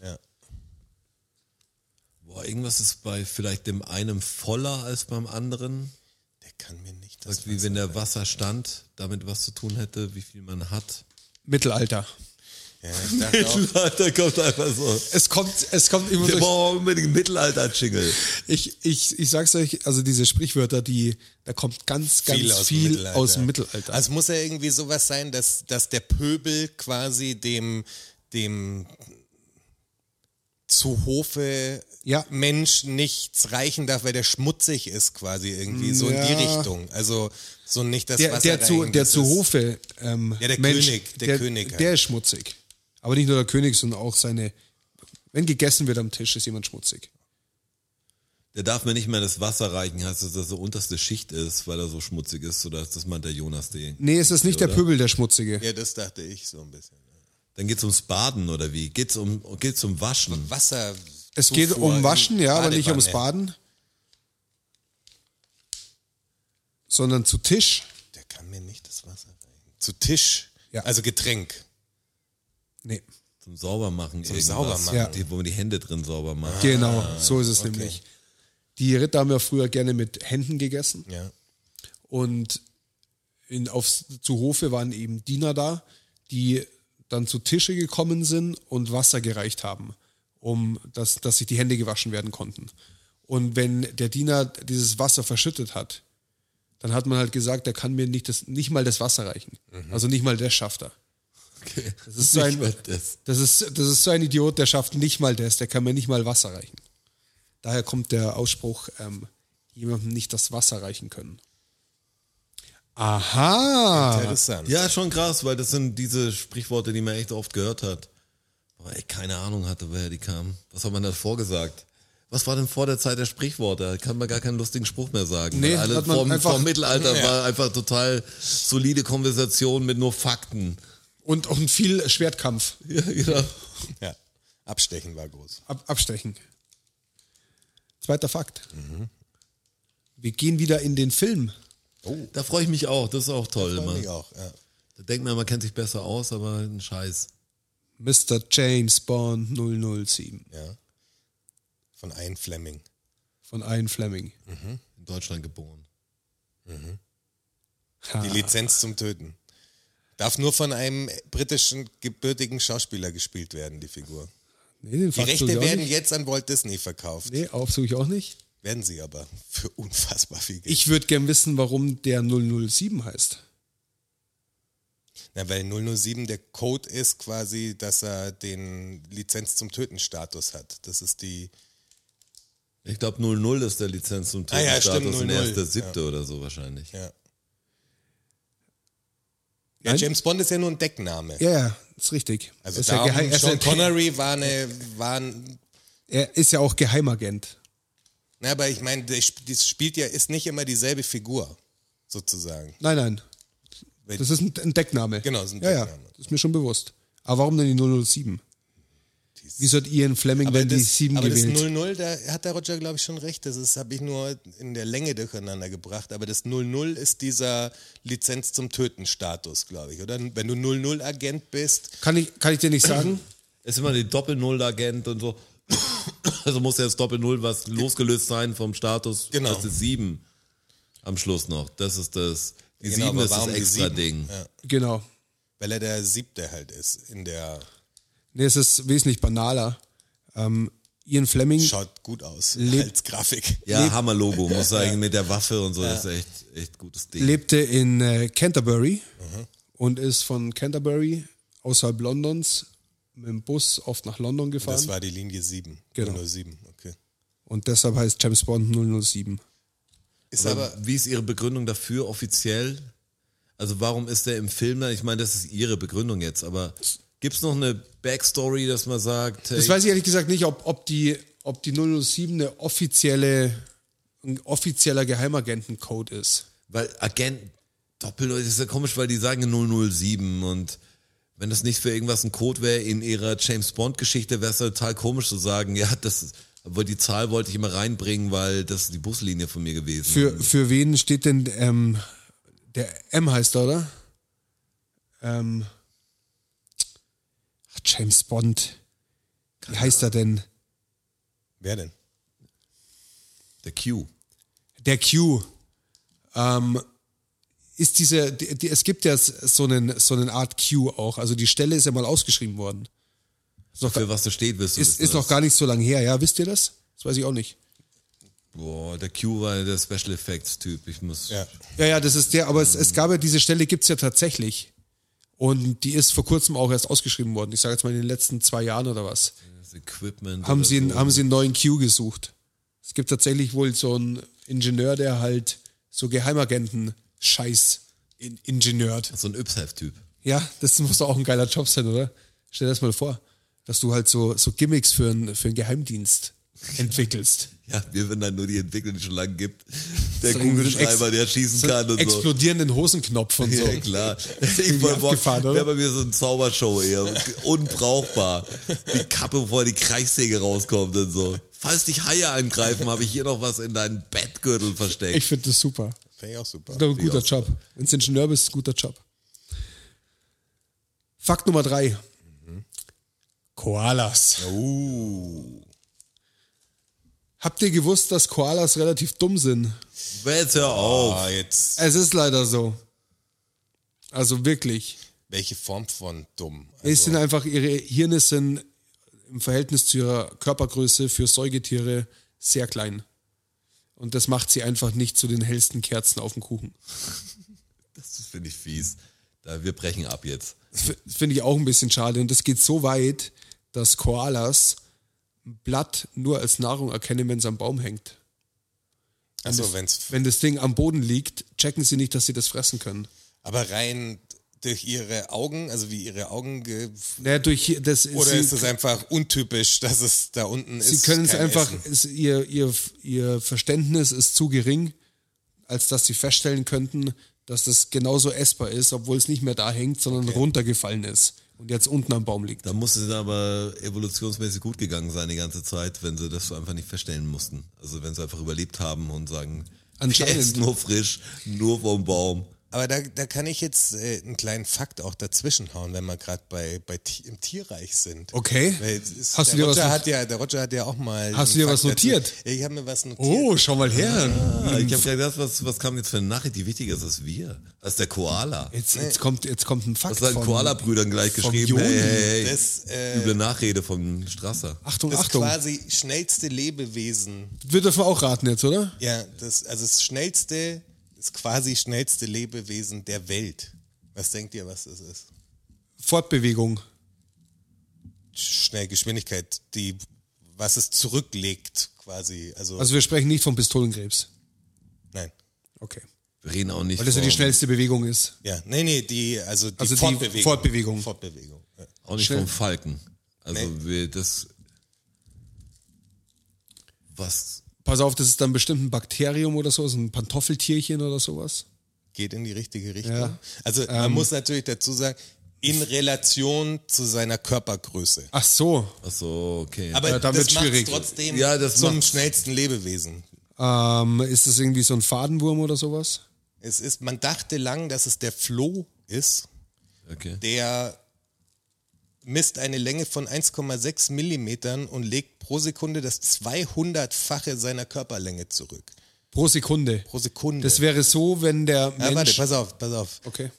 S4: Boah, irgendwas ist bei vielleicht dem einen voller als beim anderen.
S3: der kann mir nicht das
S4: Sagt, wie wenn der Wasserstand damit was zu tun hätte, wie viel man hat.
S2: Mittelalter.
S3: Ja, ich dachte auch,
S4: Alter, kommt einfach so.
S2: Es kommt, es kommt immer
S4: Wir
S2: durch,
S4: brauchen unbedingt einen Mittelalter-Jingle.
S2: ich, ich, ich sag's euch, also diese Sprichwörter, die, da kommt ganz, ganz viel,
S3: aus, dem Mittelalter.
S2: aus dem Mittelalter.
S3: Also es muss ja irgendwie sowas sein, dass, dass der Pöbel quasi dem, dem zu Hofe
S2: Ja.
S3: Mensch nichts reichen darf, weil der schmutzig ist quasi irgendwie, so in die
S2: Ja.
S3: Richtung. Also so nicht das
S2: der,
S3: Wasser
S2: der zu,
S3: reichen,
S2: der
S3: das
S2: zu
S3: ist-
S2: Hofe. Ähm,
S3: Ja, der
S2: Mensch,
S3: König, der König halt.
S2: Der ist schmutzig. Aber nicht nur der König, sondern auch seine. Wenn gegessen wird am Tisch, ist jemand schmutzig.
S4: Der darf mir nicht mehr das Wasser reichen, heißt das, dass er unterste Schicht ist, weil er so schmutzig ist, oder ist das mal der Jonas Ding?
S2: Nee, es ist nicht der Pöbel, der Schmutzige.
S3: Ja, das dachte ich so ein bisschen.
S4: Dann geht's ums Baden, oder wie? Geht's um, geht's um Waschen?
S3: Wasser.
S2: es geht
S3: halt.
S2: um Waschen, ja, aber nicht ums Baden. Sondern zu Tisch.
S3: Der kann mir nicht das Wasser reichen. Zu Tisch,
S2: Ja.
S3: also Getränk.
S2: Nee.
S4: Zum Saubermachen. Zum
S3: Saubermachen.
S2: Ja.
S4: Die, wo man die Hände drin sauber macht.
S2: Genau, so ist es nämlich. Die Ritter haben ja früher gerne mit Händen gegessen.
S3: Ja.
S2: Und in, aufs, zu Hofe waren eben Diener da, die dann zu Tische gekommen sind und Wasser gereicht haben, um dass, dass sich die Hände gewaschen werden konnten. Und wenn der Diener dieses Wasser verschüttet hat, dann hat man halt gesagt, der kann mir nicht, das, nicht mal das Wasser reichen. Also nicht mal das schafft er.
S4: Okay.
S2: Das ist, so ein,
S4: das.
S2: das, ist, das ist so ein Idiot, der schafft nicht mal das, der kann mir nicht mal Wasser reichen. Daher kommt der Ausspruch, ähm, jemandem nicht das Wasser reichen können. Aha!
S3: Interessant.
S4: Ja, schon krass, weil das sind diese Sprichworte, die man echt oft gehört hat. Aber ey, keine Ahnung hatte, woher die kamen. Was hat man da vorgesagt? Was war denn vor der Zeit der Sprichworte? Da kann man gar keinen lustigen Spruch mehr sagen.
S2: Nee,
S4: weil alle
S2: hat man
S4: vom,
S2: einfach-
S4: vom Mittelalter war einfach total solide Konversation mit nur Fakten.
S2: Und auch ein viel Schwertkampf.
S4: Ja, genau.
S3: Ja. Abstechen war groß.
S2: Ab, abstechen. Zweiter Fakt.
S3: Mhm.
S2: Wir gehen wieder in den Film.
S4: Da freue ich mich auch, das ist auch toll immer.
S3: Ich auch, ja.
S4: Da denkt man, man kennt sich besser aus, aber ein Scheiß.
S2: Mr. James Bond 007
S3: Ja. Von Ian Fleming.
S2: von Ian Fleming.
S4: In Deutschland geboren.
S2: Ha.
S3: Die
S2: Ah.
S3: Lizenz zum Töten. Darf nur von einem britischen gebürtigen Schauspieler gespielt werden, die Figur.
S2: Nee, den
S3: Die
S2: Fakt suche ich
S3: Rechte
S2: auch
S3: werden
S2: nicht.
S3: jetzt an Walt Disney verkauft.
S2: Nee, aufsuche ich auch nicht.
S3: Werden sie aber für unfassbar viel Geld.
S2: Ich würde gern wissen, warum der 007 heißt.
S3: Na, weil 007 der Code ist quasi, dass er den Lizenz zum Töten-Status hat. Das ist die.
S4: Ich glaube 00 ist der Lizenz zum
S3: Ah ja, stimmt,
S4: Tötenstatus und
S3: 00,
S4: er ist der siebte oder so wahrscheinlich.
S3: Ja. Ja, James Bond ist ja nur ein Deckname.
S2: Ja, ja, ist richtig.
S3: Also
S2: ist
S3: da
S2: ja geheim,
S3: auch
S2: er, ist ja,
S3: Sean Connery war eine, war ein,
S2: er ist ja auch Geheimagent.
S3: na, aber ich meine, das sp- das spielt ja, ist nicht immer dieselbe Figur, sozusagen.
S2: Nein, nein.
S3: Weil-
S2: Das ist ein, ein Deckname.
S3: Genau, ist ein
S2: ja,
S3: Deckname.
S2: Ja, das ist mir schon bewusst. Aber warum denn die 007? Wieso hat Ian Fleming
S3: Aber
S2: denn die
S3: das,
S2: 7
S3: aber das
S2: gewählt?
S3: 0-0, da hat der Roger, glaube ich, schon recht. Das ist- habe ich nur in der Länge durcheinander gebracht. Aber das 0-0 ist dieser Lizenz zum Töten-Status, glaube ich, oder? Wenn du 0-0-Agent bist,
S2: kann, ich, kann ich dir nicht sagen?
S4: Ist immer die Doppel-Null-Agent und so. Also muss ja das Doppel-Null was losgelöst sein vom Status.
S3: Genau.
S4: Das ist sieben am Schluss noch. Das ist das. Die
S3: Genau,
S4: sieben
S3: aber
S4: ist das
S3: warum die
S4: extra
S3: sieben?
S4: Ding.
S2: genau.
S3: weil er der Siebte halt ist in der
S2: Nee, es ist wesentlich banaler. Ähm, Ian Fleming
S3: Schaut gut aus als Grafik.
S4: Ja, Hammer-Logo, muss sagen, mit der Waffe und so. Das ist echt, echt gutes Ding.
S2: lebte in äh, Canterbury
S3: Mhm.
S2: und ist von Canterbury außerhalb Londons mit dem Bus oft nach London gefahren.
S3: Das war die Linie 7.
S2: Genau.
S3: 07, okay.
S2: und deshalb heißt James Bond 007.
S3: Ist
S4: aber,
S3: aber,
S4: wie ist Ihre Begründung dafür offiziell? Also warum ist der im Film da? Ich meine, das ist Ihre Begründung jetzt, aber gibt es noch eine Backstory, dass man sagt, hey,
S2: Das weiß ich ehrlich gesagt nicht, ob, ob, die, ob die 007 eine offizielle, ein offizieller Geheimagentencode ist.
S4: weil Agent Doppel, das ist ja komisch, weil die sagen 007 und wenn das nicht für irgendwas ein Code wäre in ihrer James Bond Geschichte, wäre es ja total komisch zu sagen, ja, das ist, aber die Zahl wollte ich immer reinbringen, weil das ist die Buslinie von mir gewesen.
S2: Für, für wen steht denn ähm, der M heißt er, oder? Ähm, ach, James Bond. Wie heißt er denn?
S3: wer denn?
S4: der Q.
S2: Der Q. Ähm, ist diese, die, die, es gibt ja so einen, so einen Art Q auch. Also die Stelle ist ja mal ausgeschrieben worden.
S4: Für was da steht, wirst du
S2: Ist,
S4: wissen,
S2: ist noch
S4: das.
S2: gar nicht so lange her, ja? Wisst ihr das? Das weiß ich auch nicht.
S4: Boah, der Q war der Special Effects Typ. Ich muss
S3: Ja.
S2: Ja, ja, das ist der, aber es, es gab ja diese Stelle, gibt's ja tatsächlich. Und die ist vor kurzem auch erst ausgeschrieben worden. Ich sage jetzt mal in den letzten zwei Jahren oder was.
S4: das Equipment.
S2: Haben
S4: oder
S2: sie, einen,
S4: so.
S2: haben sie einen neuen Q gesucht. Es gibt tatsächlich wohl so einen Ingenieur, der halt so Geheimagenten-Scheiß in ingenieurt.
S4: so ein Ypshef-Typ.
S2: Ja, das muss doch auch ein geiler Job sein, oder? Stell dir das mal vor, dass du halt so, so Gimmicks für einen, für einen Geheimdienst entwickelst.
S4: Ja, wir würden dann nur die Entwicklung, die es schon lange gibt. Der
S2: So ein
S4: Kugelschreiber,
S2: Ex-
S4: der schießen kann und so.
S2: Explodierenden Hosenknopf und so.
S4: Ja, klar. Ich eh voll Bock.
S2: abgefahren, oder?
S4: Wäre bei mir so eine Zaubershow eher. Unbrauchbar. Die Kappe, bevor die Kreissäge rauskommt und so. Falls dich Haie angreifen, habe ich hier noch was in deinen Bettgürtel versteckt.
S2: Ich finde das super.
S3: Fände ich auch super.
S2: Das ist doch ein guter Job. Wenn du Ingenieur bist, ist ein guter Job. Fakt Nummer drei. Koalas. Habt ihr gewusst, dass Koalas relativ dumm sind?
S4: Aber jetzt hör auf.
S3: Ah, jetzt.
S2: Es ist leider so. Also wirklich.
S3: Welche Form von dumm?
S2: es sind einfach, ihre Hirne sind im Verhältnis zu ihrer Körpergröße für Säugetiere sehr klein. Und das macht sie einfach nicht zu den hellsten Kerzen auf dem Kuchen.
S4: Das finde ich fies. Da, wir brechen ab jetzt.
S2: F- finde ich auch ein bisschen schade. Und das geht so weit, dass Koalas ein Blatt nur als Nahrung erkennen, wenn es am Baum hängt.
S3: Also, wenn's,
S2: Wenn das Ding am Boden liegt, checken sie nicht, dass sie das fressen können.
S3: aber rein durch ihre Augen, also wie ihre Augen, ge
S2: Naja, durch hier- das
S3: oder
S2: sie,
S3: ist es einfach untypisch, dass es da unten
S2: sie
S3: ist?
S2: können es
S3: kein
S2: einfach,
S3: Essen?
S2: es, ihr, ihr, ihr Verständnis ist zu gering, als dass sie feststellen könnten, dass das genauso essbar ist, obwohl es nicht mehr da hängt, sondern runtergefallen ist und jetzt unten am Baum liegt.
S4: Da muss es aber evolutionsmäßig gut gegangen sein die ganze Zeit, wenn sie das so einfach nicht verstellen mussten. Also wenn sie einfach überlebt haben und sagen,
S2: Anscheinend.
S4: der ist nur frisch, nur vom Baum.
S3: Aber da, da kann ich jetzt äh, einen kleinen Fakt auch dazwischen hauen, wenn wir gerade bei, bei Ti- im Tierreich sind.
S2: Okay.
S3: Weil es ist-
S2: Hast du
S3: der
S2: dir was
S3: Roger
S2: not-
S3: hat ja, Der Roger hat ja auch mal.
S2: Hast du
S3: einen
S2: dir was
S3: Fakt dazu.
S2: notiert?
S3: Ich habe mir was notiert.
S2: Oh, schau mal her. Hm.
S4: Ah, ich habe gedacht, was, was kam jetzt für eine Nachricht, die wichtiger ist als wir? Als der Koala.
S2: Jetzt, jetzt, kommt, jetzt kommt ein Fakt.
S4: Das hat
S2: von-
S4: Koala-Brüdern gleich
S2: vom
S4: geschrieben.
S2: Joni.
S4: Hey, hey, hey.
S3: Das, äh,
S4: Üble Nachrede von Strasser.
S2: Achtung,
S3: das
S2: Oh, Achtung.
S3: quasi schnellste Lebewesen.
S2: Wir dürfen auch raten jetzt, oder?
S3: Ja, das, also das schnellste, das quasi schnellste Lebewesen der Welt. Was denkt ihr, was das ist?
S2: Fortbewegung.
S3: Schnellgeschwindigkeit, die, was es zurücklegt, quasi. Also,
S2: Also wir sprechen nicht von Pistolenkrebs.
S3: nein.
S2: Okay.
S4: Wir reden auch nicht.
S2: Weil das ja die
S4: vom-
S2: schnellste Bewegung ist.
S3: Ja, nee, nee, die, also die
S2: Also die
S3: Fortbewegung.
S2: Fortbewegung.
S3: Fortbewegung. Ja.
S4: Auch nicht
S2: Schnell.
S4: vom Falken. Also
S3: Nee.
S4: wir das. Was?
S2: Pass auf, das ist dann bestimmt ein Bakterium oder so, so ein Pantoffeltierchen oder sowas.
S3: Geht in die richtige Richtung.
S2: Ja. Ähm,
S3: Also man muss natürlich dazu sagen, in Relation zu seiner Körpergröße.
S2: Ach so.
S4: Ach so, okay.
S3: Aber
S2: Ja, dann
S3: das
S2: wird's
S3: macht's
S2: schwierig.
S3: trotzdem
S4: Ja, das
S3: zum
S4: macht's-
S3: schnellsten Lebewesen.
S2: Ähm, ist das irgendwie so ein Fadenwurm oder sowas?
S3: Es ist, man dachte lang, dass es der Floh ist,
S4: okay.
S3: der misst eine Länge von 1,6 Millimetern und legt pro Sekunde das 200-fache seiner Körperlänge zurück.
S2: Pro Sekunde.
S3: Pro Sekunde.
S2: Das wäre so, wenn der
S3: ja, warte,
S2: Mensch.
S3: pass auf, pass auf.
S2: okay.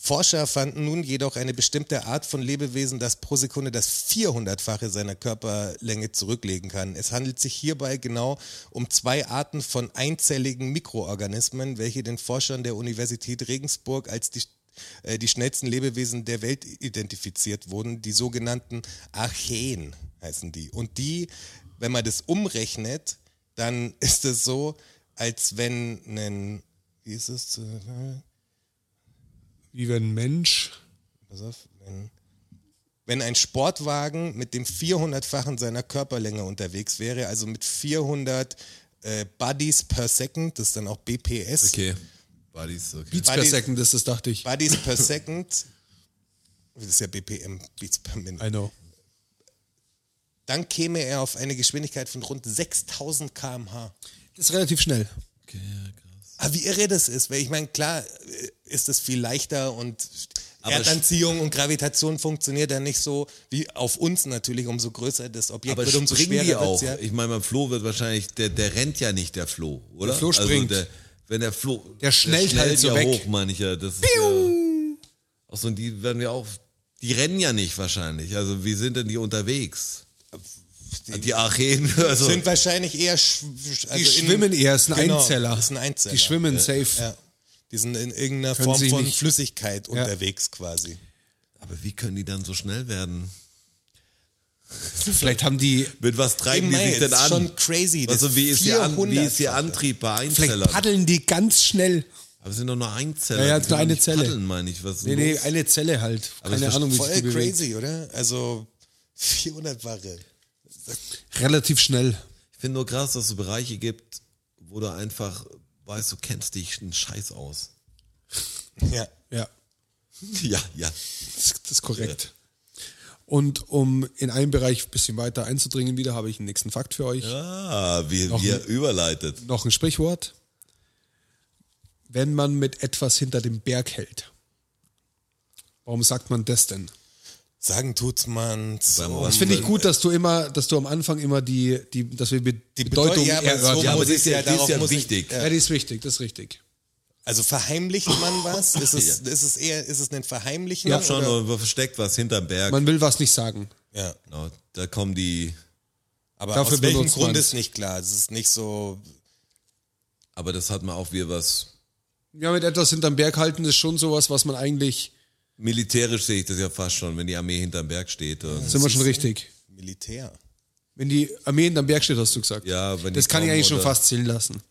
S3: Forscher fanden nun jedoch eine bestimmte Art von Lebewesen, das pro Sekunde das 400-fache seiner Körperlänge zurücklegen kann. Es handelt sich hierbei genau um zwei Arten von einzelligen Mikroorganismen, welche den Forschern der Universität Regensburg als die, äh, die schnellsten Lebewesen der Welt identifiziert wurden, die sogenannten Archäen heißen die. Und die, wenn man das umrechnet, dann ist es so, als wenn ein, wie ist es, äh,
S2: Wie wenn ein Mensch.
S3: Pass auf, wenn, wenn ein Sportwagen mit dem 400-fachen seiner Körperlänge unterwegs wäre, also mit 400 äh, Buddies per Second, das ist dann auch BPS,
S4: Okay. Buddies, okay.
S2: Beats per
S3: Buddy-
S2: Second ist das, dachte ich.
S3: Buddies per Second, das ist ja BPM, Beats per
S2: I
S4: Also
S3: Minute,
S2: know.
S3: dann käme er auf eine Geschwindigkeit von rund 6000 km/h.
S2: Das ist relativ schnell.
S4: okay ja, krass.
S3: Ah, wie irre das ist, weil ich meine, klar äh, ist es viel leichter und
S4: Aber
S3: Erdanziehung und Gravitation funktioniert dann nicht so wie auf uns natürlich, umso größer das Objekt
S4: Aber
S3: wird, umso
S4: springen
S3: schwerer
S4: die
S3: wird's
S4: auch?
S3: ja.
S4: Ich meine, beim Flo wird wahrscheinlich, der, der rennt ja nicht, der Flo, oder? Also
S2: Der Floh springt.
S4: der, wenn der Flo,
S2: Der schnellt halt so
S4: ja
S2: weg.
S4: hoch, meine ich ja. Das ist, ja auch so, und die werden ja auch, die rennen ja nicht wahrscheinlich. Also wie sind denn die unterwegs? Die, Archeen, also
S3: sind wahrscheinlich eher sch sch-
S2: Die
S3: also in-
S2: schwimmen eher, ist ein
S3: Genau,
S2: Einzeller.
S3: Ist ein Einzeller.
S2: Die schwimmen safe.
S3: Ja. Die sind in irgendeiner
S2: Können
S3: Form
S2: sie
S3: von
S2: nicht-
S3: Flüssigkeit unterwegs quasi.
S4: Aber wie können die dann so schnell werden?
S2: Vielleicht haben die.
S4: Mit was treiben
S3: Eben,
S4: die
S3: ey,
S4: sich denn
S3: das
S4: an?
S3: ist schon crazy, das
S4: Also wie ist, ihr An wie ist ihr
S3: 400-fache.
S4: Antrieb bei
S2: Vielleicht
S4: Einzellern?
S2: paddeln die ganz schnell.
S4: Aber es sind doch nur Einzeller.
S2: Ja, ja,
S4: Die
S2: es ist nur
S4: können
S2: eine
S4: nicht
S2: Zelle.
S4: Paddeln, meine ich. Was ist
S2: Nee, nee,
S4: los?
S2: eine Zelle halt.
S4: Aber
S2: Keine
S4: das ist
S2: Ahnung, wie sich die
S3: Voll
S2: bewegt.
S3: crazy, oder? Also 400 Barre.
S2: Relativ schnell.
S4: Ich finde nur krass, dass es Bereiche gibt, wo du einfach weißt, du kennst dich einen Scheiß aus.
S3: Ja.
S2: Ja.
S4: Ja, ja.
S2: Das, das ist korrekt. Und um in einen Bereich ein bisschen weiter einzudringen wieder, habe ich einen nächsten Fakt für euch.
S4: Ah, wie, wie er überleitet.
S2: Noch ein Sprichwort. Wenn man mit etwas hinter dem Berg hält. Warum sagt man das denn?
S3: Sagen tut's man's.
S4: Beim
S3: Oh,
S4: Osten.
S2: Das finde ich gut, dass du immer, dass du am Anfang immer die, die dass wir be- die
S3: Bedeutung,
S2: Bedeutung
S3: ja, aber so
S2: erörtern.
S4: Ja, aber
S3: muss ich
S4: das ist ja, das
S3: darauf
S4: ist ja
S3: muss ich-
S4: wichtig.
S2: Ja, die ist richtig, das ist richtig.
S3: Also verheimlicht man was? Ist es, ist es eher, ist es ein Verheimlichen?
S4: Ja, schon,
S3: oder?
S4: oder? versteckt was hinterm Berg.
S2: Man will was nicht sagen.
S3: Ja.
S4: Genau, da kommen die,
S3: Aber
S2: Dafür
S3: aus welchem
S2: benutzt
S3: Grund
S2: man's.
S3: ist nicht klar. Es ist nicht so,
S4: aber das hat man auch wieder was.
S2: Ja, mit etwas hinterm Berg halten ist schon sowas, was man eigentlich,
S4: Militärisch sehe ich das ja fast schon, wenn die Armee hinterm Berg steht. Oder?
S2: sind wir schon richtig.
S3: Militär.
S2: Wenn die Armee hinterm Berg steht, hast du gesagt.
S4: Ja, wenn die
S2: das kann ich
S4: kommen,
S2: eigentlich schon
S4: oder-
S2: fast zählen lassen.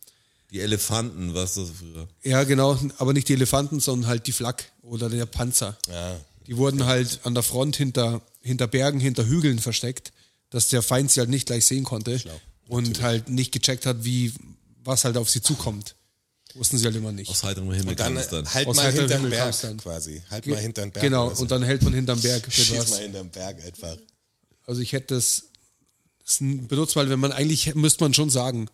S4: Die Elefanten, was das früher.
S2: Ja, genau, aber nicht die Elefanten, sondern halt die Flak oder der Panzer.
S3: Ja.
S2: Die wurden halt an der Front hinter, hinter Bergen, hinter Hügeln versteckt, dass der Feind sie halt nicht gleich sehen konnte und halt nicht gecheckt hat, wie was halt auf sie zukommt. Wussten sie halt immer nicht.
S4: Aus heiterem Himmel
S3: Und dann,
S4: kam es dann.
S3: halt
S2: Aus
S3: mal
S2: heiterem
S3: hinterm
S2: Himmel
S3: Berg
S2: kam's dann.
S3: quasi. Halt mal hinterm Berg.
S2: Genau,
S3: oder so.
S2: und dann hält man hinterm Berg mit
S3: Schieß mal
S2: was.
S3: hinterm Berg einfach.
S2: Also ich hätte das, das benutzt mal, wenn man eigentlich, müsste man schon sagen.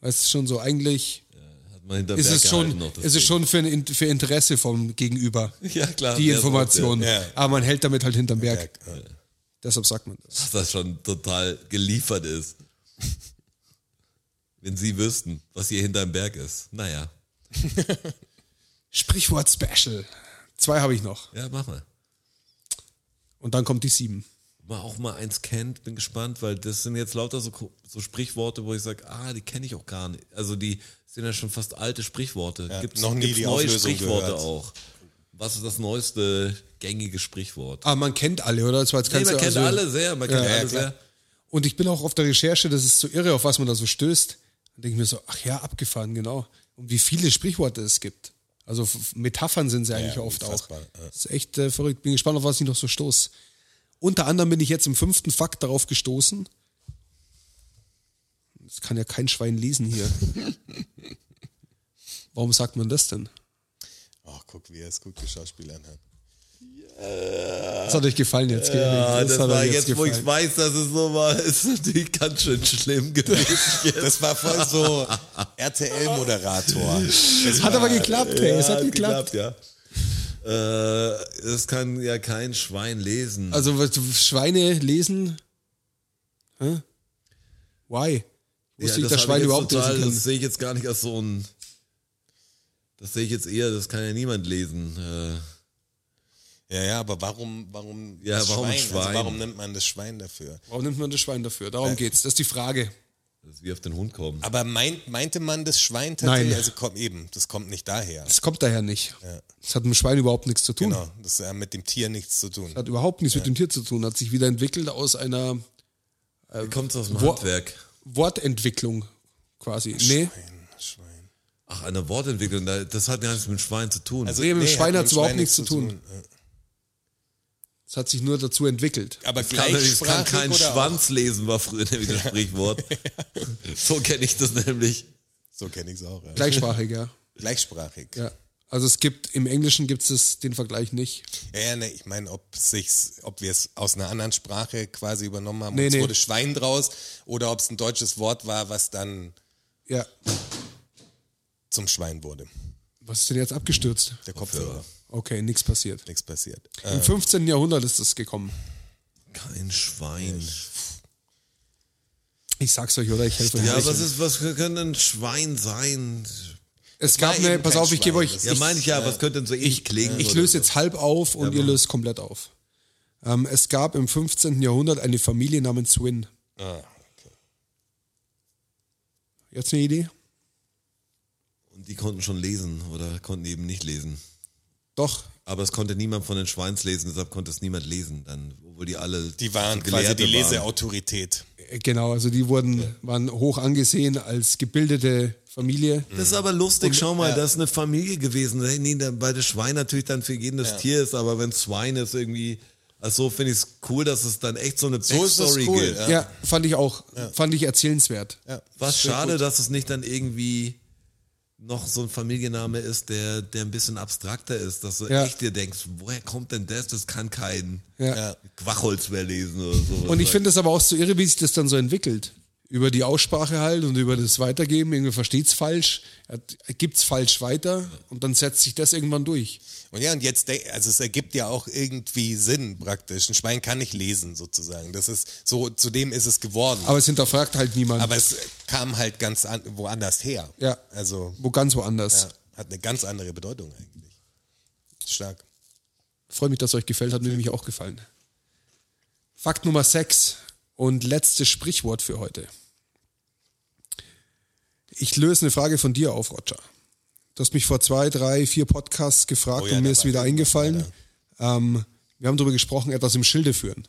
S2: Weißt du, schon so, eigentlich
S4: Hat man hinterm
S2: ist
S4: Berg
S2: es
S4: gehalten
S2: schon,
S4: noch das
S2: ist es
S4: Ding.
S2: schon für, ein, In- für Interesse vom Gegenüber.
S4: Ja, klar.
S2: die
S4: der ist auch
S2: Information.
S3: Ja.
S2: Aber man hält damit halt hinterm Berg.
S3: Berg. ja.
S2: Deshalb sagt man das.
S4: der- Dass das schon total geliefert ist. Wenn sie wüssten, was hier hinterm Berg ist. Naja,
S2: Sprichwort Special. Zwei habe ich noch.
S4: ja, mach mal.
S2: Und dann kommt die sieben.
S4: Mal auch mal eins kennt, bin gespannt, weil das sind jetzt lauter so, Ko- so Sprichworte, wo ich sage, ah, die kenne ich auch gar nicht. Also die sind ja schon fast alte Sprichworte.
S3: Ja,
S4: Gibt's,
S3: noch nie
S4: gibt's
S3: die
S4: neue
S3: Auflösung
S4: Sprichworte
S3: gehört.
S4: auch. Was ist das neueste gängige Sprichwort?
S2: Ah, man kennt alle, oder? Das war jetzt
S4: Nee,
S2: ganz-
S4: man kennt
S2: also-
S4: alle sehr, man kennt
S2: Ja, ja,
S4: alle
S2: klar.
S4: sehr.
S2: Und ich bin auch auf der Recherche, das ist so irre, auf was man da so stößt. Dann denke ich mir so, ach ja, abgefahren, genau. und wie viele Sprichworte es gibt. Also F- Metaphern sind sie eigentlich oft
S3: unfassbar,
S2: auch.
S3: ja.
S2: Das ist echt äh, verrückt. Bin gespannt, auf was ich noch so stoß. Unter anderem bin ich jetzt im fünften Fakt darauf gestoßen. Das kann ja kein Schwein lesen hier. Warum sagt man das denn?
S3: Ach, guck, wie er es gut geschauspielern hat.
S2: Das hat euch gefallen jetzt. gell?
S4: Ah, das,
S2: hat euch
S4: war jetzt, wo ich
S2: gefallen.
S4: weiß, dass es so war, ist natürlich ganz schön schlimm gewesen.
S3: Das war voll so RTL-Moderator. Das
S2: Hat
S3: war-
S2: aber geklappt, hey. es
S4: Ja,
S2: hat geklappt.
S4: ja. Äh, das kann ja kein Schwein lesen.
S2: Also was, Schweine lesen. Hä? Why? Wusste
S4: ja,
S2: ich, dass Schweine
S4: habe ich jetzt
S2: überhaupt
S4: total,
S2: lesen
S4: Das
S2: können.
S4: sehe ich jetzt gar nicht als so ein. Das sehe ich jetzt eher, das kann ja niemand lesen. Äh,
S3: Ja, ja, aber warum, warum,
S4: Ja,
S3: das
S4: warum Schwein?
S3: Also warum nimmt man das Schwein dafür?
S2: Warum nimmt man das Schwein dafür? Darum geht's. Das ist die Frage.
S4: das ist wie auf den Hund kommen.
S3: Aber meint, meinte man das Schwein tatsächlich?
S2: Nein.
S3: Also komm eben, das kommt nicht daher.
S2: Das kommt daher nicht. Das hat mit dem Schwein überhaupt nichts zu tun.
S3: Genau, das hat mit dem Tier nichts zu tun.
S2: Hat überhaupt nichts mit dem Tier zu tun. Hat sich wieder entwickelt aus einer
S4: Äh, Kommt aus dem
S2: Wo-
S4: Handwerk.
S2: Wortentwicklung quasi. Nee.
S3: Schwein, Schwein.
S4: Ach, eine Wortentwicklung, da- das hat ja nichts mit Schwein zu tun.
S3: Also,
S2: Nee, mit dem
S3: hat
S2: Schwein
S3: mit
S2: hat's
S3: dem
S2: überhaupt
S3: Schwein
S2: nichts zu tun. Es hat sich nur dazu entwickelt.
S3: Aber
S4: kann, das kann
S3: gleichsprachig
S4: kein
S3: oder
S4: Schwanz lesen, war früher nämlich das Sprichwort. so kenne ich das nämlich.
S3: Auch? So kenne ich es auch. Ja.
S2: Gleichsprachig, ja.
S3: Gleichsprachig. Ja,
S2: ja. Also es gibt, im Englischen gibt es den Vergleich nicht.
S3: ja ne, ich meine, ob sich's, ob wir es aus einer anderen Sprache quasi übernommen haben
S2: Nee,
S3: und es
S2: nee.
S3: wurde Schwein draus oder ob es ein deutsches Wort war, was dann
S2: Ja.
S3: zum Schwein wurde.
S2: Was ist denn jetzt abgestürzt?
S3: Der Kopfhörer.
S2: Okay, nichts passiert.
S3: Nichts passiert.
S2: Im 15. Jahrhundert ist das gekommen.
S4: Kein Schwein.
S2: Ich sag's euch, oder? Ich helfe euch.
S4: Ja,
S2: nicht.
S4: was ist, was könnte ein Schwein sein?
S2: es gab
S3: war
S2: eine,
S3: eben
S2: pass
S3: kein
S2: auf, ich gebe
S3: Schwein,
S2: euch,
S3: das äh,
S4: Ja,
S2: ich,
S4: meine ich ja, was könnte denn so ähnlich klingen?
S2: ich
S4: oder
S2: löse
S4: so?
S2: jetzt halb auf und ihr löst komplett auf. Ähm, es gab im 15. Jahrhundert eine Familie namens Wynn. Jetzt eine Idee?
S4: Und die konnten schon lesen oder konnten eben nicht lesen.
S2: Doch.
S4: Aber es konnte niemand von den Schweins lesen, deshalb konnte es niemand lesen dann, obwohl die alle
S3: Die waren quasi
S4: Also Gelehrte
S3: die
S4: waren.
S3: Leseautorität.
S2: Äh, Genau, also die wurden, waren hoch angesehen als gebildete Familie.
S4: Das ist aber lustig, schau mal, das ist eine Familie gewesen. Hey, Nee, dann- weil das Schwein natürlich dann für jeden das Tier ist, aber wenn Schwein ist irgendwie, also so finde ich es cool, dass es dann echt so eine
S3: So ist es
S4: Backstory
S3: cool,
S4: gibt.
S3: ja.
S2: Ja, fand ich auch, fand ich erzählenswert.
S3: Ja.
S4: Was schade, dass es nicht dann irgendwie noch so ein Familienname ist, der, der ein bisschen abstrakter ist, dass du
S2: Ja.
S4: echt dir denkst, woher kommt denn das? Das kann kein
S2: Ja.
S4: Quachholz mehr lesen oder so.
S2: Und ich finde es aber auch so irre, wie sich das dann so entwickelt. Über die Aussprache halt und über das Weitergeben. Irgendwie versteht's falsch, er hat- er gibt's falsch weiter und dann setzt sich das irgendwann durch.
S3: Und ja, und jetzt, denk- also es ergibt ja auch irgendwie Sinn praktisch. Ein Schwein kann nicht lesen sozusagen. Das ist so, zu dem ist es geworden.
S2: Aber es hinterfragt halt niemand.
S3: Aber es kam halt ganz an, woanders her.
S2: Ja.
S3: Also
S2: wo ganz woanders.
S3: ja, hat eine ganz andere Bedeutung eigentlich. Stark.
S2: Freue mich, dass es euch gefällt, hat mir nämlich auch gefallen. Fakt Nummer 6 und letztes Sprichwort für heute. Ich löse eine Frage von dir auf, Roger. Du hast mich vor zwei, drei, vier Podcasts gefragt
S3: Oh ja,
S2: und mir
S3: da
S2: ist
S3: war
S2: wieder
S3: irgendwas,
S2: eingefallen. Ähm, wir haben darüber gesprochen, etwas im Schilde führen.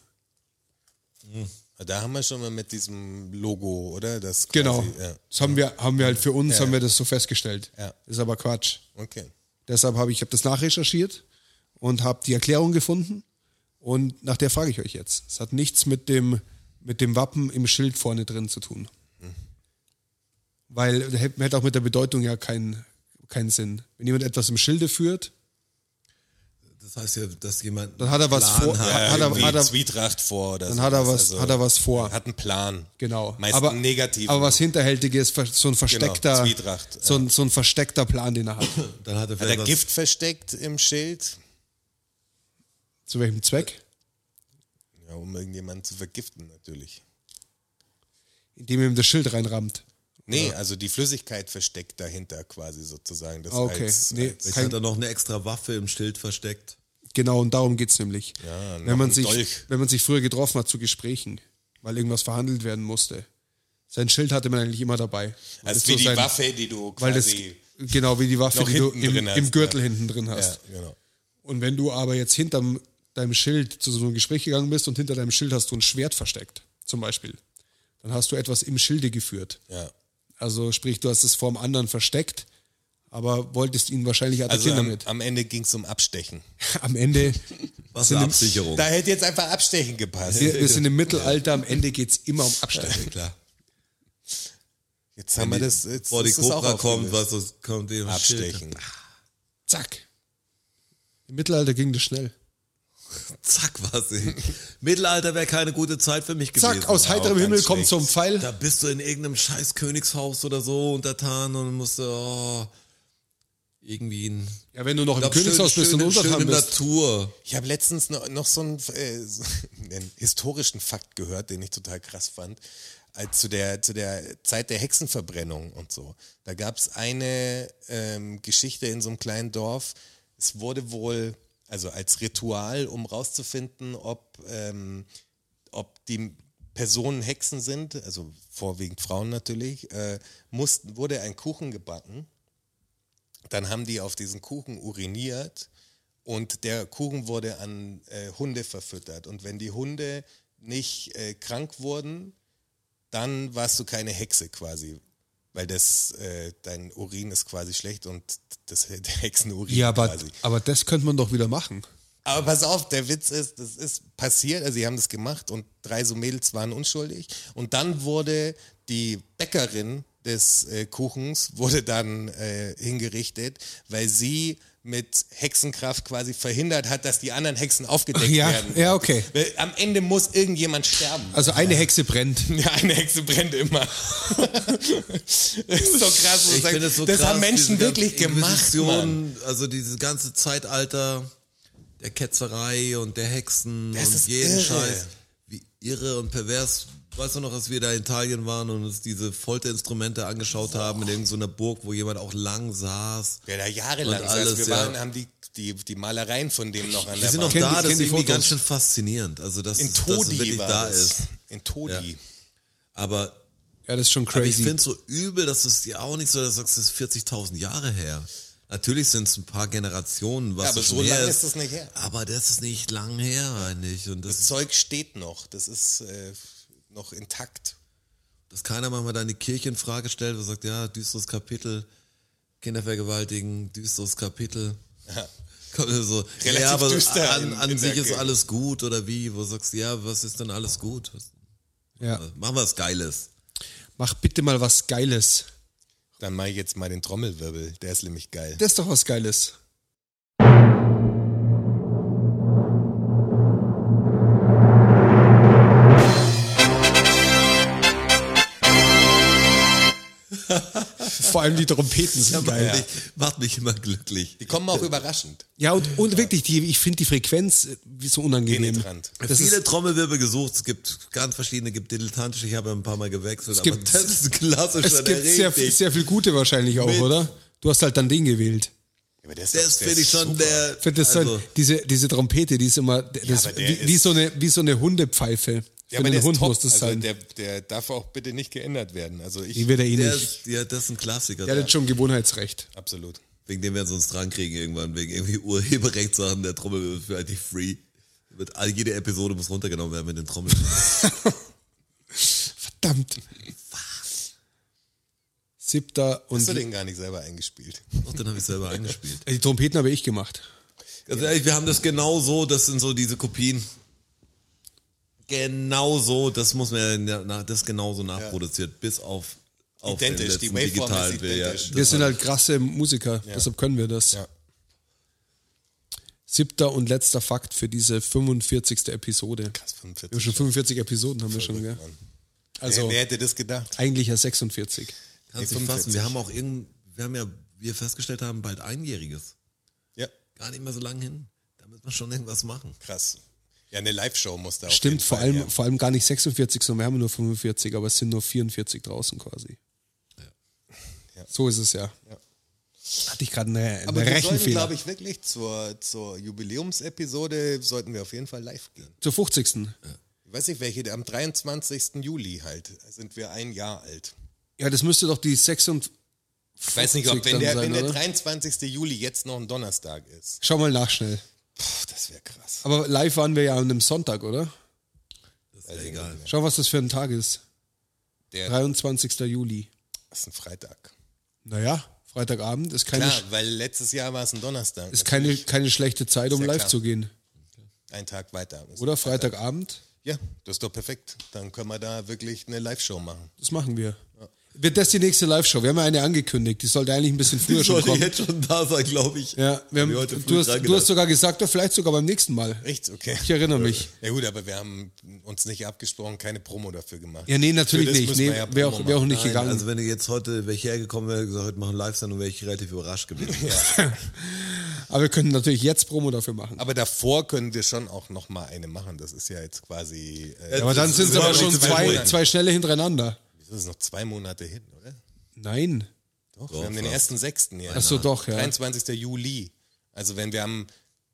S3: Da haben wir schon mal mit diesem Logo, oder? Das quasi,
S2: Genau.
S3: Ja.
S2: Das haben wir, haben wir halt für uns, haben wir das so festgestellt.
S3: Ja.
S2: Ist aber Quatsch.
S3: Okay.
S2: Deshalb habe ich, ich habe das nachrecherchiert und habe die Erklärung gefunden. Und nach der frage ich euch jetzt. Es hat nichts mit dem, mit dem Wappen im Schild vorne drin zu tun.
S3: Mhm.
S2: Weil da hätte hätte auch mit der Bedeutung ja keinen keinen Sinn. Wenn jemand etwas im Schilde führt,
S4: das heißt ja, dass jemand.
S2: dann hat er was
S4: Plan
S2: vor.
S4: hat.
S2: hat, er,
S3: Äh, Irgendwie
S2: hat, er,
S3: Zwietracht vor oder
S2: dann hat er
S3: sowas. Also
S2: was, hat er was vor.
S3: Hat einen Plan.
S2: Genau.
S3: Meist
S2: aber,
S3: einen negativen.
S2: Aber was Hinterhältiges, ver- so ein versteckter,
S3: genau? Zwietracht, ja.
S2: so, ein, so ein versteckter Plan, den er hat.
S4: Dann hat er
S3: hat
S4: vielleicht
S3: er
S4: was-
S3: Gift versteckt im Schild?
S2: Zu welchem Zweck?
S3: Ja, um irgendjemanden zu vergiften natürlich.
S2: Indem er ihm das Schild reinrammt.
S3: Nee, also die Flüssigkeit versteckt dahinter quasi sozusagen. Das
S2: Ah, okay.
S3: Als,
S2: Nee,
S3: als,
S4: Vielleicht hat er noch eine extra Waffe im Schild versteckt.
S2: Genau, und darum geht's nämlich.
S3: noch
S2: wenn, man
S3: ein
S2: sich,
S3: Dolch.
S2: wenn man sich früher getroffen hat zu Gesprächen, weil irgendwas verhandelt werden musste. Sein Schild hatte man eigentlich immer dabei. Weil das
S3: als wie
S2: so
S3: die
S2: sein-
S3: Waffe, die du
S2: Weil das,
S3: quasi.
S2: genau, wie die Waffe,
S3: noch
S2: die du
S3: hinten
S2: im,
S3: drin hast,
S2: im Gürtel
S3: ja.
S2: hinten drin hast.
S3: ja, genau.
S2: Und wenn du aber jetzt hinterm deinem Schild zu so einem Gespräch gegangen bist und hinter deinem Schild hast du ein Schwert versteckt, zum Beispiel, dann hast du etwas im Schilde geführt.
S3: Ja.
S2: Also sprich, du hast es vor dem anderen versteckt Aber wolltest ihn wahrscheinlich
S3: Also
S2: attackieren
S3: am,
S2: damit.
S3: am Ende ging es um Abstechen.
S2: Am Ende,
S4: Was eine Absicherung.
S3: Da hätte jetzt einfach Abstechen gepasst.
S2: wir, wir sind im Mittelalter, am Ende geht's immer um Abstechen.
S4: Klar.
S3: Jetzt haben wir das. Jetzt
S4: Vor die
S3: ist es auch
S4: Cobra kommt,
S3: aufgelöst.
S4: was das kommt eben
S3: Abstechen.
S2: Zack. Im Mittelalter ging das schnell.
S4: Zack, was ich. Mittelalter wäre keine gute Zeit für mich gewesen.
S2: Zack, aus heiterem
S3: ganz
S2: Himmel kommt
S3: schlecht.
S2: zum Pfeil.
S4: Da bist du in irgendeinem scheiß Königshaus oder so untertan und musst oh, irgendwie in
S2: Ja, wenn du noch im
S4: glaub,
S2: Königshaus bist und
S4: schön, schön
S2: untertan
S4: in
S2: bist.
S4: Natur.
S3: Ich habe letztens noch, noch so einen, äh, so einen historischen Fakt gehört, den ich total krass fand. Als zu der, zu der Zeit der Hexenverbrennung und so. Da gab es eine ähm, Geschichte in so einem kleinen Dorf. Es wurde wohl, also als Ritual, um rauszufinden, ob, ähm, ob die Personen Hexen sind, also vorwiegend Frauen natürlich, äh, mussten, wurde ein Kuchen gebacken. Dann haben die auf diesen Kuchen uriniert und der Kuchen wurde an äh, Hunde verfüttert. Und wenn die Hunde nicht äh, krank wurden, dann warst du keine Hexe quasi. Weil das, äh, dein Urin ist quasi schlecht und das der Hexenurin
S2: Ja, aber,
S3: quasi.
S2: aber das könnte man doch wieder machen.
S3: Aber pass auf, der Witz ist, das ist passiert, also sie haben das gemacht und drei so Mädels waren unschuldig. Und dann wurde die Bäckerin des äh, Kuchens, wurde dann äh, hingerichtet, weil sie mit Hexenkraft quasi verhindert hat, dass die anderen Hexen aufgedeckt
S2: Ja,
S3: werden.
S2: ja, okay.
S3: Weil am Ende muss irgendjemand sterben.
S2: Also eine Hexe brennt.
S3: Ja, eine Hexe brennt immer. das ist so krass. wo du
S4: Ich
S3: sagst,
S4: finde es so
S3: das
S4: krass,
S3: haben Menschen
S4: diese ganze
S3: wirklich gemacht. Mann.
S4: Inquisition, Also dieses ganze Zeitalter der Ketzerei und der Hexen
S3: Das
S4: und
S3: ist
S4: jeden
S3: irre.
S4: Scheiß. Wie irre und pervers. Weißt du noch, als wir da in Italien waren und uns diese Folterinstrumente angeschaut haben in irgendeiner Burg, wo jemand auch lang saß.
S3: Ja, da jahrelang.
S4: Und
S3: saß.
S4: alles,
S3: wir
S4: ja.
S3: waren, haben die, die, die Malereien von dem noch an
S4: Die
S3: der
S4: sind
S3: Wand.
S4: noch
S2: Kennt-
S4: da, das
S2: kennt
S4: ist
S2: die
S4: irgendwie
S2: Fotos.
S4: ganz schön faszinierend. Also, dass,
S3: In
S4: dass es
S3: Todi
S4: wirklich
S3: war
S4: da
S3: das.
S4: ist.
S3: In Todi.
S4: Aber
S2: Ja, das ist schon
S4: Aber ich
S2: crazy.
S4: finde es so übel, dass es dir auch nicht so, dass du sagst, das ist 40.000 Jahre her. Natürlich sind es ein paar Generationen, was
S3: Ja, aber
S4: schon
S3: so
S4: her
S3: lange ist das nicht her.
S4: Aber das ist nicht lang her eigentlich. Und das,
S3: Das Zeug steht noch. Das ist äh, noch intakt.
S4: dass keiner manchmal dann die Kirche in Frage stellt und sagt, ja, düsteres Kapitel, Kinder vergewaltigen, düsteres Kapitel. Kommt so,
S3: Relativ
S4: ja, aber
S3: düster
S4: an,
S3: in-
S4: an
S3: in
S4: sich
S3: der
S4: ist
S3: Kirche.
S4: alles gut oder wie? Wo du sagst du, ja, was ist denn alles gut? Was,
S2: Ja.
S4: machen wir was Geiles.
S2: Mach bitte mal was Geiles.
S3: Dann mache ich jetzt mal den Trommelwirbel. Der ist nämlich geil.
S2: Das ist doch was Geiles. Vor allem die Trompeten sind geil.
S4: Macht, mich, macht mich immer glücklich.
S3: Die kommen auch überraschend.
S2: Ja, und, und wirklich, die, ich finde die Frequenz äh, wie so unangenehm.
S3: Penetrant.
S2: Das
S4: viele
S2: ist,
S4: Trommelwirbel gesucht. Es gibt ganz verschiedene, es gibt dilettantische, ich habe ja ein paar Mal gewechselt,
S2: Es gibt-
S4: aber das ist ein klassischer,
S2: es
S4: der
S2: gibt sehr,
S4: richtig-
S2: sehr viel gute wahrscheinlich auch,
S4: Mit-
S2: oder? Du hast halt dann den gewählt.
S3: Aber der ist,
S4: Das
S3: doch- der
S4: finde ich
S3: ist
S4: schon
S3: super.
S4: der,
S2: Ich find Das
S4: also,
S2: so, diese, diese Trompete, die ist immer das,
S3: aber der
S2: wie, wie,
S3: ist-
S2: so eine, wie so eine Hundepfeife. Für
S3: Ja, aber
S2: den
S3: der ist
S2: Hund
S3: top.
S2: muss das
S3: also
S2: sein.
S3: der, der darf auch bitte nicht geändert werden. Also ich.
S2: die wird er eh
S4: der
S2: nicht.
S4: ist, ja, das ist ein Klassiker.
S2: Der hat jetzt schon Gewohnheitsrecht.
S3: absolut.
S4: Wegen dem werden sie uns dran kriegen irgendwann, wegen irgendwie Urheberrechtssachen der Trommelwirbel für eigentlich free. Wird, all- jede Episode muss runtergenommen werden mit den Trommelwirbeln.
S2: Verdammt. Siebter und
S3: Hast du den gar nicht selber eingespielt?
S4: Und dann habe ich selber eingespielt.
S2: die Trompeten habe ich gemacht.
S4: Ganz ehrlich, wir haben das genau so, das sind so diese Kopien. Genau so, das muss man ja, na- das ist genauso nachproduziert, bis auf, auf
S3: Identisch, die
S4: letzten
S3: Waveform ist
S4: digitalen Bild, ja.
S3: identisch.
S4: Das
S2: Wir sind
S4: war-
S2: halt krasse Musiker, deshalb können wir das.
S3: Ja.
S2: Siebter und letzter Fakt für diese 45. Episode.
S3: Krass,
S2: Wir haben
S3: 45.
S2: schon 45 Episoden haben wir schon, gell?
S3: Mann.
S2: Also
S3: wer, wer hätte das gedacht?
S2: eigentlich ja 46.
S4: Kannst
S3: Nee,
S4: du nicht fassen.
S3: 45.
S4: Wir haben auch irgend, wir haben ja, wie wir festgestellt haben, bald Einjähriges.
S3: Ja,
S4: Gar nicht mehr so lange hin. Da müssen wir schon irgendwas machen.
S3: krass. Ja, eine Live-Show muss da auf jeden
S2: Stimmt, vor
S3: Fall
S2: allem,
S3: her.
S2: vor allem gar nicht 46, sondern wir haben nur 45, aber es sind nur 44 draußen quasi. So ist es ja. Hatte ich gerade eine, eine
S3: Aber wir sollten,
S2: Rechenfehler.
S3: glaube ich, wirklich zur, zur Jubiläumsepisode sollten wir auf jeden Fall live gehen.
S2: Zur 50.
S3: Ich weiß nicht, welche, am 23. Juli halt sind wir ein Jahr alt.
S2: Ja, das müsste doch die 56
S3: Ich weiß nicht, ob wenn
S2: dann
S3: der,
S2: sein,
S3: wenn der
S2: oder?
S3: 23. Juli jetzt noch ein Donnerstag ist.
S2: Schau mal nach schnell.
S3: Pff, das wäre krass.
S2: Aber live waren wir ja an einem Sonntag, oder?
S4: Das ist ja egal.
S2: Schau, was das für ein Tag ist.
S3: Der
S2: 23. Juli.
S3: ist ein Freitag.
S2: Naja, Freitagabend ist keine,
S3: Klar, weil letztes Jahr war es ein Donnerstag.
S2: ist keine, keine schlechte Zeit, um
S3: ja
S2: live
S3: klar.
S2: zu gehen.
S3: Ein Tag weiter.
S2: Oder Freitagabend,
S3: Ja, das ist doch perfekt. Dann können wir da wirklich eine Live-Show machen.
S2: das machen wir. Wird das die nächste Live-Show? Wir haben ja eine angekündigt, die sollte eigentlich ein bisschen früher schon kommen.
S4: jetzt schon da sein, glaube ich.
S2: Ja, wir haben,
S4: wir heute früh
S2: du, hast,
S4: dran
S2: du
S4: gedacht.
S2: hast sogar gesagt, oh, vielleicht sogar beim nächsten Mal.
S3: Echt? Okay.
S2: Ich erinnere mich.
S3: Ja gut, aber wir haben uns nicht abgesprochen, keine Promo dafür gemacht.
S2: Ja, nee, natürlich
S3: Für das
S2: nicht.
S3: müssen
S2: Nee,
S3: wir ja
S2: wäre
S3: Promo
S2: auch, wär auch
S3: machen.
S2: nicht gegangen.
S4: Also wenn du jetzt heute welche hergekommen wäre, gesagt, heute machen Live-Sendung, wäre ich relativ überrascht gewesen.
S2: Aber wir könnten natürlich jetzt Promo dafür machen.
S3: Ah, Aber davor können wir schon auch nochmal eine machen. Das ist ja jetzt quasi. Äh,
S2: Aber dann
S4: das
S2: sind es
S4: sind
S2: aber
S4: wir
S2: schon
S4: nicht zu
S2: zwei,
S4: wiederholen.
S2: zwei schnelle hintereinander.
S3: das ist noch zwei Monate hin, oder?
S2: Nein.
S3: Doch. wir haben den ersten sechsten ja.
S2: Achso, doch, ja.
S3: 23. Juli. Also wenn wir am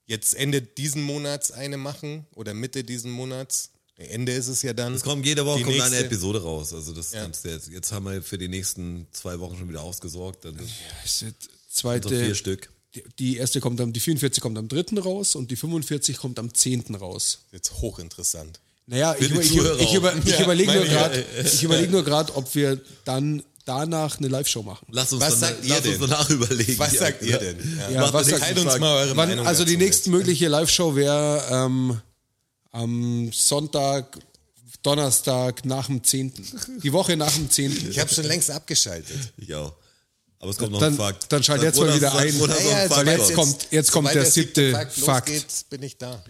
S3: jetzt Ende diesen Monats eine machen oder Mitte diesen Monats. Ende ist es ja dann.
S4: Es kommt jede Woche
S3: Die
S4: kommt eine
S3: nächste-
S4: Episode raus. Also das
S3: Ja.
S4: kannst du jetzt. Jetzt haben wir für die nächsten zwei Wochen schon wieder ausgesorgt. Dann
S2: Das ist
S4: so
S2: Zweite,
S4: vier Stück.
S2: die- die erste kommt am, die 44 kommt am 3. raus und die 45 kommt am 10. raus.
S3: Jetzt hochinteressant.
S2: Naja, ich,
S4: die
S2: über- ich, über-
S4: Zuhörer
S2: ich, über,
S4: auch.
S2: ich
S4: Ja,
S2: überlege nur
S4: meine
S2: gerade, ich überlege nur gerade, ob wir dann danach eine Live-Show machen.
S4: Lass uns,
S3: Was
S4: dann,
S3: sagt ihr
S4: lass uns
S3: denn?
S4: danach überlegen.
S3: Was
S4: Ja,
S3: sagt ihr
S4: ja.
S3: denn? Ja.
S2: Ja, was
S4: Macht man
S2: sagt-
S4: nichts
S3: Teilt uns
S4: sagen.
S3: mal eure
S2: Wann,
S3: Meinung.
S2: also die
S3: dazu
S2: nächstmögliche Live-Show wäre ähm, am Sonntag, Donnerstag nach dem 10. Die Woche nach dem 10.
S3: jetzt. Ich habe schon längst abgeschaltet.
S4: Ich auch. Aber es kommt noch
S2: Dann-
S4: ein Fakt.
S2: dann schalt jetzt mal wieder ein.
S4: Oder so
S2: Ja, ja,
S4: ein
S2: also
S4: Fakt
S2: jetzt
S4: raus.
S2: kommt- jetzt kommt
S3: sobald
S2: der siebte Fakt.
S3: Losgeht, bin ich da.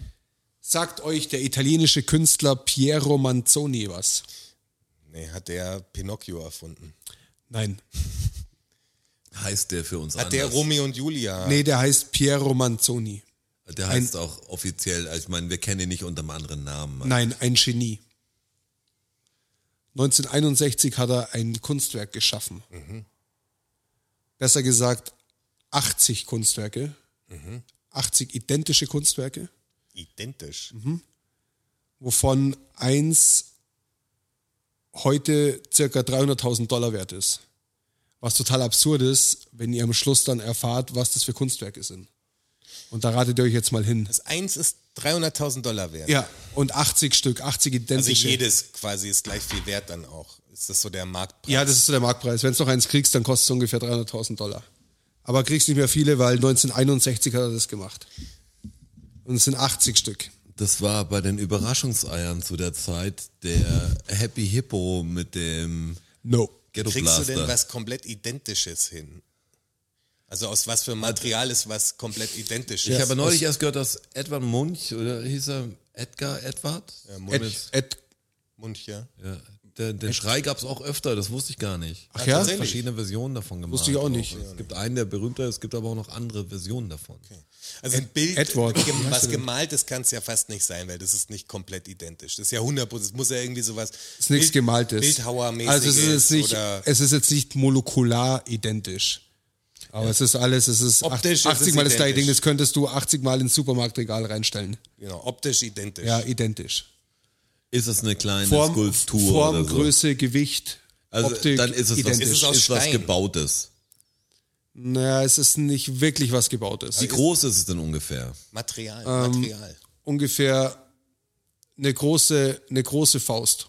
S2: Sagt euch der italienische Künstler Piero Manzoni was?
S3: Nee, hat der Pinocchio erfunden.
S2: Nein.
S4: heißt der für uns
S3: Hat der
S4: anders.
S3: Romeo und Julia.
S2: Nee, der heißt Piero Manzoni.
S4: Der heißt auch offiziell, also ich meine, wir kennen ihn nicht unter einem anderen Namen.
S3: Mhm.
S2: Nein, ein Genie. 1961 hat er ein Kunstwerk geschaffen.
S3: Mhm.
S2: Besser gesagt, 80 Kunstwerke.
S3: Mhm.
S2: 80 identische Kunstwerke,
S3: Identisch.
S2: wovon eins heute circa 300.000 Dollar wert ist. Was total absurd ist, wenn ihr am Schluss dann erfahrt, was das für Kunstwerke sind. Und da ratet ihr euch jetzt mal hin.
S3: Das eins ist 300.000 Dollar wert.
S2: Ja, und 80 Stück, 80
S3: Also
S2: identische.
S3: jedes quasi ist gleich viel wert dann auch. Ist das so der Marktpreis?
S2: Ja, das ist so der Marktpreis. Wenn du noch eins kriegst, dann kostet es ungefähr 300.000 Dollar. Aber kriegst nicht mehr viele, weil 1961 hat er das gemacht. Und es sind 80 Stück.
S4: Das war bei den Überraschungseiern zu der Zeit der Happy Hippo mit dem
S2: No.
S4: Ghetto
S3: Kriegst du denn
S4: Blaster.
S3: was komplett Identisches hin? Also aus was für Material ist was komplett identisch?
S4: Ich habe neulich erst gehört, dass Edward Munch, oder hieß er Edgar Edward? Ja,
S2: Ed, Ed,
S3: Mund, ja.
S4: Der, den Schrei gab es auch öfter, das wusste ich gar nicht.
S2: Ach ja?
S4: Es hat verschiedene Versionen davon gemacht.
S2: Wusste ich auch nicht.
S4: Es gibt einen, der berühmter ist, es gibt aber auch noch andere Versionen davon.
S3: Also ein Bild,
S2: Edward.
S3: gem-
S2: Wie heißt
S3: was
S2: er denn?
S3: gemaltes kann es ja fast nicht sein, weil das ist nicht komplett identisch. Das ist ja 100%, es muss ja irgendwie sowas
S2: ist nichts Gemaltes.
S3: Bildhauermäßiges
S2: Also es ist, jetzt nicht,
S3: oder
S2: es ist jetzt nicht molekular identisch. Aber es ist alles, es ist
S3: Optisch ist
S2: 80,
S3: es
S2: Mal das gleiche
S3: identisch.
S2: Ding, das könntest du 80 Mal ins Supermarktregal reinstellen.
S3: genau, optisch identisch.
S2: Ja, identisch.
S4: Ist es eine kleine
S2: Form,
S4: Skulptur
S2: Form
S4: oder so?
S2: Größe, Gewicht,
S4: also
S2: Optik,
S4: dann ist es, was,
S2: identisch.
S3: Ist es aus
S4: ist was
S3: Stein?
S4: Gebautes.
S2: naja, es ist nicht wirklich was Gebautes.
S4: Wie groß ist es denn ungefähr?
S3: Material,
S2: ähm,
S3: Material.
S2: ungefähr eine große, eine große Faust.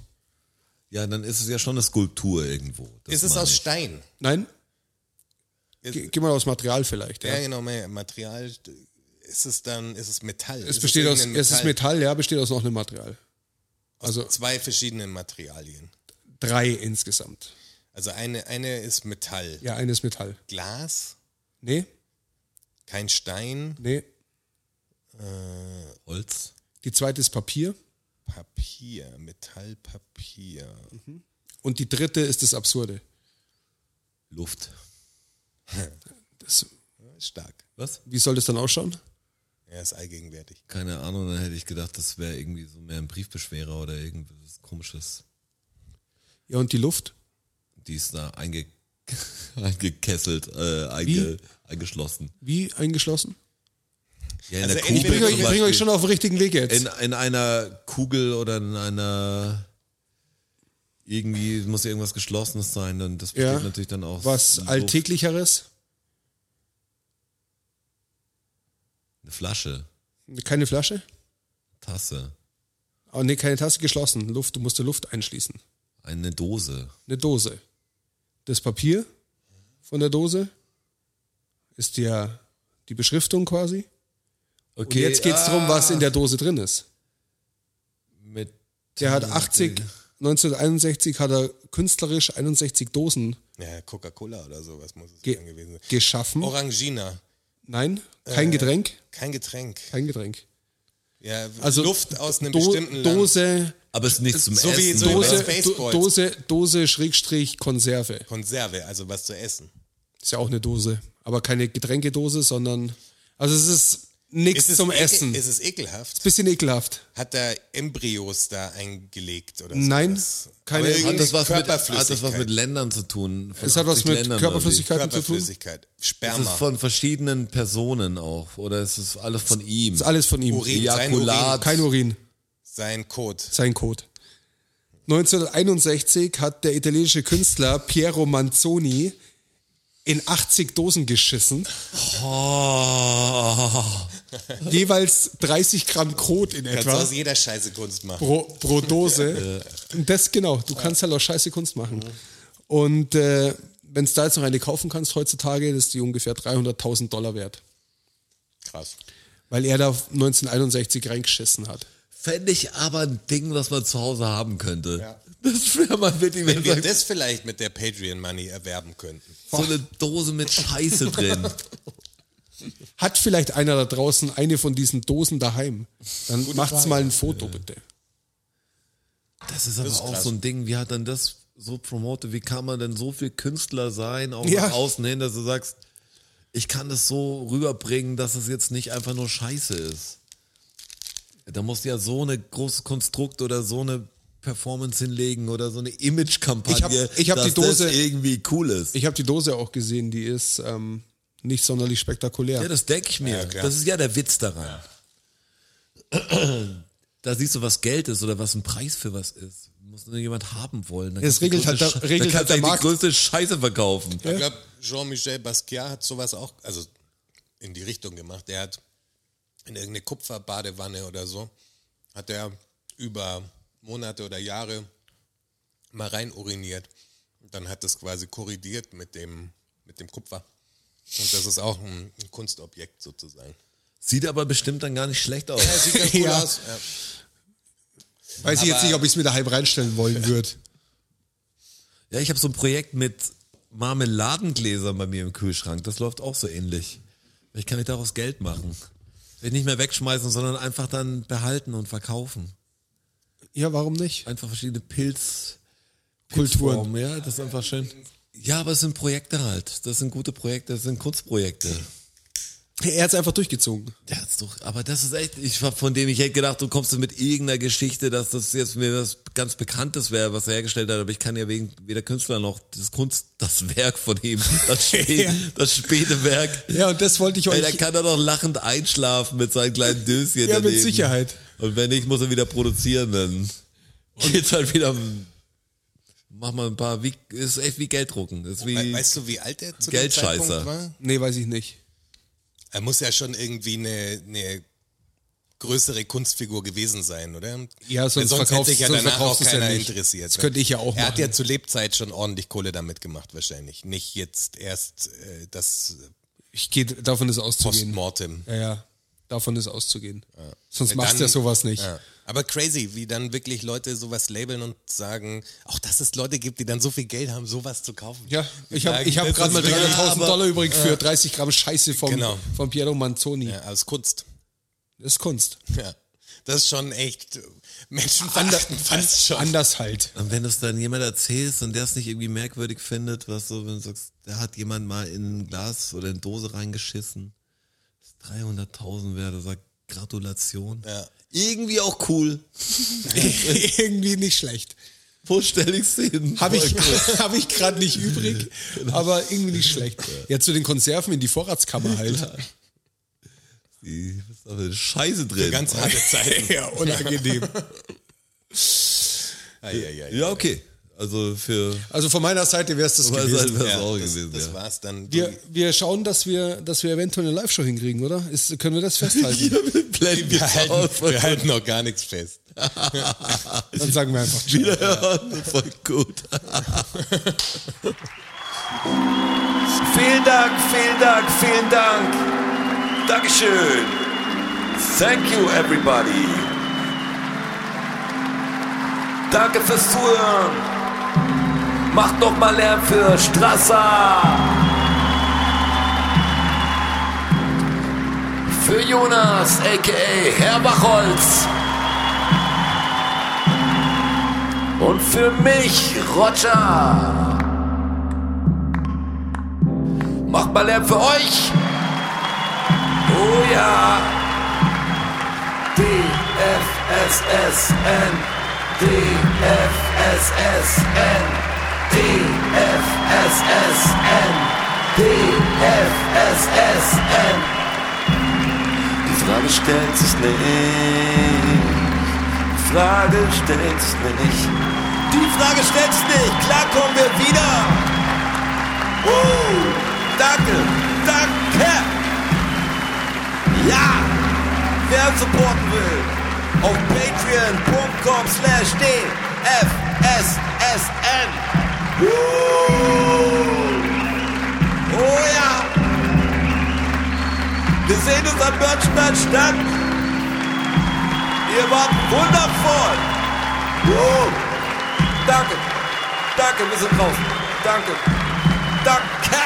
S4: Ja, dann ist es ja schon eine Skulptur irgendwo. Das
S3: Ist es
S4: meine
S3: aus
S4: ich.
S3: Stein?
S2: Nein?
S3: Ist-
S2: Ge- Geh mal aus Material vielleicht. Ja.
S3: Ja, genau, mehr Material. Ist es dann, ist es Metall?
S2: es besteht aus,
S3: irgendein
S2: es ist Metall, ja, besteht aus noch einem Material. Also
S3: zwei verschiedenen Materialien.
S2: drei insgesamt.
S3: Also eine, eine ist Metall.
S2: Ja, eines Metall.
S3: Glas,
S2: Nee?
S3: kein Stein,
S2: Nee.
S4: Holz?
S2: Die zweite ist Papier
S3: Papier, Metallpapier.
S2: und die dritte ist das Absurde.
S4: Luft.
S2: Das,
S3: Stark.
S4: Was?
S2: wie soll das dann ausschauen?
S3: Er ist allgegenwärtig.
S4: Keine Ahnung, dann hätte ich gedacht, das wäre irgendwie so mehr ein Briefbeschwerer oder irgendwas komisches.
S2: Ja, und die Luft?
S4: Die ist da einge eingekesselt, äh, einge eingeschlossen.
S2: Wie eingeschlossen?
S4: Ja, in
S3: Also
S4: der
S2: Ich
S4: Kugel
S2: bringe
S3: entweder-
S4: zum
S2: euch, ich bring euch
S4: Beispiel.
S2: schon auf den richtigen Weg jetzt.
S4: in, in einer Kugel oder in einer irgendwie muss ja irgendwas geschlossenes sein und das besteht
S2: Ja.
S4: natürlich dann auch
S2: Was Alltäglicheres?
S4: eine Flasche,
S2: Keine Flasche?
S4: Tasse,
S2: Oh, nee, keine Tasse geschlossen. Luft, du musst die Luft einschließen.
S4: eine Dose,
S2: eine Dose. Das Papier von der Dose ist der, die Beschriftung quasi. Okay. ah. Und jetzt geht es darum, was in der Dose drin ist.
S4: Mit
S2: Der hat 80, 1961 hat er künstlerisch 61 Dosen
S3: Ja, Coca-Cola oder sowas muss es
S2: Ge-
S3: dann gewesen sein.
S2: geschaffen.
S3: Orangina,
S2: Nein,
S3: Äh,
S2: kein Getränk.
S3: kein Getränk.
S2: Kein Getränk.
S3: Ja,
S2: Also
S3: Luft aus einem
S2: Do
S3: bestimmten Land.
S2: Dose,
S4: aber es ist nichts zum
S3: So wie-
S4: Essen.
S3: so wie-
S4: oder?
S2: Dose,
S3: Baseballs.
S2: Dose, Dose, Schrägstrich, Konserve.
S3: Konserve, also was zu essen.
S2: Ist ja auch eine Dose. Aber keine Getränkedose, sondern. Also es ist nichts
S3: Ist es
S2: zum
S3: ekel-
S2: Essen.
S3: Ist es ekelhaft?
S2: Bisschen ekelhaft.
S3: Hat er Embryos da eingelegt oder
S2: Nein,
S3: sowas?
S2: keine-
S3: Aber
S4: hat,
S3: irgendwie
S4: das was mit, hat das was
S3: Körperflüssigkeit.
S4: mit Ländern zu tun? Von
S2: Es hat was
S4: 80
S2: mit
S4: Ländern, oder wie?
S2: Körperflüssigkeiten zu tun. Ist
S3: Körperflüssigkeit.
S4: Ist es
S3: Sperma.
S4: von verschiedenen Personen auch? Oder ist es alles von ihm?
S2: alles von ihm.
S3: Urin, sein
S4: Ejakulat.
S3: Urin,
S2: Kein Urin,
S3: sein Kot.
S2: sein Code. 1961 hat der italienische Künstler Piero Manzoni in 80 Dosen geschissen.
S4: Oh.
S2: jeweils 30 Gramm Kot in
S3: Kannst
S2: etwa
S3: aus jeder Scheiße Kunst machen.
S2: pro, pro Dose. Und das genau, du kannst halt auch scheiße Kunst machen. Und äh, wenn du da jetzt noch eine kaufen kannst heutzutage, das ist die ungefähr 300.000 Dollar wert, Oh.
S3: Krass.
S2: weil er da 1961 reingeschissen hat.
S4: Fände ich aber ein Ding, was man zu Hause haben könnte. Das wäre mal wirklich, wenn
S3: Wenn wir
S2: halt
S4: man sagt,
S3: das vielleicht mit der Patreon Money erwerben könnten.
S4: so eine Dose mit Scheiße drin.
S2: Hat vielleicht einer da draußen eine von diesen Dosen daheim? Dann macht's mal ein Foto bitte.
S4: Das ist aber
S3: ist
S4: auch
S3: krass.
S4: so ein Ding, wie hat dann das so promotet? Wie kann man denn so viel Künstler sein, auch
S2: Ja.
S4: nach außen hin, dass du sagst, ich kann das so rüberbringen, dass es jetzt nicht einfach nur Scheiße ist. Da musst du ja so eine großes Konstrukt oder so eine Performance hinlegen oder so eine Image-Kampagne,
S2: Ich hab- ich hab
S4: dass
S2: die Dose-
S4: das irgendwie cool ist.
S2: Ich habe die Dose auch gesehen, die ist ähm, nicht sonderlich spektakulär.
S4: ja, das denke ich mir.
S3: Ja, klar.
S4: das ist ja der Witz daran. Da siehst du, was Geld ist oder was ein Preis für was ist. Muss nur jemand haben wollen. Dann
S2: Das
S4: kannst du die
S2: regelt halt
S4: größte
S2: der-
S4: Sche-
S2: regelt halt
S4: dann kannst du
S2: der
S4: eigentlich
S2: Markt.
S4: die größte Scheiße verkaufen.
S3: Ich glaube, Jean-Michel Basquiat hat sowas auch, also in die Richtung gemacht. Er hat in irgendeine Kupferbadewanne oder so, hat er über Monate oder Jahre mal rein uriniert. Und dann hat das quasi korridiert mit dem, mit dem Kupfer. Und das ist auch ein ein Kunstobjekt sozusagen.
S4: Sieht aber bestimmt dann gar nicht schlecht aus.
S3: Sieht ganz cool
S2: Ja.
S3: aus. Ja.
S2: Weiß ich jetzt
S3: aber-
S2: nicht, ob ich es mir daheim reinstellen wollen würde.
S4: Ja, ich habe so ein Projekt mit Marmeladengläsern bei mir im Kühlschrank. Das läuft auch so ähnlich. Ich kann mich daraus Geld machen. Will nicht mehr wegschmeißen, sondern einfach dann behalten und verkaufen.
S2: Ja, warum nicht?
S4: Einfach verschiedene Pilz
S2: Kulturen.
S4: Pilzformen, Ja, das ist einfach schön. Ja, aber es sind Projekte halt. Das sind gute Projekte, das sind Kunstprojekte.
S2: Er hat's einfach durchgezogen.
S4: Ja, ist doch, aber das ist echt, ich war von dem, ich hätte gedacht, du kommst mit irgendeiner Geschichte, dass das jetzt mir was ganz Bekanntes wäre, was er hergestellt hat, aber ich kann ja wegen, weder Künstler noch das Kunst, das Werk von ihm, das, spät, das späte Werk.
S2: Ja, und das wollte ich
S4: Ey, da
S2: euch.
S4: kann er doch lachend einschlafen mit seinen kleinen Döschen.
S2: Ja, mit
S4: daneben.
S2: Sicherheit.
S4: Und wenn nicht, muss er wieder produzieren, dann geht's halt wieder, mach mal ein paar, wie, ist echt wie Geld drucken, ist
S3: We-
S4: wie,
S3: Weißt du, wie alt er zu dem
S4: Geldscheißer.
S3: Zeitpunkt war?
S2: Nee, weiß ich nicht.
S3: Er muss ja schon irgendwie eine, eine größere Kunstfigur gewesen sein, oder?
S2: Ja, sonst
S3: hätte
S2: verkaufst-
S3: sich ja
S2: sonst
S3: danach auch
S2: verkaufst du's ja
S3: keiner
S2: nicht.
S3: interessiert.
S2: Das könnte ich ja auch
S3: Er hat
S2: machen.
S3: ja zu Lebzeit schon ordentlich Kohle damit gemacht, wahrscheinlich. Nicht jetzt erst äh, das
S2: Ich gehe davon ist auszugehen.
S3: Postmortem.
S2: Ja, ja. Davon ist auszugehen. Sonst
S3: Weil
S2: machst du ja
S3: dann-
S2: sowas nicht.
S3: Ja. Aber crazy, wie dann wirklich Leute sowas labeln und sagen, auch dass es Leute gibt, die dann so viel Geld haben, sowas zu kaufen.
S2: Ja, ich
S3: Ja,
S2: habe ich hab
S3: das
S2: gerade
S3: ist
S2: mal
S3: wirklich-
S2: 300.000
S3: aber-
S2: Dollar übrig für 30 Gramm Scheiße vom,
S3: Genau.
S2: vom Piero Manzoni.
S3: Ja, als Kunst.
S2: Das ist Kunst.
S3: Ja. Das ist schon echt menschenverachtend fast schon.
S2: Anders halt.
S4: Und wenn du es dann jemand erzählst und der es nicht irgendwie merkwürdig findet, was so, wenn du sagst, da hat jemand mal in ein Glas oder in eine Dose reingeschissen, das 300.000 wäre, der sagt, Gratulation.
S3: Ja.
S4: Irgendwie auch cool.
S2: Irgendwie nicht schlecht.
S4: Wo stell ich's hin?
S2: Habe ich, hab ich gerade nicht übrig, aber irgendwie nicht schlecht. Genau. Ja, zu den Konserven in die Vorratskammer halt.
S4: Die- Was ist da für eine Scheiße drin?
S3: Ganz harte Zeiten. ja,
S2: Unangenehm.
S4: ja, okay. Also für
S2: Also von meiner Seite wäre es das
S4: was
S2: gewesen.
S4: halt was auch
S3: das,
S4: gewesen.
S3: das
S4: ja.
S3: war's dann. Die,
S2: Wir, wir schauen, dass wir, dass wir eventuell eine Live-Show hinkriegen, oder? Ist, können wir das festhalten?
S4: Blenden wir
S3: wir, halten,
S4: aus.
S3: wir halten noch gar nichts fest.
S2: Dann sagen wir einfach.
S4: Wiederhören. Voll gut. Vielen Dank, vielen Dank, vielen Dank. Dankeschön. Thank you, everybody. Danke fürs Zuhören. Macht noch mal Lärm für Strasser. Für Jonas, a.k.a. Herr Bachholz. Und für mich, Roger. Macht mal Lärm für euch. Oh ja. DFSSN. DFSSN. DFSSN. DFSSN. Die Frage stellt sich nicht. Die Frage stellt sich nicht. Die Frage stellt sich nicht. Klar kommen wir wieder. Uh, danke, danke. Ja, wer uns supporten will, auf patreon.com slash dfssn. Uh, oh ja. Wir sehen uns am Börnstein statt. Ihr wart wundervoll. Uh, danke. Danke, wir sind draußen. Danke. Danke.